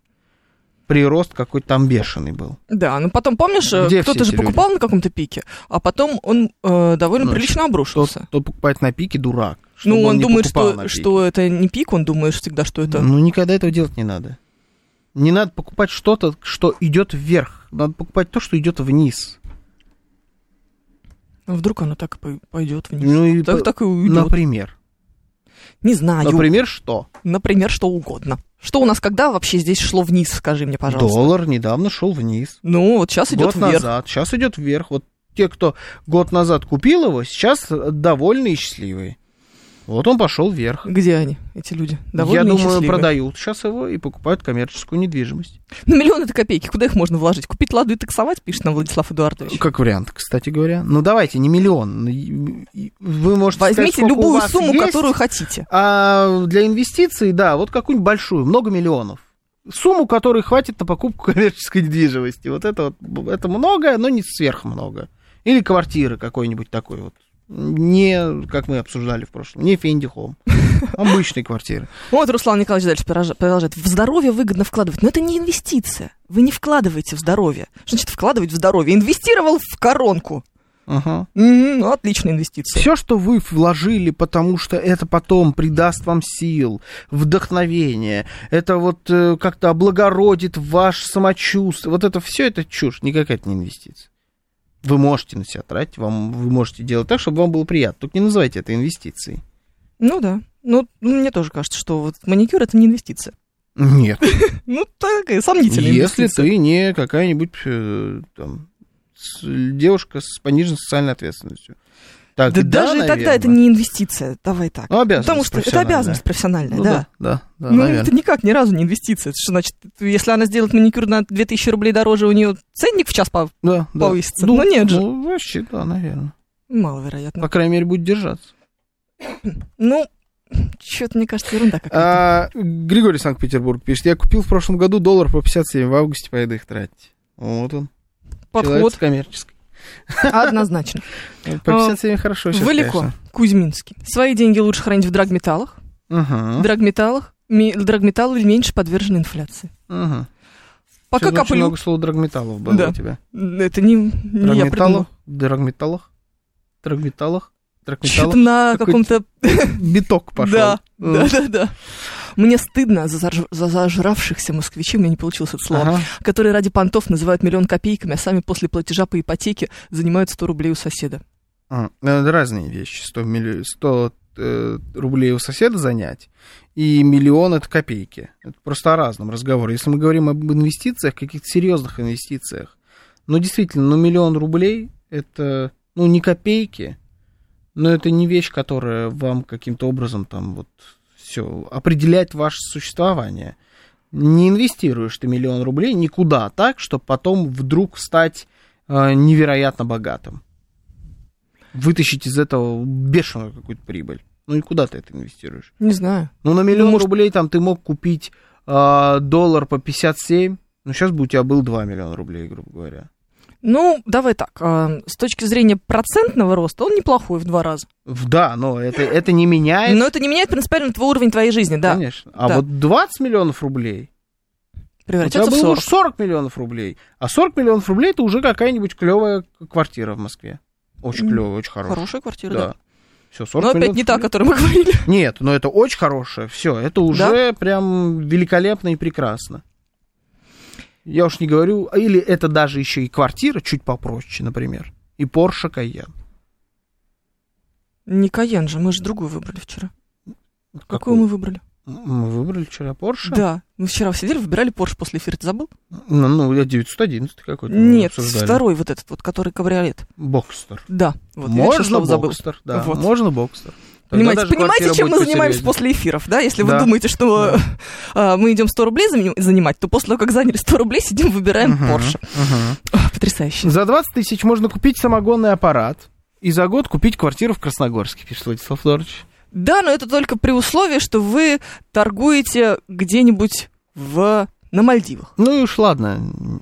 Speaker 2: Прирост какой-то там бешеный был.
Speaker 3: Да, ну потом, помнишь, э,
Speaker 2: Где все
Speaker 3: кто-то же
Speaker 2: эти люди?
Speaker 3: покупал на каком-то пике, а потом он э, довольно
Speaker 2: Ну,
Speaker 3: прилично
Speaker 2: Кто,
Speaker 3: обрушился.
Speaker 2: кто покупает на пике, дурак. чтобы
Speaker 3: Ну, он,
Speaker 2: не
Speaker 3: думает,
Speaker 2: покупал
Speaker 3: что,
Speaker 2: на пике.
Speaker 3: что это не пик, он думает всегда, что это...
Speaker 2: Ну, никогда этого делать не надо. Не надо покупать что-то, что идет вверх. Надо покупать то, что идет вниз.
Speaker 3: А вдруг оно так и пойдет вниз.
Speaker 2: Ну, и
Speaker 3: так,
Speaker 2: по-
Speaker 3: так и уйдет.
Speaker 2: Например.
Speaker 3: Не знаю.
Speaker 2: Например, что?
Speaker 3: Например, что угодно. Что у нас когда вообще здесь шло вниз, скажи мне, пожалуйста.
Speaker 2: Доллар недавно шел вниз.
Speaker 3: Ну, вот сейчас идет
Speaker 2: год
Speaker 3: вверх.
Speaker 2: назад, сейчас идет вверх. Вот те, кто год назад купил его, сейчас довольны э, и счастливые. Вот он пошел вверх.
Speaker 3: Где они, эти люди? Довольно
Speaker 2: Я думаю,
Speaker 3: счастливые.
Speaker 2: продают сейчас его и покупают коммерческую недвижимость.
Speaker 3: Ну, миллион это копейки. Куда их можно вложить? Купить ладу и таксовать, пишет нам Владислав Эдуардович.
Speaker 2: Как вариант, кстати говоря. Ну давайте, не миллион. Ну, и- и Вы можете сказать,
Speaker 3: Возьмите
Speaker 2: сколько у
Speaker 3: любую
Speaker 2: вас
Speaker 3: сумму,
Speaker 2: есть,
Speaker 3: которую хотите.
Speaker 2: А для инвестиций, да, вот какую-нибудь большую, много миллионов. Сумму, которой хватит на покупку коммерческой недвижимости. Вот это вот, это много, но не сверхмного. Или квартиры какой-нибудь такой вот. Не, как мы обсуждали в прошлом, не Фенди Хоум. Обычные квартиры.
Speaker 3: Вот Руслан Николаевич дальше пораж- продолжает. В здоровье выгодно вкладывать. Но это не инвестиция. Вы не вкладываете в здоровье. Что значит вкладывать в здоровье? Инвестировал в коронку. М, ну, отличная инвестиция.
Speaker 2: Все, что вы вложили, потому что это потом придаст вам сил, вдохновение, это вот э, как-то облагородит ваш самочувствие. Вот это все это чушь, никакая это не инвестиция. Вы можете на себя тратить, вам, вы можете делать так, чтобы вам было приятно. Только не называйте это инвестицией.
Speaker 3: Ну да. Ну, мне тоже кажется, что вот маникюр это не инвестиция.
Speaker 2: Нет.
Speaker 3: Ну, такая сомнительная
Speaker 2: Если
Speaker 3: инвестиция.
Speaker 2: ты не какая-нибудь э, там, с- девушка с пониженной социальной ответственностью. Так,
Speaker 3: Да даже тогда это не инвестиция. Давай так.
Speaker 2: Ну, обязанность
Speaker 3: Потому что это
Speaker 2: профессиональная.
Speaker 3: обязанность профессиональная,
Speaker 2: Ну
Speaker 3: да.
Speaker 2: Да, да,
Speaker 3: ну,
Speaker 2: наверное.
Speaker 3: это никак ни разу не инвестиция. Это что значит, если она сделает маникюр на 2000 рублей дороже, у нее ценник в час пов-
Speaker 2: да, да.
Speaker 3: повысится? Ну, нет же.
Speaker 2: Ну, вообще, да, наверное.
Speaker 3: Маловероятно.
Speaker 2: По крайней мере, будет держаться.
Speaker 3: Ну, что-то, мне кажется, ерунда какая-то.
Speaker 2: А, Григорий Санкт-Петербург пишет. Я купил в прошлом году доллар по 57 в августе, поеду их тратить. Вот он. человек с
Speaker 3: Подход А,
Speaker 2: коммерческий.
Speaker 3: однозначно.
Speaker 2: Ну, По 57 хорошо сейчас,
Speaker 3: Валико, Кузьминский. Свои деньги лучше хранить в драгметаллах.
Speaker 2: Угу.
Speaker 3: Драгметаллах, ми- драгметаллы меньше подвержены инфляции. Пока
Speaker 2: очень
Speaker 3: коплю.
Speaker 2: много слов драгметаллов было
Speaker 3: Да.
Speaker 2: у тебя.
Speaker 3: Это не, не я придумала.
Speaker 2: Драгметаллах, драгметаллах, драгметаллах, драгметаллах.
Speaker 3: Что-то на
Speaker 2: Какой-то
Speaker 3: каком-то...
Speaker 2: Биток пошел.
Speaker 3: Да, да, да, да. Мне стыдно за, заж- за зажравшихся москвичей, у меня не получилось это слово.
Speaker 2: Ага.
Speaker 3: которые ради понтов называют миллион копейками, а сами после платежа по ипотеке занимают 100 рублей у соседа.
Speaker 2: А, э, разные вещи. 100, милли- 100 э, рублей у соседа занять и миллион это копейки. Это просто о разном разговоре. Если мы говорим об инвестициях, каких-то серьезных инвестициях, ну действительно, ну миллион рублей это ну не копейки, но это не вещь, которая вам каким-то образом там вот все определяет ваше существование. Не инвестируешь ты миллион рублей никуда так, чтобы потом вдруг стать э, невероятно богатым вытащить из этого бешеную какую-то прибыль. Ну и куда ты это инвестируешь?
Speaker 3: Не знаю.
Speaker 2: Ну на миллион
Speaker 3: Ну, может-
Speaker 2: рублей там ты мог купить а, доллар по 57, ну сейчас бы у тебя был 2 миллиона рублей, грубо говоря.
Speaker 3: Ну, давай так. а, С точки зрения процентного роста он неплохой в два раза.
Speaker 2: В- Да, но это, это не меняет,
Speaker 3: Но это не меняет принципиально твой уровень твоей жизни, Ну, да.
Speaker 2: А конечно. А
Speaker 3: Да.
Speaker 2: вот 20 миллионов рублей, у тебя
Speaker 3: Превратится в
Speaker 2: было
Speaker 3: 40.
Speaker 2: уж 40 миллионов рублей. А 40 миллионов рублей это уже какая-нибудь клевая квартира в Москве. Очень
Speaker 3: М,
Speaker 2: клевая, очень хорошая.
Speaker 3: Хорошая квартира, да.
Speaker 2: Да. Все, 40
Speaker 3: Но опять
Speaker 2: миллионов
Speaker 3: не та, о
Speaker 2: рублей.
Speaker 3: которой мы говорили.
Speaker 2: Нет, но это очень хорошее. Все, это уже прям великолепно и прекрасно. Я уж не говорю, а или это даже еще и квартира чуть попроще, например, и Porsche Cayenne.
Speaker 3: Не Каен же, мы же другую выбрали вчера. Какую, мы выбрали?
Speaker 2: М, мы выбрали вчера Porsche?
Speaker 3: Да. Мы вчера сидели, выбирали Порш после эфира, ты забыл?
Speaker 2: Ну, ну, я 911 какой-то. мы
Speaker 3: Нет,
Speaker 2: обсуждали.
Speaker 3: второй вот этот вот, который кабриолет.
Speaker 2: Бокстер.
Speaker 3: Да. Вот, я еще
Speaker 2: можно
Speaker 3: слово забыл.
Speaker 2: Бокстер, да,
Speaker 3: Вот.
Speaker 2: можно Бокстер. Тогда
Speaker 3: Понимаете,
Speaker 2: даже
Speaker 3: понимаете
Speaker 2: квартира
Speaker 3: чем
Speaker 2: будет
Speaker 3: мы занимаемся
Speaker 2: посерьезнее.
Speaker 3: после эфиров, да? Если
Speaker 2: Да.
Speaker 3: вы думаете, что э, э, мы идем 100 рублей зани- занимать, то после того, как заняли 100 рублей, сидим, выбираем
Speaker 2: Мгм,
Speaker 3: Porsche.
Speaker 2: мгм.
Speaker 3: Ах, Потрясающе.
Speaker 2: За 20 тысяч можно купить самогонный аппарат и за год купить квартиру в Красногорске, пишет Владислав Флорович.
Speaker 3: Да, но это только при условии, что вы торгуете где-нибудь в... на Мальдивах.
Speaker 2: Ну и уж ладно.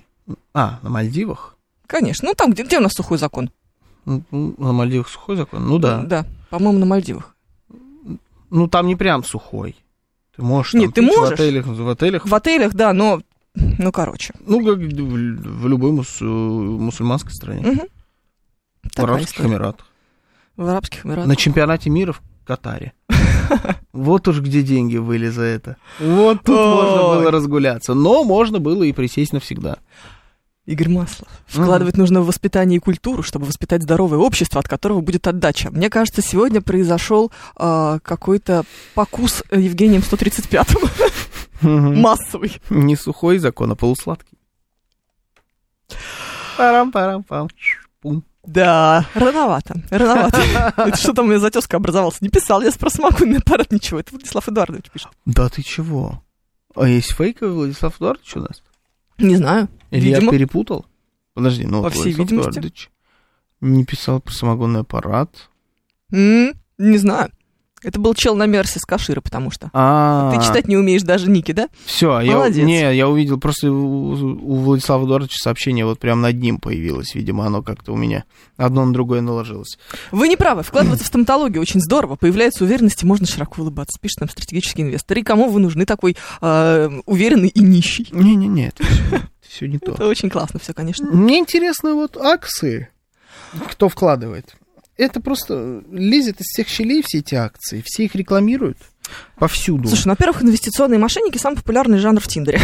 Speaker 2: А, на Мальдивах?
Speaker 3: Конечно. Ну, там, где, где у нас сухой закон.
Speaker 2: Ну, На Мальдивах сухой закон? Ну да.
Speaker 3: Да, по-моему, на Мальдивах.
Speaker 2: Ну там не прям сухой. Ты можешь там
Speaker 3: Нет, ты
Speaker 2: пить в
Speaker 3: можешь.
Speaker 2: отелях. В отелях
Speaker 3: В отелях, да, но... Ну, короче.
Speaker 2: ну, как в, в любой мусу- мусульманской стране.
Speaker 3: Мгм.
Speaker 2: В
Speaker 3: Такая
Speaker 2: Арабских
Speaker 3: история.
Speaker 2: Эмиратах.
Speaker 3: В Арабских Эмиратах.
Speaker 2: На чемпионате мира в Катаре. Вот уж где деньги были за это. Вот тут можно
Speaker 3: Ой.
Speaker 2: было разгуляться. Но можно было и присесть навсегда.
Speaker 3: Игорь Маслов. Вкладывать нужно в воспитание и культуру, чтобы воспитать здоровое общество, от которого будет отдача. Мне кажется, сегодня произошел а, какой-то покус э, Евгением 135 массовый.
Speaker 2: Не сухой закон, а полусладкий. Парам-парам-пам. Пум.
Speaker 3: Да, рановато, рановато. Это что там у меня затеска образовалась? Не писал я с просмакуем аппарат ничего. Это Владислав Эдуардович пишет.
Speaker 2: Да ты чего? А есть фейковый Владислав Эдуардович у нас?
Speaker 3: Не знаю.
Speaker 2: Или я
Speaker 3: Видимо.
Speaker 2: перепутал? Подожди, ну
Speaker 3: По
Speaker 2: вот
Speaker 3: всей
Speaker 2: Владислав
Speaker 3: видимости.
Speaker 2: Эдуардович не писал про самогонный аппарат.
Speaker 3: М, Не знаю. Это был чел на Мерсе с Кашира, потому что.
Speaker 2: А,
Speaker 3: Ты читать не умеешь даже ники, да?
Speaker 2: Все, я,
Speaker 3: Молодец.
Speaker 2: не, я увидел просто у, у Владислава Эдуардовича сообщение вот прям над ним появилось, видимо, оно как-то у меня одно на другое наложилось.
Speaker 3: Вы не правы, вкладываться в стоматологию очень здорово, появляется уверенность, и можно широко улыбаться, пишет нам стратегический инвестор. И кому вы нужны такой э, уверенный и нищий?
Speaker 2: Не-не-не, это все не то.
Speaker 3: Это очень классно все, конечно.
Speaker 2: Мне интересны вот акции, кто вкладывает. Это просто лезет из всех щелей все эти акции, все их рекламируют повсюду.
Speaker 3: Слушай, ну, во-первых, инвестиционные мошенники самый популярный жанр в Тиндере.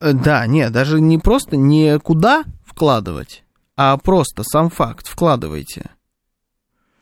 Speaker 2: Э, Да, не, даже не просто не куда вкладывать, а просто сам факт вкладывайте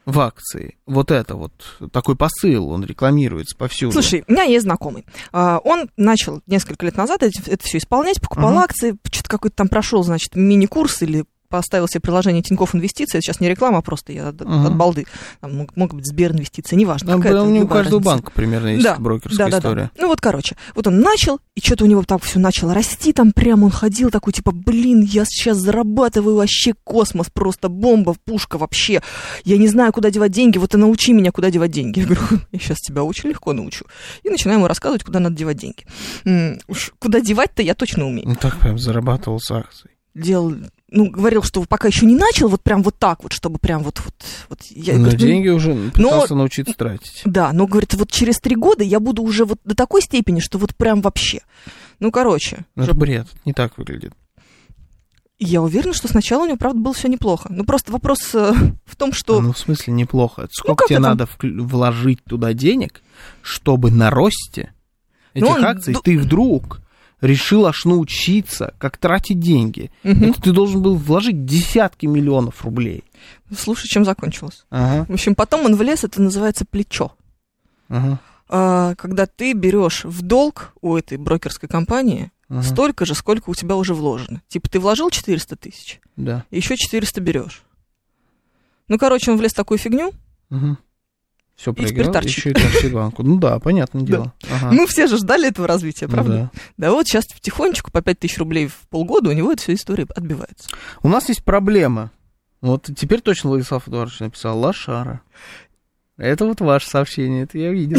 Speaker 2: в акции. Вот это вот, такой посыл, он рекламируется повсюду.
Speaker 3: Слушай, у меня есть знакомый. А, Он начал несколько лет назад эти- это все исполнять, покупал
Speaker 2: Мгм.
Speaker 3: акции, что-то какой-то там прошел, значит, мини-курс или поставил себе приложение Тинькофф Инвестиции. Это сейчас не реклама, а просто я от,
Speaker 2: Мгм.
Speaker 3: от балды. Там мог- могут быть Сбер Инвестиции, неважно.
Speaker 2: Там,
Speaker 3: какая-то,
Speaker 2: по-моему, у
Speaker 3: любая
Speaker 2: каждого
Speaker 3: разница.
Speaker 2: банка примерно есть брокерская история.
Speaker 3: Ну вот, короче, вот он начал, и что-то у него там все начало расти, там прям он ходил такой, типа, блин, я сейчас зарабатываю вообще космос, просто бомба, пушка вообще, я не знаю, куда девать деньги, вот и научи меня, куда девать деньги. Я говорю, я сейчас тебя очень легко научу. И начинаю ему рассказывать, куда надо девать деньги. М, Уж куда девать-то я точно умею
Speaker 2: Ну так прям зарабатывал с акцией.
Speaker 3: делал, ну, говорил, что пока еще не начал, вот прям вот так вот, чтобы прям вот, вот, вот я
Speaker 2: На
Speaker 3: говорю, ну,
Speaker 2: деньги уже пытался научиться тратить.
Speaker 3: Да, но, говорит, вот через три года я буду уже вот до такой степени, что вот прям вообще. Ну, короче,
Speaker 2: Ну, это бред, не так выглядит.
Speaker 3: я уверена, что сначала у него, правда, было все неплохо. Ну, просто вопрос э, в том, что...
Speaker 2: Ну, в смысле, неплохо. Это Сколько
Speaker 3: как
Speaker 2: тебе
Speaker 3: это?
Speaker 2: надо вкл- вложить туда денег, чтобы на росте этих
Speaker 3: Ну, он
Speaker 2: акций
Speaker 3: ду-
Speaker 2: ты вдруг решил аж научиться, как тратить деньги.
Speaker 3: Мгм.
Speaker 2: Это ты должен был вложить десятки миллионов рублей.
Speaker 3: Слушай, чем закончилось.
Speaker 2: Ага,
Speaker 3: В общем, потом он влез, это называется плечо.
Speaker 2: ага,
Speaker 3: А, когда ты берешь в долг у этой брокерской компании
Speaker 2: ага.
Speaker 3: столько же, сколько у тебя уже вложено. Типа ты вложил 400 тысяч,
Speaker 2: Да.
Speaker 3: еще 400 берешь. Ну, короче, он влез в такую фигню.
Speaker 2: Все
Speaker 3: теперь
Speaker 2: проиграл,
Speaker 3: торчит.
Speaker 2: еще и торчит банку. Ну да, понятное дело. Ага.
Speaker 3: Ну, все же ждали этого развития,
Speaker 2: А. Ну
Speaker 3: правда?
Speaker 2: да.
Speaker 3: Да вот сейчас потихонечку по 5000 рублей в полгода у него эта вся история отбивается.
Speaker 2: У нас есть проблема. Вот теперь точно Владислав Эдуардович написал «Лошара». Это вот ваше сообщение, это я видел.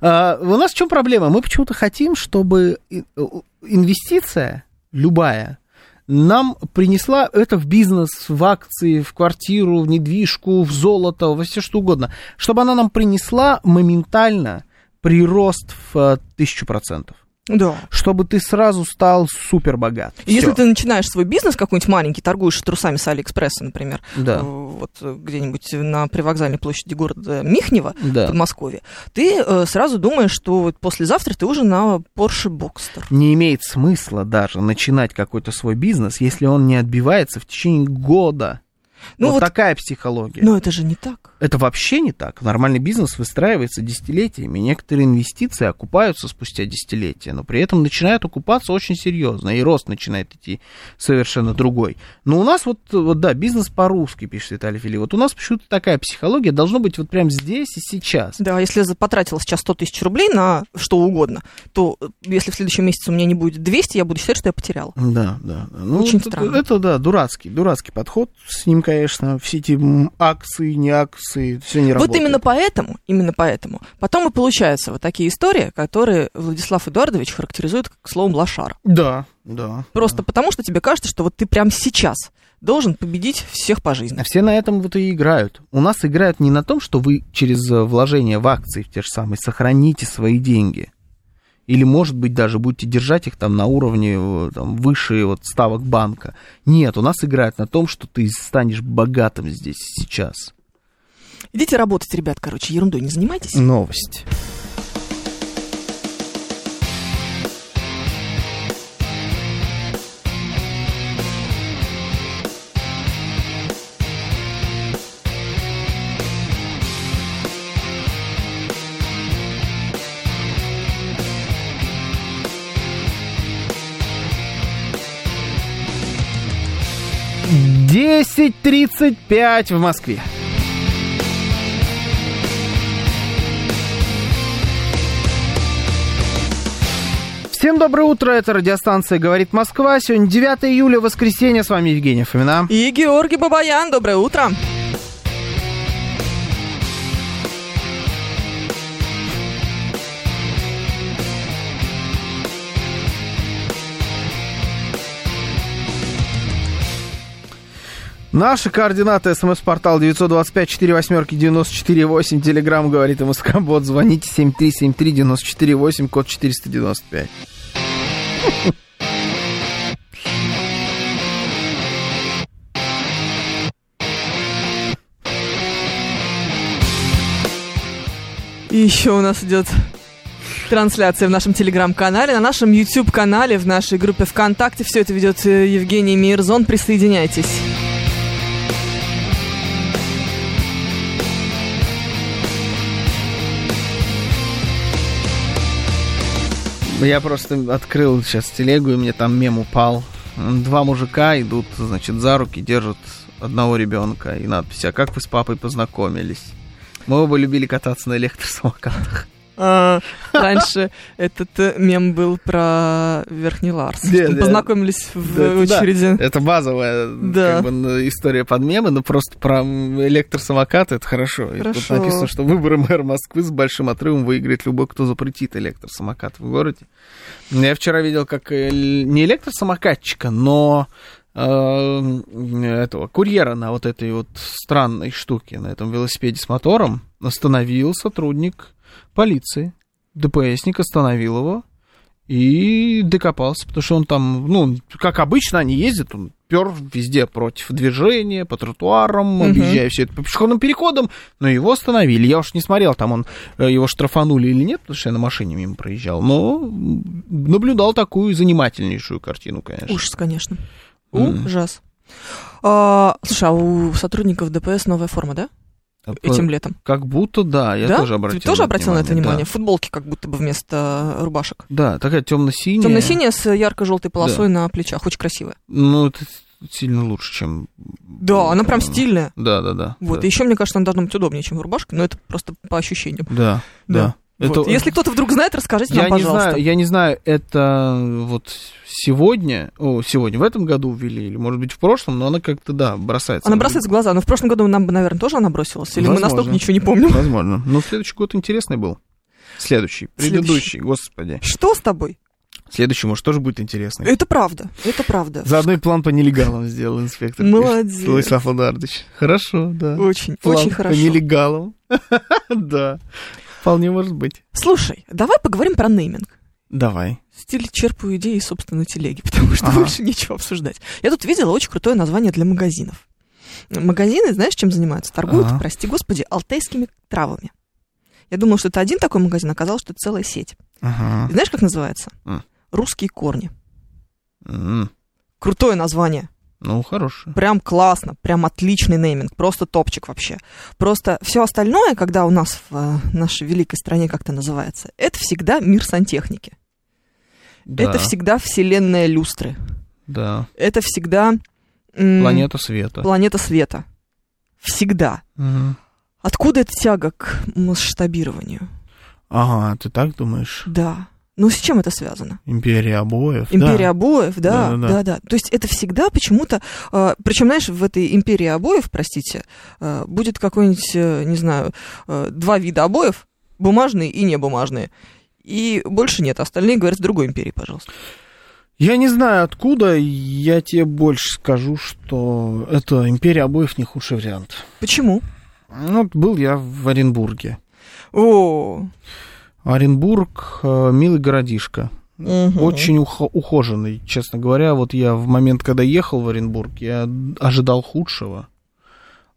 Speaker 2: А, У нас в чем проблема? Мы почему-то хотим, чтобы и- у- инвестиция любая нам принесла это в бизнес, в акции, в квартиру, в недвижку, в золото, во все что угодно. Чтобы она нам принесла моментально прирост в э, тысячу процентов.
Speaker 3: Да.
Speaker 2: Чтобы ты сразу стал супер богат.
Speaker 3: Если ты начинаешь свой бизнес какой-нибудь маленький, торгуешь трусами с Алиэкспресса, например, э,
Speaker 2: Да,
Speaker 3: вот э, где-нибудь на привокзальной площади города Михнева, в
Speaker 2: да.
Speaker 3: Подмосковье, ты э, сразу думаешь, что вот послезавтра ты уже на Porsche Boxster.
Speaker 2: не имеет смысла даже начинать какой-то свой бизнес, если он не отбивается в течение года.
Speaker 3: Ну
Speaker 2: вот,
Speaker 3: вот,
Speaker 2: такая психология.
Speaker 3: но это же не так.
Speaker 2: Это вообще не так. Нормальный бизнес выстраивается десятилетиями. Некоторые инвестиции окупаются спустя десятилетия, но при этом начинают окупаться очень серьезно, и рост начинает идти совершенно другой. Но у нас вот, вот да, бизнес по-русски, пишет Виталий Фили. Вот у нас почему-то такая психология должна быть вот прямо здесь и сейчас.
Speaker 3: Да, если я потратила сейчас 100 тысяч рублей на что угодно, то э, если в следующем месяце у меня не будет 200, я буду считать, что я потеряла.
Speaker 2: Да, да. Ну,
Speaker 3: Очень
Speaker 2: это,
Speaker 3: странно.
Speaker 2: Это, да, дурацкий, дурацкий подход. С ним, конечно, все эти м, акции, не акции, все не работает.
Speaker 3: Вот именно поэтому, именно поэтому, потом и получаются вот такие истории, которые Владислав Эдуардович характеризует как словом лошара.
Speaker 2: Да, да.
Speaker 3: Просто потому, что тебе кажется, что вот ты прямо сейчас должен победить всех по жизни.
Speaker 2: А Все на этом вот и играют. У нас играют не на том, что вы через э, вложение в акции, в те же самые, сохраните свои деньги. Или, может быть, даже будете держать их там на уровне э, там, выше вот, ставок банка. Нет, у нас играют на том, что ты станешь богатым здесь и сейчас.
Speaker 3: Идите работать, ребят, короче, ерундой не занимайтесь.
Speaker 2: Новость. 10.35 в Москве. Всем доброе утро, это радиостанция «Говорит Москва». Сегодня 9 июля, воскресенье, с вами Евгения Фомина.
Speaker 3: И Георгий Бабаян, доброе утро.
Speaker 2: Наши координаты. СМС-портал 925-48-94-8. Телеграмм говорит МСК-бот. Звоните 7373-94-8, код 495.
Speaker 3: И еще у нас идет трансляция в нашем телеграм-канале, на нашем YouTube-канале, в нашей группе ВКонтакте. Все это ведет э, Евгений Мирзон. Присоединяйтесь.
Speaker 2: Я просто открыл сейчас телегу, и мне там мем упал. Два мужика идут, значит, за руки, держат одного ребенка. И надпись, а как вы с папой познакомились? Мы оба любили кататься на электросамокатах.
Speaker 3: А, Раньше этот э, мем был про Верхний Ларс.
Speaker 2: Да,
Speaker 3: Что мы
Speaker 2: да.
Speaker 3: Познакомились в
Speaker 2: Да,
Speaker 3: э,
Speaker 2: это да.
Speaker 3: очереди.
Speaker 2: Это базовая как
Speaker 3: Да.
Speaker 2: бы, н- история под мемы, но просто про м, электросамокаты это хорошо. И тут
Speaker 3: Хорошо.
Speaker 2: написано, что выборы мэра Москвы с большим отрывом выиграет любой, кто запретит электросамокат в городе. Я вчера видел, как э, л- не электросамокатчика, но э, м, этого курьера на вот этой вот странной штуке, на этом велосипеде с мотором, остановил сотрудник полиции. ДПСник остановил его и докопался, потому что он там, ну, как обычно они ездят, он пер везде против движения, по тротуарам,
Speaker 3: Мгм.
Speaker 2: объезжая все это по пешеходным переходам, но его остановили. Я уж не смотрел, там он э, его штрафанули или нет, потому что я на машине мимо проезжал, но м, наблюдал такую занимательнейшую картину, конечно.
Speaker 3: Ужас, конечно.
Speaker 2: Э. М.
Speaker 3: Ужас. А, Слушай, а у сотрудников ДПС новая форма, да? Этим летом.
Speaker 2: А Как будто да, Ну, я
Speaker 3: да?
Speaker 2: тоже обратил.
Speaker 3: Ты тоже обратил на это внимание?
Speaker 2: Да.
Speaker 3: Футболки как будто бы вместо рубашек.
Speaker 2: Да, такая темно-синяя.
Speaker 3: Темно-синяя с ярко-желтой полосой на плечах. Очень красивая.
Speaker 2: Ну, это сильно лучше, чем...
Speaker 3: Да, она прям
Speaker 2: Э,
Speaker 3: стильная.
Speaker 2: Да, да, да.
Speaker 3: Вот.
Speaker 2: да.
Speaker 3: И еще, мне кажется, она должна быть удобнее, чем в рубашке, но это просто по ощущениям.
Speaker 2: Да, да.
Speaker 3: Вот.
Speaker 2: Это-
Speaker 3: Если кто-то вдруг знает, расскажите
Speaker 2: я
Speaker 3: нам,
Speaker 2: не
Speaker 3: пожалуйста.
Speaker 2: знаю, я не знаю, это вот сегодня, о, сегодня в этом году ввели, или может быть в прошлом, но она как-то да бросается.
Speaker 3: Она бросается в глаза, но в прошлом году нам бы, наверное, тоже она бросилась, или мы
Speaker 2: Возможно.
Speaker 3: настолько ничего не помним.
Speaker 2: Возможно. Но следующий год интересный был. Следующий, предыдущий, господи.
Speaker 3: Что с тобой?
Speaker 2: Следующий, может, тоже будет интересный.
Speaker 3: Это правда, это правда.
Speaker 2: Заодно и план по нелегалам сделал инспектор. пишет
Speaker 3: Молодец.
Speaker 2: Владислав Ладардович. Хорошо, да.
Speaker 3: Очень,
Speaker 2: План
Speaker 3: очень
Speaker 2: по
Speaker 3: хорошо.
Speaker 2: нелегалам. Да. Вполне может быть.
Speaker 3: Слушай, давай поговорим про нейминг.
Speaker 2: Давай.
Speaker 3: Стиль черпаю идеи из собственной телеги, потому что
Speaker 2: Ага.
Speaker 3: больше нечего обсуждать. Я тут видела очень крутое название для магазинов. Магазины, знаешь, чем занимаются? Торгуют,
Speaker 2: Ага.
Speaker 3: прости господи, алтайскими травами. Я думала, что это один такой магазин, оказалось, что это целая сеть.
Speaker 2: Ага. А.
Speaker 3: И знаешь, как называется?
Speaker 2: М.
Speaker 3: «Русские корни».
Speaker 2: М,
Speaker 3: Крутое название.
Speaker 2: Ну, хороший.
Speaker 3: Прям классно, прям отличный нейминг, просто топчик вообще. Просто все остальное, когда у нас в э, нашей великой стране как-то называется, это всегда мир сантехники.
Speaker 2: Да,
Speaker 3: Это всегда вселенная люстры.
Speaker 2: Да.
Speaker 3: Это всегда м,
Speaker 2: Планета света.
Speaker 3: планета света. Всегда.
Speaker 2: Мгм.
Speaker 3: Откуда эта тяга к масштабированию?
Speaker 2: Ага, а ты так думаешь?
Speaker 3: Да. Ну с чем это связано?
Speaker 2: Империя обоев?
Speaker 3: Империя обоев, да, да, да,
Speaker 2: Да-да-да.
Speaker 3: То есть это всегда почему-то, причем, знаешь, в этой империи обоев, простите, э, будет какой-нибудь, э, не знаю, э, два вида обоев, бумажные и небумажные. И больше нет, остальные говорят с другой империи, пожалуйста.
Speaker 2: Я не знаю откуда, я тебе больше скажу, что это империя обоев не худший вариант.
Speaker 3: Почему?
Speaker 2: Ну, вот был я в Оренбурге.
Speaker 3: О,
Speaker 2: Оренбург, э, милый городишко.
Speaker 3: мгм.
Speaker 2: Очень ухо- ухоженный, честно говоря. Вот я в момент, когда ехал в Оренбург, я ожидал худшего.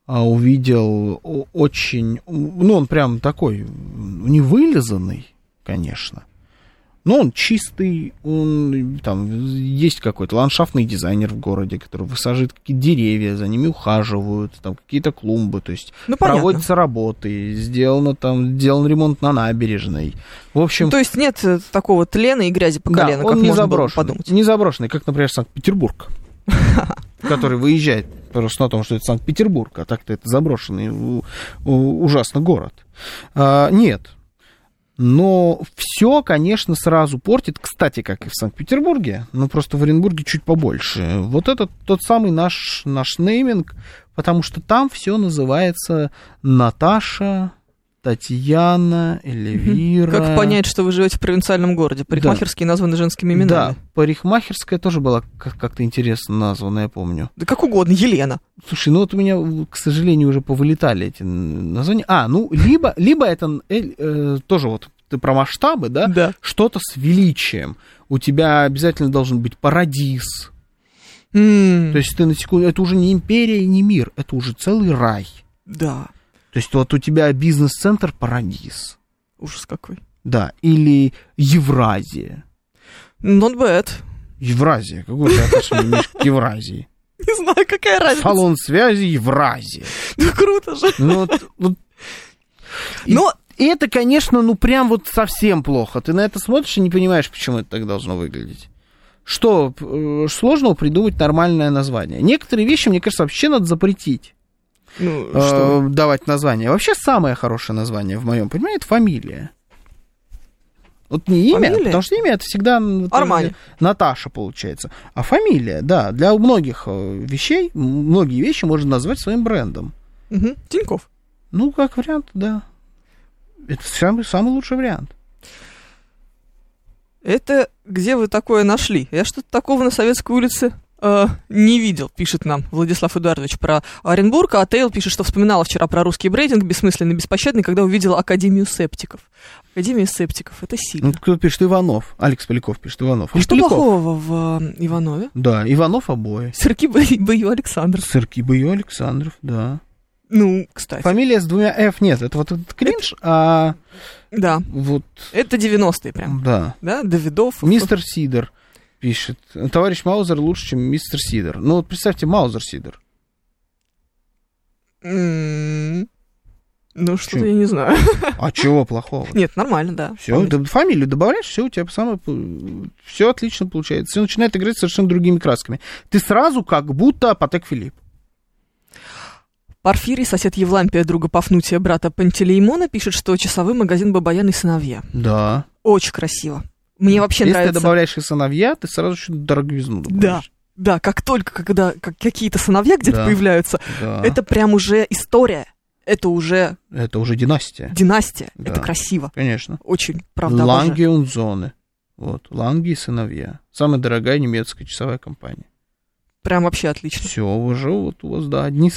Speaker 2: А увидел о- очень... Ну, он прям такой м, невылизанный, конечно. Но он чистый, он там есть какой-то ландшафтный дизайнер в городе, который высаживает какие-то деревья, за ними ухаживают, там какие-то клумбы, то есть
Speaker 3: Ну, понятно.
Speaker 2: проводятся работы, сделано там, сделан ремонт на набережной. В общем,
Speaker 3: Ну, То есть нет э, такого тлена и грязи по
Speaker 2: да,
Speaker 3: колено,
Speaker 2: он
Speaker 3: как
Speaker 2: не
Speaker 3: можно было бы
Speaker 2: заброшенный.
Speaker 3: подумать.
Speaker 2: Не заброшенный, как, например, Санкт-Петербург. который выезжает просто на том, что это Санкт-Петербург, а так-то это заброшенный у- у- ужасно город. А, нет. Но все, конечно, сразу портит. Кстати, как и в Санкт-Петербурге, но просто в Оренбурге чуть побольше. Вот это тот самый наш, наш нейминг, потому что там все называется Наташа, Татьяна, Эльвира.
Speaker 3: Как понять, что вы живете в провинциальном городе? Парикмахерские названы
Speaker 2: Да,
Speaker 3: женскими именами.
Speaker 2: парикмахерская тоже была как- как-то интересно названа, я помню.
Speaker 3: Да как угодно, Елена.
Speaker 2: Слушай, ну вот у меня, к сожалению, уже повылетали эти н- названия. А, ну, либо, либо это э, э, тоже вот ты про масштабы, да? Что-то с величием. У тебя обязательно должен быть парадис.
Speaker 3: М,
Speaker 2: То есть ты на секунду... Это уже не империя и не мир, это уже целый рай.
Speaker 3: Да.
Speaker 2: То есть вот у тебя бизнес-центр парадис.
Speaker 3: Ужас какой.
Speaker 2: Да, или Евразия.
Speaker 3: Not bad.
Speaker 2: Евразия. Какое ты отношение имеешь к Евразии?
Speaker 3: Не знаю, какая разница.
Speaker 2: Салон связи Евразия.
Speaker 3: Ну, круто же.
Speaker 2: Ну, вот- вот И-
Speaker 3: Но
Speaker 2: И это, конечно, ну прям вот совсем плохо. Ты на это смотришь и не понимаешь, почему это так должно выглядеть. Что э, сложного придумать нормальное название? Некоторые вещи, мне кажется, вообще надо запретить
Speaker 3: ну, что?
Speaker 2: э, давать название. Вообще самое хорошее название в моем понимании это фамилия. Вот не имя,
Speaker 3: Фамилия?
Speaker 2: потому что имя это всегда ну, там,
Speaker 3: Армани.
Speaker 2: где Наташа получается, а фамилия, да, для многих э, вещей м- многие вещи можно назвать своим брендом.
Speaker 3: Мгм. Тиньков.
Speaker 2: Ну, как вариант, да. Это самый, самый лучший вариант.
Speaker 3: Это где вы такое нашли? Я что-то такого на Советской улице э, не видел, пишет нам Владислав Эдуардович про Оренбург, а Тейл пишет, что вспоминала вчера про русский брейдинг, бессмысленный, беспощадный, когда увидела Академию септиков. Академия септиков, это
Speaker 2: Ну,
Speaker 3: сильно.
Speaker 2: кто пишет Иванов? Алекс Поляков пишет Иванов.
Speaker 3: А
Speaker 2: Или
Speaker 3: что
Speaker 2: Поляков?
Speaker 3: плохого в э, Иванове?
Speaker 2: Да, Иванов обои.
Speaker 3: Сырки Б- Бою Александр.
Speaker 2: Сырки Бою Александров, да.
Speaker 3: Ну, кстати,
Speaker 2: Фамилия с двумя F нет. Это вот этот кринж, а
Speaker 3: да.
Speaker 2: вот,
Speaker 3: Это 90-е прям,
Speaker 2: да.
Speaker 3: да? Давидов.
Speaker 2: Мистер Сидор пишет. Товарищ Маузер лучше, чем мистер Сидор. Ну, вот представьте, Маузер Сидор.
Speaker 3: М, Ну,
Speaker 2: Чё?
Speaker 3: что-то я не знаю.
Speaker 2: А чего плохого?
Speaker 3: Нет, нормально, да.
Speaker 2: Все, фамилию добавляешь, все у тебя самое... Все отлично получается. Все начинает играть совершенно другими красками. Ты сразу как будто Патек Филипп.
Speaker 3: Порфирий, сосед Евлампия, друга Пафнутия, брата Пантелеймона, пишет, что часовой магазин Бабаян и сыновья.
Speaker 2: Да.
Speaker 3: Очень красиво. Мне вообще
Speaker 2: Если
Speaker 3: нравится.
Speaker 2: ты добавляешь и сыновья, ты сразу еще дороговизну добавляешь.
Speaker 3: Да, как только когда как- какие-то сыновья где-то
Speaker 2: Да. А.
Speaker 3: появляются,
Speaker 2: Да.
Speaker 3: это прям уже история. Это уже
Speaker 2: Это уже династия,
Speaker 3: династия.
Speaker 2: Да.
Speaker 3: Это красиво.
Speaker 2: конечно.
Speaker 3: Очень, правда, обожаю.
Speaker 2: Ланги и Унзоны. Вот, Ланги и сыновья. Самая дорогая немецкая часовая компания.
Speaker 3: Прям вообще отлично.
Speaker 2: Все, уже вот у вас, да, одни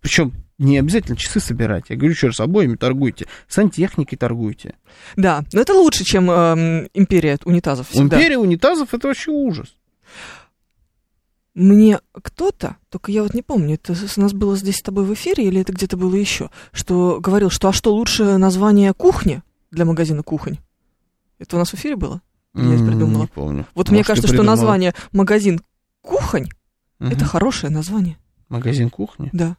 Speaker 2: Причем не обязательно часы собирать. Я говорю, еще раз, обоими торгуйте. Сантехникой торгуйте.
Speaker 3: Да, но это лучше, чем эм, империя унитазов всегда.
Speaker 2: Империя унитазов это вообще ужас.
Speaker 3: Мне кто-то, только я вот не помню, это с- у нас было здесь с тобой в эфире или это где-то было еще, что говорил, что а что лучше название кухни для магазина кухонь? Это у нас в эфире было? Я
Speaker 2: М,
Speaker 3: придумала.
Speaker 2: Не помню.
Speaker 3: Вот
Speaker 2: А
Speaker 3: мне
Speaker 2: может, ты
Speaker 3: кажется, что
Speaker 2: придумала?
Speaker 3: название магазин кухонь
Speaker 2: Мгм.
Speaker 3: это хорошее название,
Speaker 2: Магазин кухни.
Speaker 3: да.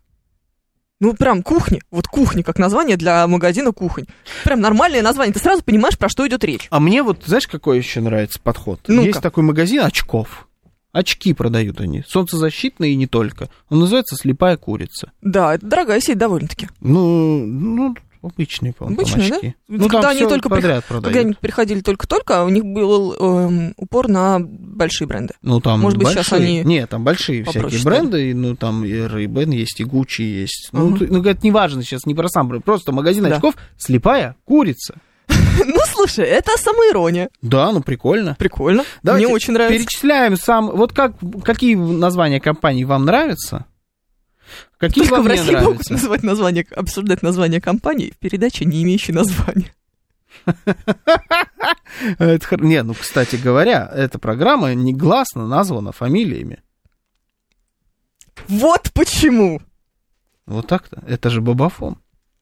Speaker 3: Ну, прям кухни, вот кухни как название для магазина кухонь. Прям нормальное название, ты сразу понимаешь, про что идет речь.
Speaker 2: А мне вот, знаешь, какой еще нравится подход?
Speaker 3: Ну-ка.
Speaker 2: Есть такой магазин очков. Очки продают они. Солнцезащитные и не только. Он называется «Слепая курица».
Speaker 3: Да, это дорогая сеть довольно-таки.
Speaker 2: Ну, ну обычные, по-моему, там
Speaker 3: Обычные, да?
Speaker 2: очки.
Speaker 3: Это
Speaker 2: Ну, там
Speaker 3: когда они
Speaker 2: всё
Speaker 3: только прих-
Speaker 2: подряд
Speaker 3: Когда
Speaker 2: продают.
Speaker 3: они приходили только-только, а у них был эм, упор на большие бренды.
Speaker 2: Ну, там
Speaker 3: Может быть,
Speaker 2: большие.
Speaker 3: сейчас они
Speaker 2: Не, там большие
Speaker 3: попроще
Speaker 2: всякие
Speaker 3: стали.
Speaker 2: бренды. и, Ну, там и Ray-Ban есть, и Gucci есть. Ну,
Speaker 3: Мгм.
Speaker 2: ты- ну, это не важно сейчас, не про сам бренд. Просто магазин
Speaker 3: Да.
Speaker 2: очков «Слепая курица».
Speaker 3: Ну, слушай, это самоирония.
Speaker 2: Да, ну, прикольно.
Speaker 3: Прикольно.
Speaker 2: Давайте
Speaker 3: Мне очень нравится.
Speaker 2: Перечисляем сам. Вот как, какие названия компаний вам нравятся? Какие
Speaker 3: Только
Speaker 2: вам
Speaker 3: в
Speaker 2: не
Speaker 3: России
Speaker 2: нравятся?
Speaker 3: могут называть название, обсуждать название компании в передаче, не имеющей названия.
Speaker 2: Это хор- Не, ну, кстати говоря, эта программа негласно названа фамилиями.
Speaker 3: Вот почему.
Speaker 2: Вот так-то. Это же Бабафон.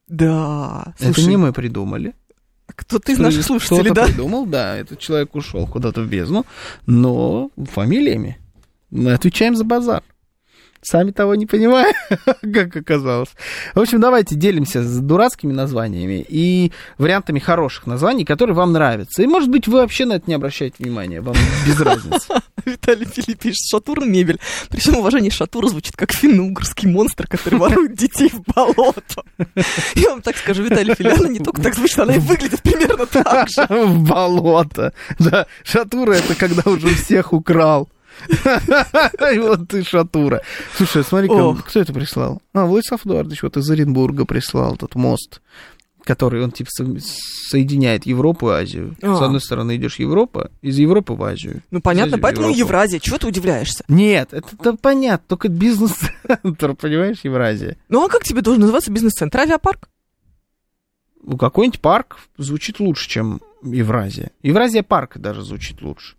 Speaker 3: Да.
Speaker 2: это
Speaker 3: Слушай,
Speaker 2: не мы придумали.
Speaker 3: кто-то из наших
Speaker 2: Кто-то
Speaker 3: слушателей, да?
Speaker 2: придумал, да. Этот человек ушел куда-то в бездну, но фамилиями. Мы отвечаем за базар. Сами того не понимая, как оказалось. В общем, давайте делимся с дурацкими названиями и вариантами хороших названий, которые вам нравятся. И, может быть, вы вообще на это не обращаете внимания, вам без разницы.
Speaker 3: Виталий Филипп пишет, Шатурн мебель. Причем уважение Шатура звучит как финно-угрский монстр, который ворует детей в болото. Я вам так скажу, Виталий Филипп, она не только так звучит, она и выглядит примерно так же.
Speaker 2: В болото. Да, шатура это когда уже всех украл. И вот ты шатура. Слушай, смотри, кому-
Speaker 3: Ох.
Speaker 2: кто это прислал? А, Владислав Эдуардович вот из Оренбурга прислал этот мост, который он типа со- соединяет Европу и Азию. С
Speaker 3: А.
Speaker 2: одной стороны идешь Европа, из Европы в Азию.
Speaker 3: Ну, понятно,
Speaker 2: Азию,
Speaker 3: поэтому
Speaker 2: Европу.
Speaker 3: Евразия. Чего ты удивляешься?
Speaker 2: Нет, это, это понятно, только бизнес-центр, понимаешь, Евразия.
Speaker 3: Ну, а как тебе должен называться бизнес-центр? Авиапарк?
Speaker 2: Ну, какой-нибудь парк звучит лучше, чем Евразия. Евразия парк даже звучит лучше.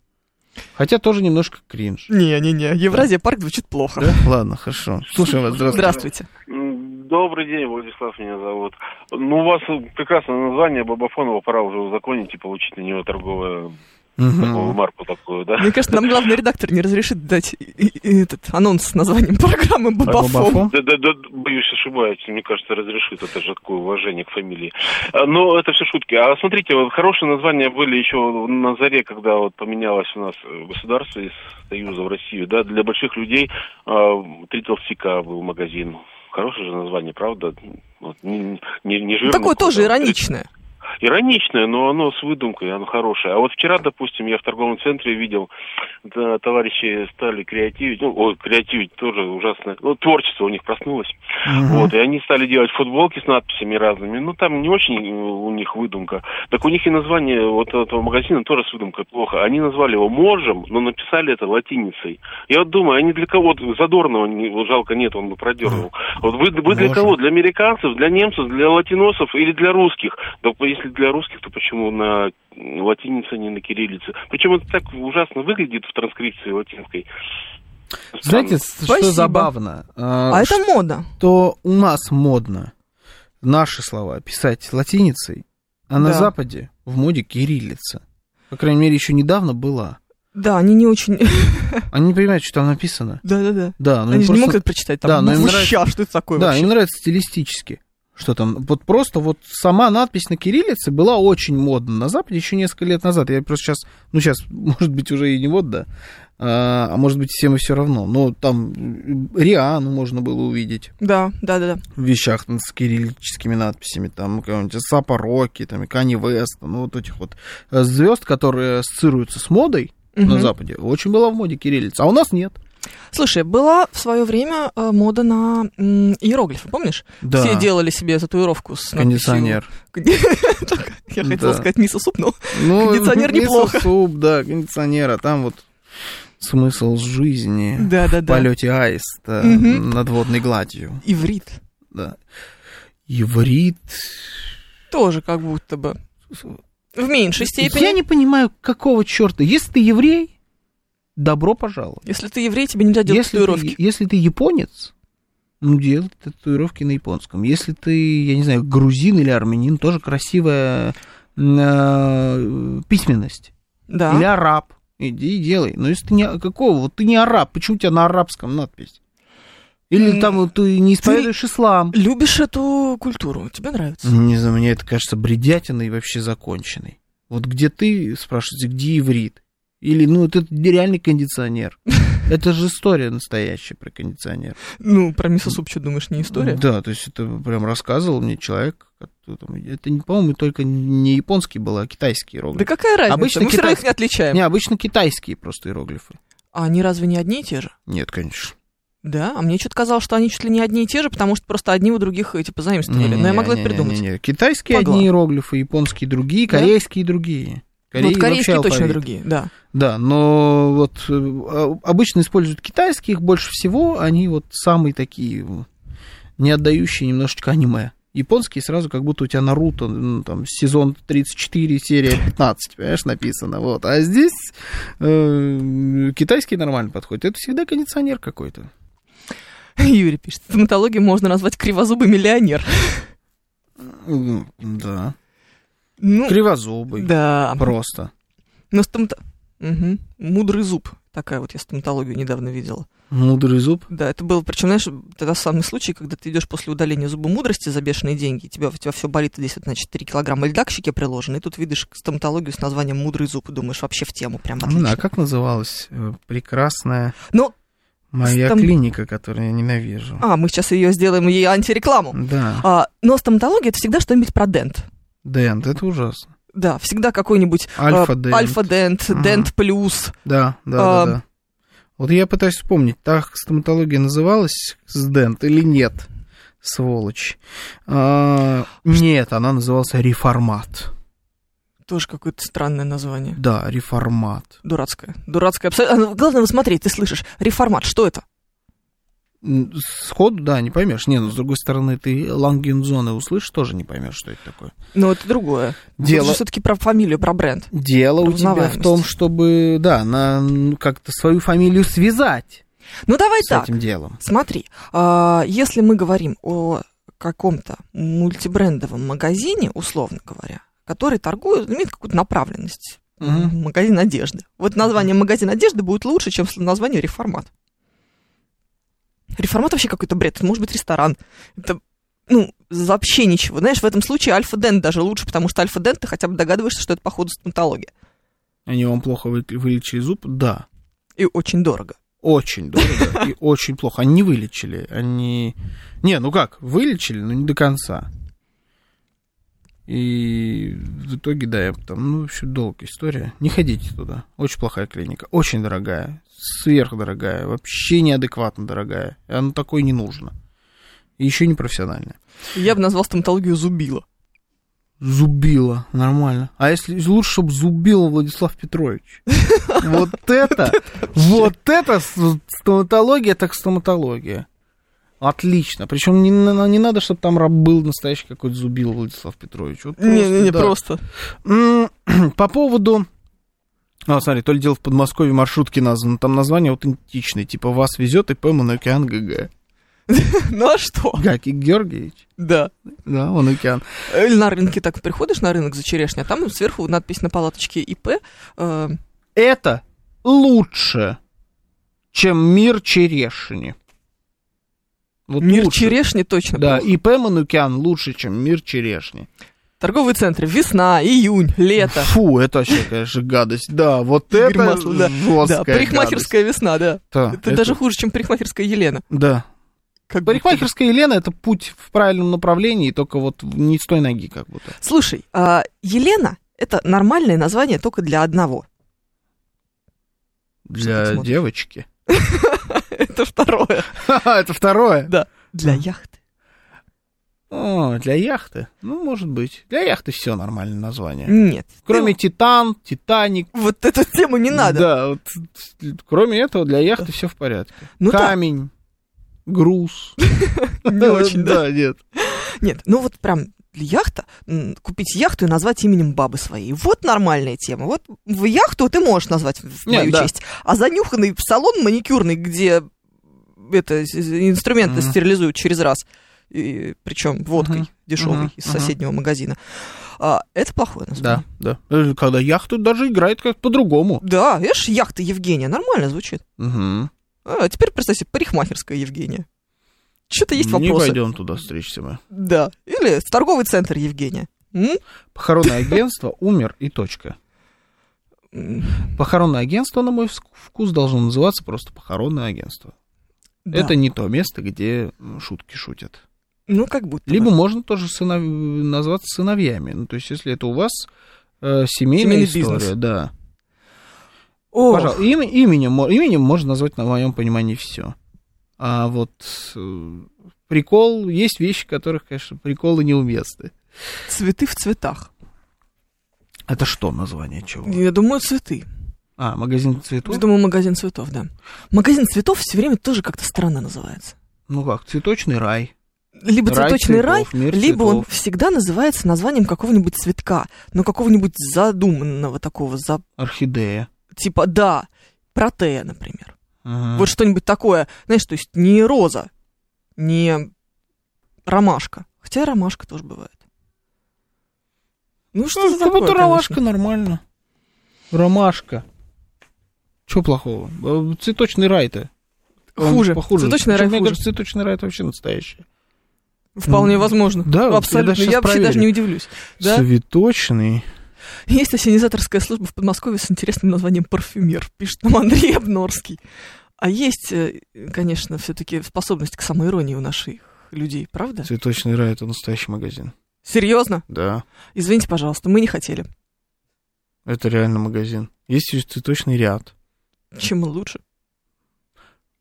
Speaker 2: Хотя тоже немножко кринж.
Speaker 3: Не-не-не, Евразия-парк звучит плохо.
Speaker 2: Да? Ладно, хорошо. Слушаем вас, здравствуйте.
Speaker 3: Здравствуйте.
Speaker 5: М, Добрый день, Владислав меня зовут. Ну, у вас э, прекрасное название Бабафонова, пора уже узаконить и получить на него торговую,
Speaker 2: Мгм.
Speaker 5: торговую марку такую, да?
Speaker 3: Мне кажется, нам главный редактор не разрешит дать и- и- этот анонс с названием программы «Бабафом».
Speaker 2: Бабафом?
Speaker 5: Да, да, да, боюсь, ошибаюсь, мне кажется, разрешит, это же такое уважение к фамилии. А, Но это все шутки. А смотрите, вот хорошие названия были еще на заре, когда вот поменялось у нас э, государство из Союза в Россию, да, для больших людей а, три толстяка был магазин. Хорошее же название, правда? Вот, не, не, не жирное
Speaker 3: Такое тоже
Speaker 5: какое-то.
Speaker 3: ироничное.
Speaker 5: Ироничное, но оно с выдумкой, оно хорошее. А вот вчера, допустим, я в торговом центре видел, да, товарищи стали креативить, ну, ой, креативить тоже ужасно, ну, творчество у них проснулось.
Speaker 2: Мгм.
Speaker 5: Вот, и они стали делать футболки с надписями разными. Ну, там не очень э, у них выдумка. Так у них и название вот этого магазина тоже с выдумкой плохо. Они назвали его «Можем», но написали это латиницей. Я вот думаю, они для кого? Вот Задорного не- вот жалко нет, он бы продернул. Вот вы, вы для
Speaker 2: Хм. «Можем».
Speaker 5: кого? Для американцев, для немцев, для латиносов или для русских? Да если для русских, то почему на латинице, не на кириллице? Причем это так ужасно выглядит в транскрипции латинской.
Speaker 2: Знаете,
Speaker 5: Странно.
Speaker 2: с-
Speaker 3: Спасибо.
Speaker 2: что забавно?
Speaker 3: А
Speaker 2: А,
Speaker 3: это мода.
Speaker 2: Что у нас модно наши слова писать латиницей, а на
Speaker 3: Да.
Speaker 2: Западе в моде кириллица. По крайней мере, еще недавно была.
Speaker 3: Да, они не очень...
Speaker 2: Они не понимают, что там написано.
Speaker 3: Да-да-да.
Speaker 2: Да, но
Speaker 3: Они
Speaker 2: Ну, им
Speaker 3: же не
Speaker 2: просто-
Speaker 3: могут это прочитать.
Speaker 2: Да,
Speaker 3: Там
Speaker 2: но им
Speaker 3: буква
Speaker 2: нравится-
Speaker 3: «ща», что это такое
Speaker 2: Да,
Speaker 3: вообще?
Speaker 2: им нравится стилистически. Что там? Вот просто вот сама надпись на кириллице была очень модна на Западе еще несколько лет назад. Я просто сейчас, ну сейчас, может быть, уже и не модно, а а может быть, всем и все равно. Но там м, Риану можно было увидеть
Speaker 3: Да, да, да, да.
Speaker 2: в вещах там с кириллическими надписями, там какого-нибудь Сапа Рокки, там и Кани Веста, ну вот этих вот звезд, которые ассоциируются с модой на
Speaker 3: Мгм.
Speaker 2: Западе, очень была в моде кириллица, а у нас нет.
Speaker 3: Слушай, была в свое время э, мода на м, иероглифы, помнишь?
Speaker 2: Да.
Speaker 3: Все делали себе татуировку с надписью-
Speaker 2: кондиционер.
Speaker 3: Только Я хотела
Speaker 2: Да.
Speaker 3: сказать мисо суп, но
Speaker 2: Ну,
Speaker 3: Кондиционер
Speaker 2: не
Speaker 3: неплохо.
Speaker 2: суп, да, кондиционер, а там вот смысл жизни в
Speaker 3: да-да-да.
Speaker 2: полете аиста
Speaker 3: Мгм.
Speaker 2: над водной гладью.
Speaker 3: Иврит
Speaker 2: Да. Еврит.
Speaker 3: тоже как будто бы. В меньшей степени.
Speaker 2: Я не понимаю, какого черта. Если ты еврей, добро пожаловать.
Speaker 3: Если ты еврей, тебе нельзя делать
Speaker 2: Если ты,
Speaker 3: татуировки.
Speaker 2: если ты японец, ну, делай татуировки на японском. Если ты, я не знаю, грузин или армянин, тоже красивая м, э, письменность.
Speaker 3: Да.
Speaker 2: Или араб. Иди и делай. Но если ты не... Какого? Вот ты не араб. Почему у тебя на арабском надпись? Или
Speaker 3: М,
Speaker 2: там вот ты не исповедуешь ислам?
Speaker 3: Любишь эту культуру, тебе нравится.
Speaker 2: Не знаю, мне это кажется бредятиной вообще законченной. Вот где ты, спрашиваете, где иврит? Или, ну, вот это реальный кондиционер. Это же история настоящая про кондиционер.
Speaker 3: Ну, про мисо суп что думаешь, не история?
Speaker 2: Да, то есть это прям рассказывал мне человек. кто там- Это, не- по-моему, только не японский был, а китайский
Speaker 3: Да
Speaker 2: иероглиф.
Speaker 3: какая разница?
Speaker 2: Обычно
Speaker 3: Мы все равно их
Speaker 2: китайцы-
Speaker 3: не отличаем.
Speaker 2: Не, обычно китайские просто иероглифы.
Speaker 3: А они разве не одни и те же?
Speaker 2: Нет, конечно.
Speaker 3: Да, а мне что-то казалось, что они чуть ли не одни и те же, потому что просто одни у других эти позаимствовали. Но я
Speaker 2: Не-не-не,
Speaker 3: могла это придумать.
Speaker 2: не-не-не. Китайские
Speaker 3: Могла.
Speaker 2: одни иероглифы, японские другие,
Speaker 3: Да?
Speaker 2: корейские другие.
Speaker 3: Ну,
Speaker 2: Корей
Speaker 3: вот корейские
Speaker 2: вообще
Speaker 3: точно
Speaker 2: алфавит.
Speaker 3: другие, да.
Speaker 2: Да, но вот э, а- обычно используют китайские, их больше всего, они вот самые такие м, не отдающие немножечко аниме. Японские сразу как будто у тебя Наруто, ну, там, сезон 34, серия 15, понимаешь, написано, вот. А здесь э, китайский нормально подходит. Это всегда кондиционер какой-то.
Speaker 3: Юрий пишет, стоматологию можно назвать кривозубый миллионер.
Speaker 2: М, Да.
Speaker 3: Ну,
Speaker 2: Кривозубый.
Speaker 3: да.
Speaker 2: Просто.
Speaker 3: Но стомато... Мгм. Мудрый зуб. такая вот, я стоматологию недавно видела.
Speaker 2: Мудрый зуб.
Speaker 3: Да, это был, причем, знаешь, тогда самый случай, когда ты идешь после удаления зуба мудрости за бешеные деньги, и тебя, у тебя все болит, и здесь, вот, значит, 3 килограмма льда к щеке приложено, и тут видишь стоматологию с названием «Мудрый зуб» и думаешь, вообще в тему, прям
Speaker 2: Ну
Speaker 3: отлично.
Speaker 2: да, как называлась э, прекрасная
Speaker 3: Но,
Speaker 2: моя
Speaker 3: Стамб-
Speaker 2: клиника, которую я ненавижу?
Speaker 3: а, мы сейчас ее сделаем ей антирекламу.
Speaker 2: Да,
Speaker 3: А, но стоматология — это всегда что-нибудь про дент.
Speaker 2: Дент, это ужасно.
Speaker 3: Да, всегда какой-нибудь а,
Speaker 2: Альфа-Дент.
Speaker 3: Альфа-дент,
Speaker 2: Мгм.
Speaker 3: Дент Плюс.
Speaker 2: Да, да, да,
Speaker 3: А.
Speaker 2: да. Вот я пытаюсь вспомнить, так стоматология называлась с Дент или нет, сволочь. А, нет, она называлась Реформат.
Speaker 3: Тоже какое-то странное название.
Speaker 2: Да, Реформат.
Speaker 3: Дурацкое. Дурацкое абсолютно. А, Главное, вот смотри, ты слышишь, реформат, что это?
Speaker 2: М, Сходу, да, не поймешь. Не, ну с другой стороны, ты Лангензоны услышишь, тоже не поймешь, что это такое.
Speaker 3: Но Ну, это другое.
Speaker 2: Дело-
Speaker 3: все-таки про фамилию, про бренд.
Speaker 2: Дело у тебя в
Speaker 3: Узнаваемость.
Speaker 2: том, чтобы, да, на, ну, как-то свою фамилию связать
Speaker 3: Ну давай
Speaker 2: с
Speaker 3: так.
Speaker 2: этим делом.
Speaker 3: Смотри, а, если мы говорим о каком-то мультибрендовом магазине, условно говоря, который торгует, имеет какую-то направленность.
Speaker 2: Мгм.
Speaker 3: Магазин одежды. Вот название магазин одежды будет лучше, чем с- название реформат. Реформат вообще какой-то бред. Это может быть ресторан. Это ну, вообще ничего. Знаешь, в этом случае Альфа-Дент даже лучше, потому что Альфа-Дент ты хотя бы догадываешься, что это, походу, стоматология.
Speaker 2: Они вам плохо вы- вылечили зуб? Да.
Speaker 3: И очень дорого.
Speaker 2: Очень дорого и очень плохо. Они не вылечили. Они... Не, ну как, вылечили, но не до конца. И в итоге, да, я там, ну, вообще долгая история. Не ходите туда. Очень плохая клиника. Очень дорогая. Сверхдорогая. Вообще неадекватно дорогая. И Оно такое не нужно. И еще не профессиональная.
Speaker 3: Я бы назвал стоматологию зубила.
Speaker 2: Зубило, нормально. А если лучше, чтобы зубило Владислав Петрович. Вот это, вот это с- стоматология, так стоматология. Отлично. Причем не, на- не надо, чтобы там раб- был настоящий какой-то зубил Владислав Петрович. Вот
Speaker 3: Не-не-не,
Speaker 2: да.
Speaker 3: просто.
Speaker 2: М, По поводу... А, смотри, то ли дело в Подмосковье маршрутки названы. Там название аутентичное. Типа «Вас везет ИП Монокеан ГГ».
Speaker 3: Ну а что?
Speaker 2: Гакик Георгиевич.
Speaker 3: Да.
Speaker 2: Да, Монокеан.
Speaker 3: Или на рынке так приходишь на рынок за черешней, а там сверху надпись на палаточке ИП. э,
Speaker 2: это лучше, чем мир черешни. Вот
Speaker 3: мир
Speaker 2: лучше.
Speaker 3: черешни точно.
Speaker 2: Да,
Speaker 3: был.
Speaker 2: ИП Манукян лучше, чем мир черешни.
Speaker 3: Торговые центры. Весна, июнь, лето.
Speaker 2: Фу, это вообще, конечно, гадость. Да, вот
Speaker 3: Игорь
Speaker 2: это
Speaker 3: Маслов, да.
Speaker 2: жесткая
Speaker 3: Да, парикмахерская весна, да.
Speaker 2: гадость. Да,
Speaker 3: Это даже хуже, чем парикмахерская Елена.
Speaker 2: Да.
Speaker 3: Как будто бы.
Speaker 2: Парикмахерская Елена — это путь в правильном направлении, только вот не с той ноги как будто.
Speaker 3: Слушай, а, Елена — это нормальное название только для одного. Что ты
Speaker 2: Для
Speaker 3: смотришь?
Speaker 2: девочки.
Speaker 3: Это второе.
Speaker 2: Ха-ха, это второе.
Speaker 3: Для яхты.
Speaker 2: О, для яхты. Ну, может быть. Для яхты все нормальное название.
Speaker 3: Нет.
Speaker 2: Кроме
Speaker 3: Ты-
Speaker 2: Титан, Титаник,
Speaker 3: Вот эту тему не надо.
Speaker 2: Да, вот, кроме этого, для яхты все в порядке.
Speaker 3: Ну да.
Speaker 2: Камень, груз.
Speaker 3: Не очень, да.
Speaker 2: нет.
Speaker 3: Нет, ну вот прям яхта, м, купить яхту и назвать именем бабы своей. Вот нормальная тема. Вот в яхту ты можешь назвать в
Speaker 2: Не,
Speaker 3: мою
Speaker 2: да.
Speaker 3: честь. А занюханный салон маникюрный, где это, с- с- инструменты
Speaker 2: Мгм.
Speaker 3: стерилизуют через раз, и, причем водкой
Speaker 2: Мгм.
Speaker 3: дешевой
Speaker 2: Мгм.
Speaker 3: из
Speaker 2: Мгм.
Speaker 3: соседнего магазина, а, это плохое название.
Speaker 2: Да, да. Э, Когда яхту даже играет как по-другому.
Speaker 3: Да, видишь, яхта Евгения, нормально звучит.
Speaker 2: Угу.
Speaker 3: А, теперь представь себе парикмахерская Евгения. Что-то есть вопросы.
Speaker 2: Не пойдем туда встречаться мы.
Speaker 3: Да. Или торговый центр Евгения. М?
Speaker 2: Похоронное агентство умер и точка.
Speaker 3: М,
Speaker 2: Похоронное агентство, на мой вс- вкус, должно называться просто похоронное агентство.
Speaker 3: да.
Speaker 2: Это не то место, где м, шутки шутят.
Speaker 3: Ну, как будто. бы.
Speaker 2: Либо можно тоже сынов- назваться сыновьями. Ну, то есть, если это у вас э, семейная
Speaker 3: Семейный
Speaker 2: история,
Speaker 3: бизнес.
Speaker 2: да.
Speaker 3: О,
Speaker 2: Пожалуйста, имя- именем, мо- именем можно назвать, на моем понимании, все. А вот э, прикол, есть вещи, которых, конечно, приколы неуместны.
Speaker 3: цветы в цветах.
Speaker 2: Это что название чего?
Speaker 3: Я думаю, цветы.
Speaker 2: А, магазин
Speaker 3: Я
Speaker 2: цветов?
Speaker 3: думаю, магазин цветов, да. Магазин цветов все время тоже как-то странно называется.
Speaker 2: Ну как, цветочный рай.
Speaker 3: Либо цветочный рай,
Speaker 2: цветов, мир
Speaker 3: либо он
Speaker 2: цветов,
Speaker 3: всегда называется названием какого-нибудь цветка, но какого-нибудь задуманного такого, за,
Speaker 2: орхидея.
Speaker 3: типа, да, протея, например.
Speaker 2: Ага.
Speaker 3: Вот что-нибудь такое, знаешь, то есть не роза, не ромашка. Хотя и ромашка тоже бывает. Ну, что
Speaker 2: Ну,
Speaker 3: за
Speaker 2: как Ну,
Speaker 3: такое,
Speaker 2: будто
Speaker 3: конечно.
Speaker 2: ромашка нормально. Ромашка. Чего плохого? Э, Цветочный рай-то. Он
Speaker 3: Хуже.
Speaker 2: Похуже.
Speaker 3: Цветочный
Speaker 2: Причём,
Speaker 3: рай
Speaker 2: Мне
Speaker 3: хуже.
Speaker 2: кажется, цветочный рай это вообще настоящий.
Speaker 3: Вполне
Speaker 2: М,
Speaker 3: возможно.
Speaker 2: да, вот я
Speaker 3: абсолютно.
Speaker 2: даже
Speaker 3: Я,
Speaker 2: щас
Speaker 3: вообще даже
Speaker 2: проверю.
Speaker 3: не удивлюсь. Да?
Speaker 2: Цветочный.
Speaker 3: Есть ассенизаторская служба в Подмосковье с интересным названием «Парфюмер», пишет нам Андрей Обнорский. А есть, э, конечно, все-таки способность к самоиронии у наших людей, правда?
Speaker 2: Цветочный рай это настоящий магазин.
Speaker 3: Серьезно?
Speaker 2: Да.
Speaker 3: Извините, пожалуйста, мы не хотели.
Speaker 2: Это реально магазин. Есть еще цветочный ряд.
Speaker 3: Чем мы лучше?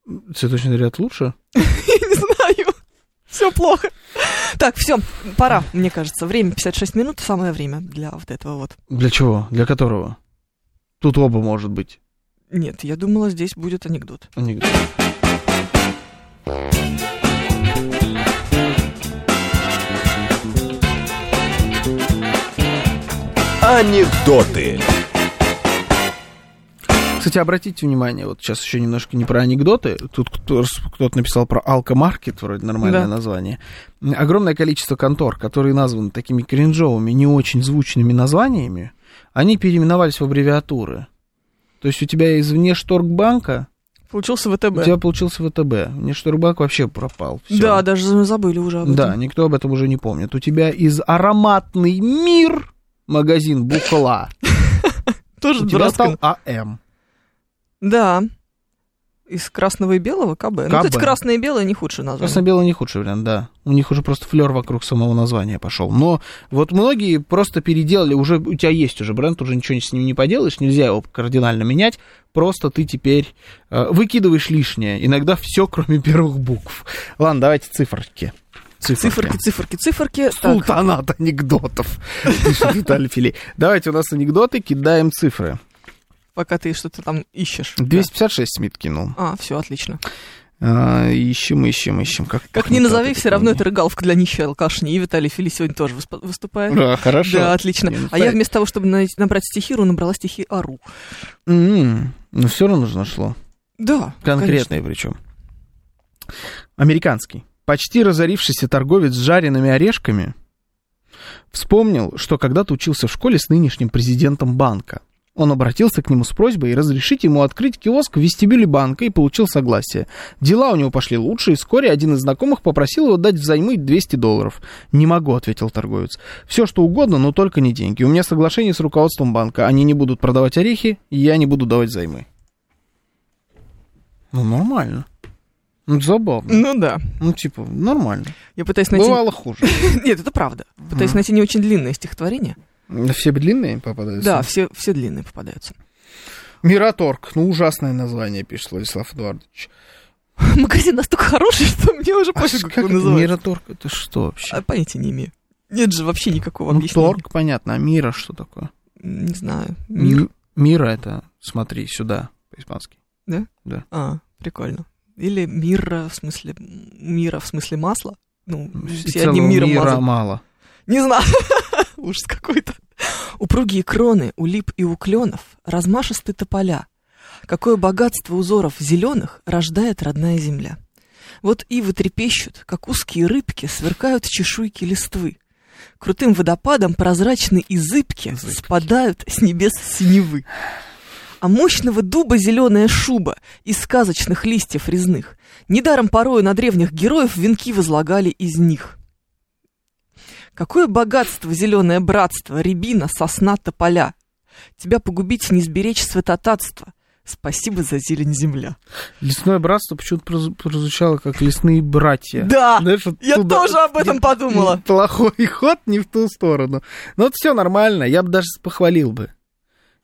Speaker 2: Цветочный ряд лучше?
Speaker 3: Я не знаю. Все плохо. Так, все, пора, мне кажется. Время 56 минут, самое время для вот этого вот.
Speaker 2: Для чего? Для которого? Тут оба может быть.
Speaker 3: Нет, я думала, здесь будет анекдот.
Speaker 2: Анекдот.
Speaker 1: Анекдоты.
Speaker 2: Кстати, обратите внимание, вот сейчас еще немножко не про анекдоты. Тут кто- кто-то написал про алкомаркет, вроде нормальное
Speaker 3: Да.
Speaker 2: название. М, Огромное количество контор, которые названы такими кринжовыми, не очень звучными названиями, они переименовались в аббревиатуры. То есть у тебя из внешторгбанка
Speaker 3: Получился
Speaker 2: у
Speaker 3: ВТБ.
Speaker 2: тебя получился ВТБ. Внешторгбанк вообще пропал. Всё.
Speaker 3: Да, даже забыли уже об этом.
Speaker 2: Да, никто об этом уже не помнит. У тебя из ароматный мир магазин Бухла.
Speaker 3: Тоже
Speaker 2: У тебя А
Speaker 3: дурацкая.
Speaker 2: стал АМ.
Speaker 3: Да. Из красного и белого КБ. Ну,
Speaker 2: КБ.
Speaker 3: кстати, красное и белое не худшее название.
Speaker 2: Красно-белый не худший вариант, да. У них уже просто флер вокруг самого названия пошел. Но вот многие просто переделали, уже у тебя есть уже бренд, уже ничего с ним не поделаешь, нельзя его кардинально менять. Просто ты теперь э, выкидываешь лишнее. Иногда все, кроме первых букв. Ладно, давайте циферки.
Speaker 3: Циферки, циферки, циферки. Так,
Speaker 2: Султанат анекдотов, пишет Виталий Филей. Давайте у нас анекдоты, кидаем цифры.
Speaker 3: пока ты что-то там ищешь.
Speaker 2: 256 Смит кинул.
Speaker 3: А, все, отлично.
Speaker 2: А, ищем, ищем, ищем. Как,
Speaker 3: Как ни назови,
Speaker 2: анекдоты
Speaker 3: все равно
Speaker 2: такие.
Speaker 3: это рыгаловка для нищей алкашни. И Виталий Фили сегодня тоже высп- выступает.
Speaker 2: А, хорошо.
Speaker 3: Да, отлично.
Speaker 2: Не, ну,
Speaker 3: а я
Speaker 2: так.
Speaker 3: вместо того, чтобы най- набрать стихиру, набрала стихи Ару.
Speaker 2: М, Ну, все равно же нашло.
Speaker 3: Да.
Speaker 2: Конкретный причем. Американский. Почти разорившийся торговец с жареными орешками вспомнил, что когда-то учился в школе с нынешним президентом банка. Он обратился к нему с просьбой разрешить ему открыть киоск в вестибюле банка и получил согласие. Дела у него пошли лучше, и вскоре один из знакомых попросил его дать взаймы 200 долларов. «Не могу», — ответил торговец. «Все что угодно, но только не деньги. У меня соглашение с руководством банка. Они не будут продавать орехи, и я не буду давать взаймы». Ну, нормально. Ну, это забавно.
Speaker 3: Ну да.
Speaker 2: Ну, типа, нормально.
Speaker 3: Я пытаюсь найти...
Speaker 2: Бывало хуже.
Speaker 3: Нет, это правда. Пытаюсь найти не очень длинное стихотворение.
Speaker 2: Все длинные попадаются?
Speaker 3: Да, все, все длинные попадаются.
Speaker 2: Мираторг. Ну, ужасное название, пишет Владислав Эдуардович.
Speaker 3: Магазин настолько хороший, что мне уже
Speaker 2: А
Speaker 3: пофиг,
Speaker 2: как
Speaker 3: как его
Speaker 2: это?
Speaker 3: называть.
Speaker 2: Мираторг это что вообще?
Speaker 3: А, Понятия не имею. Нет же вообще никакого
Speaker 2: Ну,
Speaker 3: объяснения.
Speaker 2: торг, понятно. А мира что такое?
Speaker 3: Не знаю. Мир.
Speaker 2: М- Мира это, смотри, сюда, по-испански.
Speaker 3: А, прикольно. Или мира в смысле... м, Мира в смысле масла. Ну, все
Speaker 2: Целого
Speaker 3: одним миром
Speaker 2: мира
Speaker 3: мазают.
Speaker 2: мало.
Speaker 3: Не знаю. Ужас какой-то. Упругие кроны у лип и у кленов, размашисты тополя. Какое богатство узоров зеленых рождает родная земля. Вот ивы трепещут, как узкие рыбки сверкают чешуйки листвы. Крутым водопадом прозрачные и зыбки спадают с небес синевы. А мощного дуба зеленая шуба из сказочных листьев резных. Недаром порою на древних героев венки возлагали из них. Какое богатство, зеленое братство, рябина, сосна, тополя. Тебя погубить, не сберечь святотатство. Спасибо за зелень земля.
Speaker 2: Лесное братство почему-то проз- прозвучало как лесные братья.
Speaker 3: Да,
Speaker 2: Знаешь, вот
Speaker 3: я
Speaker 2: туда-
Speaker 3: тоже об этом
Speaker 2: Нет,
Speaker 3: подумала.
Speaker 2: Плохой ход не в ту сторону. Но вот все нормально, я бы даже похвалил бы.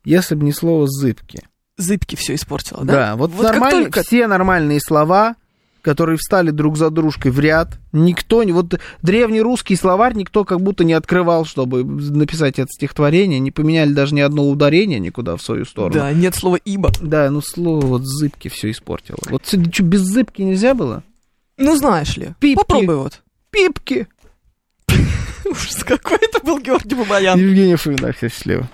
Speaker 2: Если бы не слово «зыбки».
Speaker 3: Зыбки все испортила, да?
Speaker 2: Да, вот,
Speaker 3: Вот как
Speaker 2: нормально,
Speaker 3: только-
Speaker 2: все нормальные слова, которые встали друг за дружкой в ряд, никто не... Вот древнерусский словарь никто как будто не открывал, чтобы написать это стихотворение, не поменяли даже ни одно ударение никуда в свою сторону.
Speaker 3: Да, нет слова ибо.
Speaker 2: Да, ну слово вот «зыбки» все испортило. Вот сё- чё, без «зыбки» нельзя было?
Speaker 3: Ну, знаешь ли,
Speaker 2: Пипки.
Speaker 3: попробуй вот.
Speaker 2: Пипки!
Speaker 3: Ужас, какой это был Георгий Бабаян.
Speaker 2: Евгения Фомина, всех счастливо.